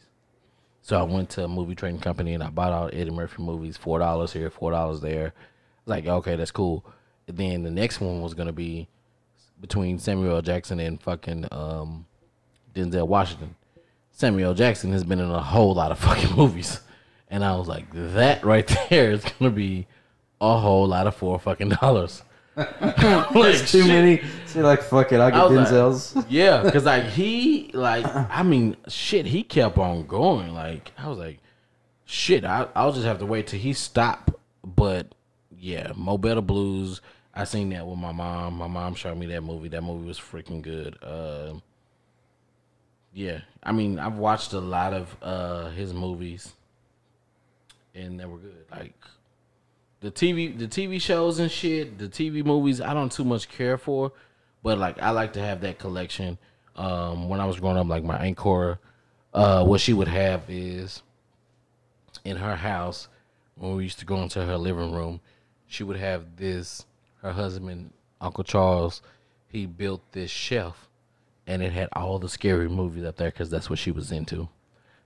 So I went to a movie trading company and I bought all the Eddie Murphy movies, four dollars here, four dollars there. I was like, okay, that's cool. And then the next one was gonna be between Samuel L. Jackson and fucking um, Denzel Washington. Samuel L. Jackson has been in a whole lot of fucking movies. And I was like, that right there is gonna be a whole lot of four fucking dollars. like,
too many. So you're like, fuck it, I'll
I
get
was like-
Denzel's.
yeah, because like he like I mean shit, he kept on going. Like I was like, shit, I I'll just have to wait till he stop. But yeah, Mo Better Blues. I seen that with my mom. My mom showed me that movie. That movie was freaking good. Uh, yeah, I mean I've watched a lot of uh, his movies, and they were good. Like the TV the TV shows and shit, the TV movies I don't too much care for, but like I like to have that collection. Um when I was growing up like my aunt Cora, uh what she would have is in her house when we used to go into her living room, she would have this her husband Uncle Charles, he built this shelf and it had all the scary movies up there cuz that's what she was into.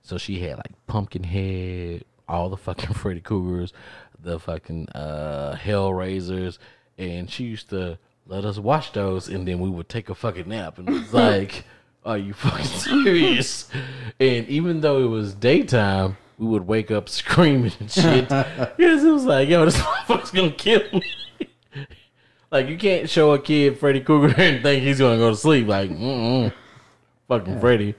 So she had like Pumpkinhead, all the fucking Freddy Cougars, the fucking uh, Hellraisers, and she used to let us watch those, and then we would take a fucking nap, and it was like, "Are you fucking serious?" and even though it was daytime, we would wake up screaming and shit. Because it was like, "Yo, this motherfucker's gonna kill me." like you can't show a kid Freddy Cougar and think he's gonna go to sleep. Like, mm-mm, fucking Freddy.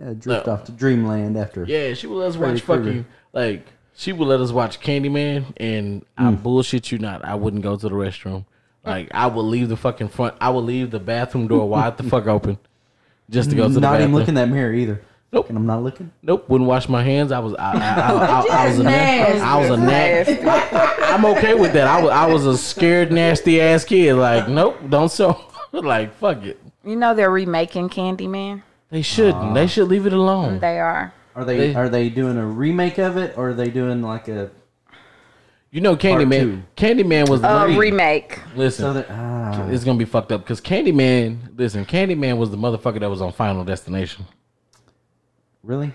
Yeah, drift off to dreamland after.
Yeah, she would let us watch
Freddy Krueger.
fucking like she would let us watch Candyman, and I
Mm.
bullshit you not, I wouldn't go to the restroom. Like I would leave the fucking front, I would leave the bathroom door wide the fuck open, just to go to the
not
bathroom.
even looking in that mirror either.
Nope.
And I'm not looking.
Nope, wouldn't wash my hands. I was I, I, I, I, I was a
Nasty.
I was a nasty. I, am okay with that. I was I was a scared nasty ass kid. Like nope, don't so like fuck it.
You know they're remaking Candyman.
They shouldn't. they should leave it alone.
They are.
Are they,
They-
are they doing a remake of it or are they doing like a
You know, Candyman. Candyman was
A
the lead.
Uh, remake.
Listen,
so that ah,
It's gonna be fucked up because Candyman. Listen, Candyman was the motherfucker that was on Final Destination.
really?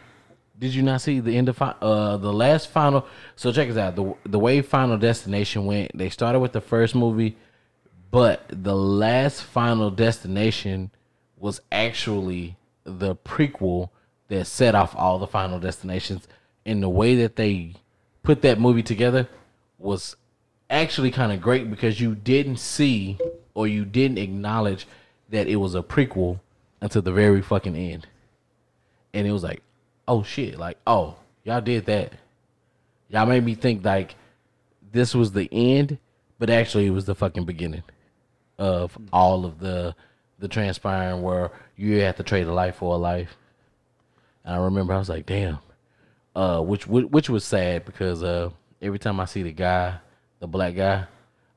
Did you not see the end of fi- uh the last final? So check this out. The the way Final Destination went, they started with the first movie, but the last Final Destination was actually the prequel that set off all the Final Destinations. And the way that they put that movie together was actually kind of great because you didn't see or you didn't acknowledge that it was a prequel until the very fucking end and it was like, oh shit, like oh y'all did that, y'all made me think like this was the end, but actually it was the fucking beginning of all of the the transpiring where you have to trade a life for a life. And I remember I was like, damn, uh, which which, which was sad because uh every time I see the guy, the black guy,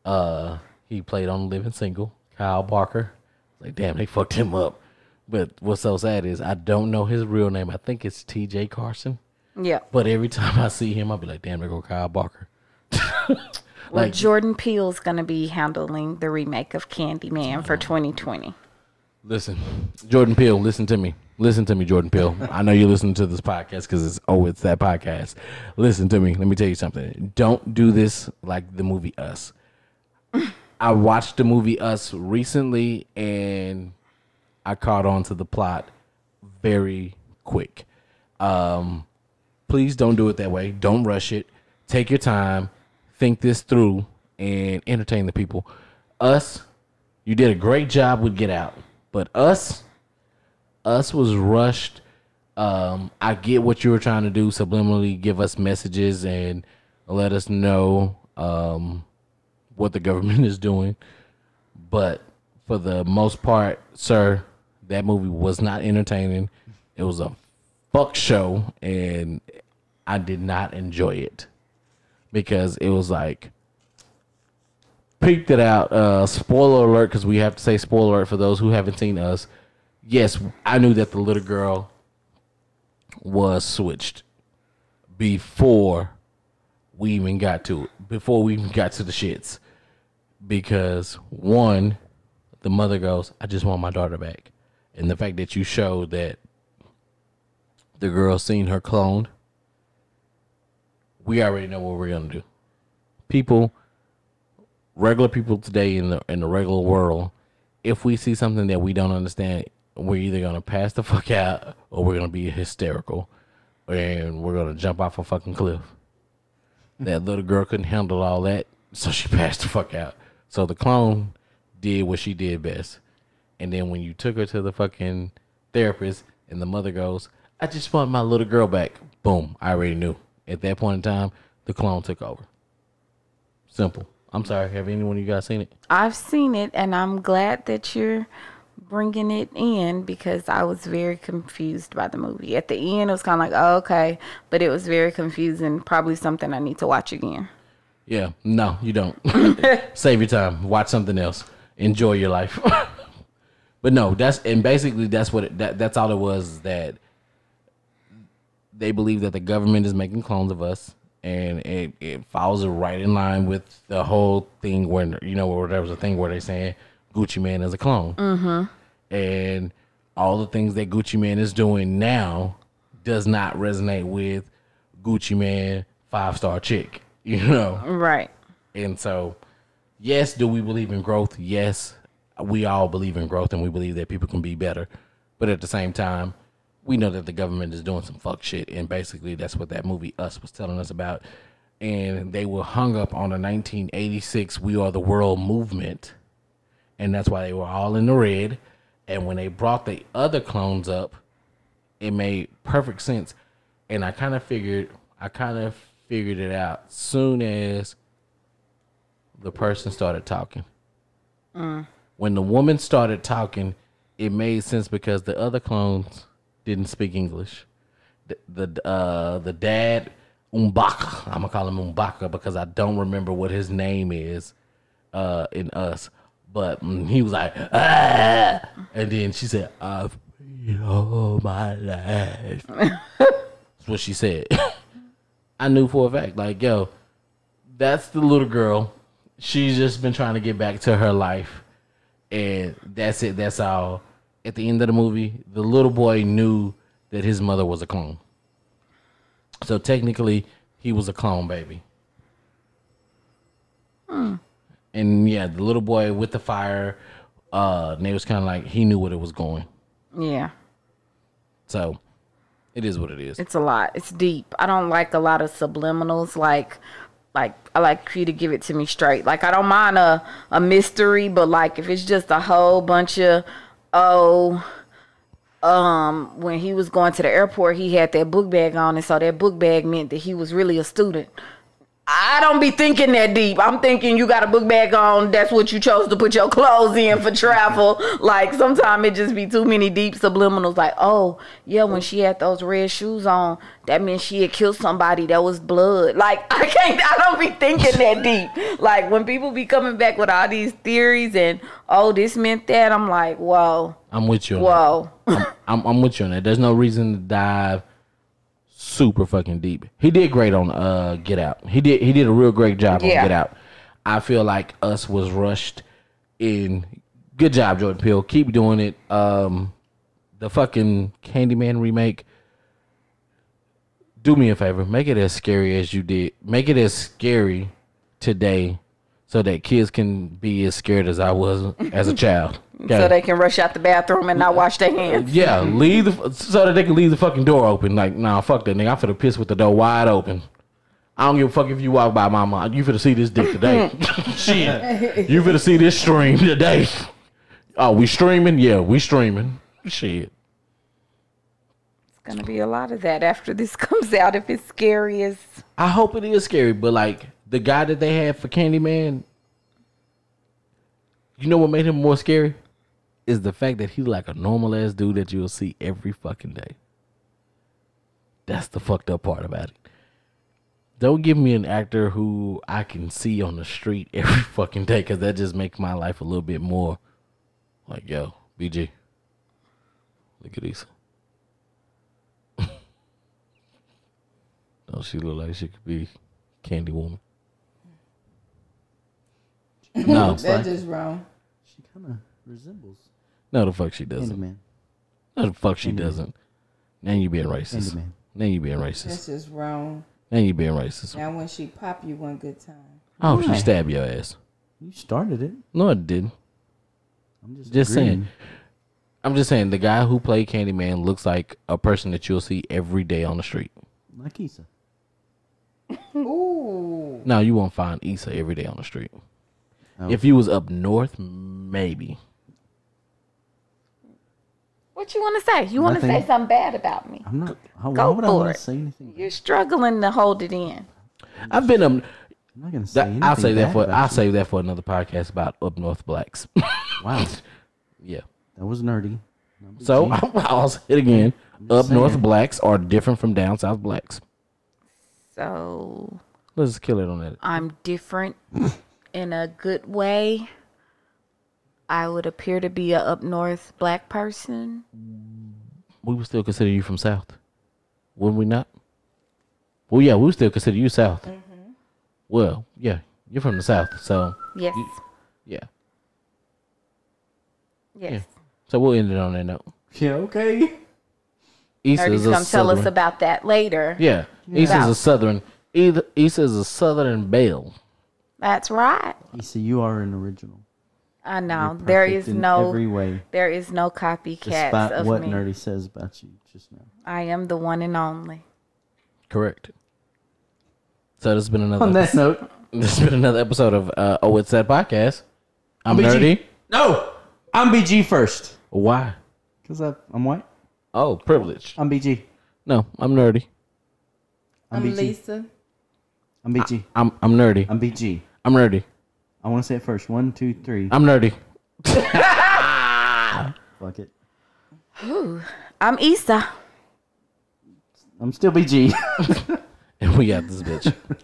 uh, he played on Living Single, Kyle Barker. Like, damn, they fucked him up. But what's so sad is I don't know his real name. I think it's T.J. Carson.
Yeah.
But every time I see him, I'll be like, damn, there go Kyle Barker.
well, Jordan Peele's going to be handling the remake of Candyman for 2020.
Listen, Jordan Peele, listen to me. Listen to me, Jordan Peele. I know you're listening to this podcast because it's oh, it's that podcast. Listen to me. Let me tell you something. Don't do this like the movie Us. I watched the movie Us recently and I caught on to the plot very quick. Um, please don't do it that way. Don't rush it. Take your time, think this through, and entertain the people. Us, you did a great job with Get Out, but us, us was rushed. Um, I get what you were trying to do, subliminally give us messages and let us know um, what the government is doing. But for the most part, sir, that movie was not entertaining. It was a fuck show, and I did not enjoy it because it was like peeked it out. Uh, spoiler alert, because we have to say spoiler alert for those who haven't seen us. Yes, I knew that the little girl was switched before we even got to it, before we even got to the shits. Because one, the mother goes, I just want my daughter back. And the fact that you showed that the girl seen her cloned, we already know what we're gonna do. People regular people today in the in the regular world, if we see something that we don't understand, we're either gonna pass the fuck out or we're gonna be hysterical and we're gonna jump off a fucking cliff. That little girl couldn't handle all that, so she passed the fuck out. So the clone did what she did best. And then when you took her to the fucking therapist and the mother goes, I just want my little girl back. Boom. I already knew. At that point in time, the clone took over. Simple. I'm sorry. Have anyone of you guys seen it?
I've seen it, and I'm glad that you're bringing it in because I was very confused by the movie. At the end, it was kind of like, oh, okay, but it was very confusing. Probably something I need to watch again.
Yeah. No, you don't. Save your time. Watch something else. Enjoy your life. but no, that's and basically that's what it, that that's all it was is that they believe that the government is making clones of us and it, it falls right in line with the whole thing where you know where there was a thing where they saying Gucci Man is a clone. And all the things that Gucci Man is doing now does not resonate with Gucci Man five star chick. You know?
Right.
And so, yes, do we believe in growth? Yes, we all believe in growth and we believe that people can be better. But at the same time, we know that the government is doing some fuck shit. And basically, that's what that movie Us was telling us about. And they were hung up on the 1986 We Are the World movement. And that's why they were all in the red. And when they brought the other clones up, it made perfect sense and i kind of figured i kind of figured it out soon as the person started talking when the woman started talking it made sense because the other clones didn't speak english the the, uh, the dad umbaka i'm gonna call him umbaka because i don't remember what his name is uh, in us but mm, he was like ah! and then she said i've you all my life That's what she said. I knew for a fact, like, yo, that's the little girl. She's just been trying to get back to her life. And that's it. That's all. At the end of the movie, the little boy knew that his mother was a clone. So technically, he was a clone baby. And yeah, the little boy with the fire, uh, and it was kind of like he knew what it was going.
Yeah.
So it is what it is.
It's a lot. It's deep. I don't like a lot of subliminals. Like, like I like you to give it to me straight. Like I don't mind a a mystery, but like if it's just a whole bunch of oh, um, when he was going to the airport, he had that book bag on, and so that book bag meant that he was really a student. I don't be thinking that deep. I'm thinking you got a book bag on. That's what you chose to put your clothes in for travel. like sometimes it just be too many deep subliminals. Like, oh yeah, when she had those red shoes on, that meant she had killed somebody. That was blood. Like I can't. I don't be thinking that deep. Like when people be coming back with all these theories and oh this meant that. I'm like, whoa,
I'm with you. on that.
whoa.
I'm, I'm with you on that. There's no reason to dive super fucking deep. He did great on uh Get Out. He did he did a real great job
Yeah.
on Get Out. I feel like Us was rushed in. Good job, Jordan Peele. Keep doing it. Um, the fucking Candyman remake. Do me a favor. Make it as scary as you did. Make it as scary today, so that kids can be as scared as I was as a child.
So
Okay?
they can rush out the bathroom and not wash their hands.
Yeah, leave the, so that they can leave the fucking door open. Like, nah, fuck that nigga. I'm finna piss with the door wide open. I don't give a fuck if you walk by my mom. You finna see this dick today. Shit. You finna see this stream today. Oh, we streaming? Yeah, we streaming. Shit.
It's gonna be a lot of that after this comes out. If it's scary as
I hope it is scary, but like the guy that they had for Candyman, you know what made him more scary? Is the fact that he's like a normal ass dude that you'll see every fucking day. That's the fucked up part about it. Don't give me an actor who I can see on the street every fucking day because that just makes my life a little bit more like, yo, BG, look at these. Don't she look like she could be Candy Woman? No,
That's just wrong.
She kind of resembles
no, the fuck she doesn't.
Candyman.
No, the fuck she doesn't. Now you being racist.
Candyman.
Now you being racist.
That's just wrong.
Now you being racist.
Now when she pop you one good time.
I hope she
Why?
stabbed your ass.
You started it.
No, it didn't.
I'm just
Just
agreeing.
saying. I'm just saying the guy who played Candyman looks like a person that you'll see every day on the street.
Like Issa.
Ooh.
No, you won't find Issa every day on the street.
Oh.
If you was up north, maybe.
what you want to say. You want to
Nothing.
say something bad about me.
I'm not. How, why
Go
would I
for
want
it.
to say anything? bad?
You're struggling to hold it in.
I've been up.
I'm not gonna say
That,
anything.
I'll say that
bad
for.
about
I'll
you.
save that for another podcast about up north blacks.
Wow,
yeah.
that was nerdy.
So I'll say it again. Up north
saying.
blacks are different from down south blacks.
So
Let's just kill it on that.
I'm different in a good way. I would appear to be a up north black person.
We would still consider you from south, wouldn't we not? Well, yeah, we would still consider you south.
Mm-hmm.
Well, yeah, you're from the south, so
Yes.
yeah.
Yes.
So we'll end it on that note.
Yeah. Okay.
Issa
Nerdy's
is a
gonna tell us
southern.
about that later.
yeah, Issa is a
South.
southern. Either Issa is a southern belle.
That's right.
Issa, you are an original.
I
You're
know. There
perfect
is
in
no
every way,
there is no copycats
despite
of
what
me.
nerdy says about you just now.
I am the one and only.
Correct. So this has been another.
On that note,
This has been another episode of uh, Oh It's That Podcast. I'm
BG.
nerdy.
no, I'm BG first
Why?
because I'm white.
Oh, privilege.
I'm BG.
No, I'm nerdy.
I'm,
I'm
BG.
Lisa.
I'm BG.
I'm I'm nerdy.
I'm BG.
I'm nerdy.
I want to say it first. One, two, three.
I'm nerdy.
Fuck it.
I'm Issa.
I'm still BG.
And we got this bitch.